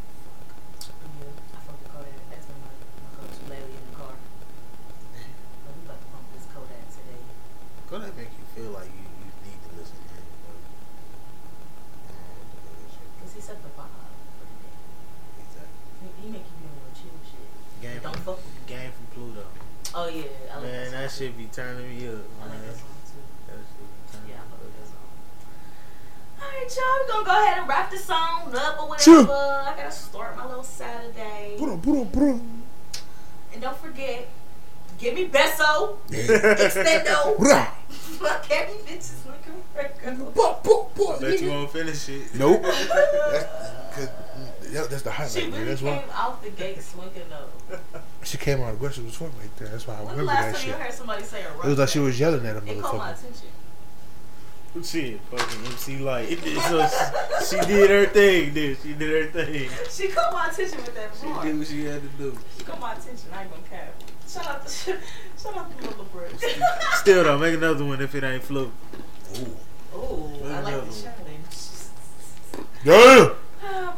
Speaker 2: yeah, I fuck with Kodak. That's been my my go-to lately in the car. But we about to pump this Kodak today.
Speaker 3: Kodak make you feel like you, you need to listen to it. but, um,
Speaker 2: Cause he set the vibe for the day.
Speaker 3: Exactly.
Speaker 2: He, he make you do more chill shit.
Speaker 3: Game
Speaker 2: Don't
Speaker 3: from,
Speaker 2: fuck with me.
Speaker 3: game from Pluto.
Speaker 2: Oh yeah, I like
Speaker 3: Man,
Speaker 2: that
Speaker 3: that
Speaker 2: song.
Speaker 3: shit be turning me up.
Speaker 2: I
Speaker 3: Man.
Speaker 2: like that song too.
Speaker 3: That shit be turning me
Speaker 2: Yeah, I fuck with that
Speaker 3: up.
Speaker 2: song. Alright, y'all, we're gonna go ahead and wrap the song up or whatever.
Speaker 4: Sure.
Speaker 2: I gotta start my little Saturday.
Speaker 4: Put on, put on, put on.
Speaker 2: And don't forget, give me Besso, Extendo.
Speaker 4: Rah.
Speaker 2: Fuck every bitches looking for
Speaker 4: Boop, boop, boop,
Speaker 3: Bet you
Speaker 4: nigga.
Speaker 3: won't finish it.
Speaker 4: Nope.
Speaker 2: a
Speaker 4: That's, cause, mm, that- that's the highlight.
Speaker 2: She
Speaker 4: man.
Speaker 2: really
Speaker 4: That's
Speaker 2: came
Speaker 4: why
Speaker 2: off the gate swinging though.
Speaker 4: she came out aggressive as fuck right there. That's why I
Speaker 2: When the
Speaker 4: remember
Speaker 2: last
Speaker 4: that
Speaker 2: time you
Speaker 4: shit.
Speaker 2: heard somebody say a rock?
Speaker 4: It was like she
Speaker 2: back?
Speaker 4: was yelling at a
Speaker 2: It caught my
Speaker 4: motherfucker.
Speaker 2: attention.
Speaker 3: Shit, fucking MC Light. So she, she did her thing, dude. She did her thing.
Speaker 2: She caught my attention with that
Speaker 3: She
Speaker 2: remark.
Speaker 3: did what she had to do.
Speaker 2: She caught my attention. I ain't gonna care. Shout out to shout out to Little Brick.
Speaker 3: Still though, make another one if it ain't fluke.
Speaker 4: Ooh.
Speaker 2: Ooh, I like the challenge.
Speaker 4: Yeah,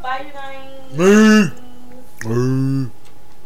Speaker 2: Bye, you guys.
Speaker 4: me. Hey.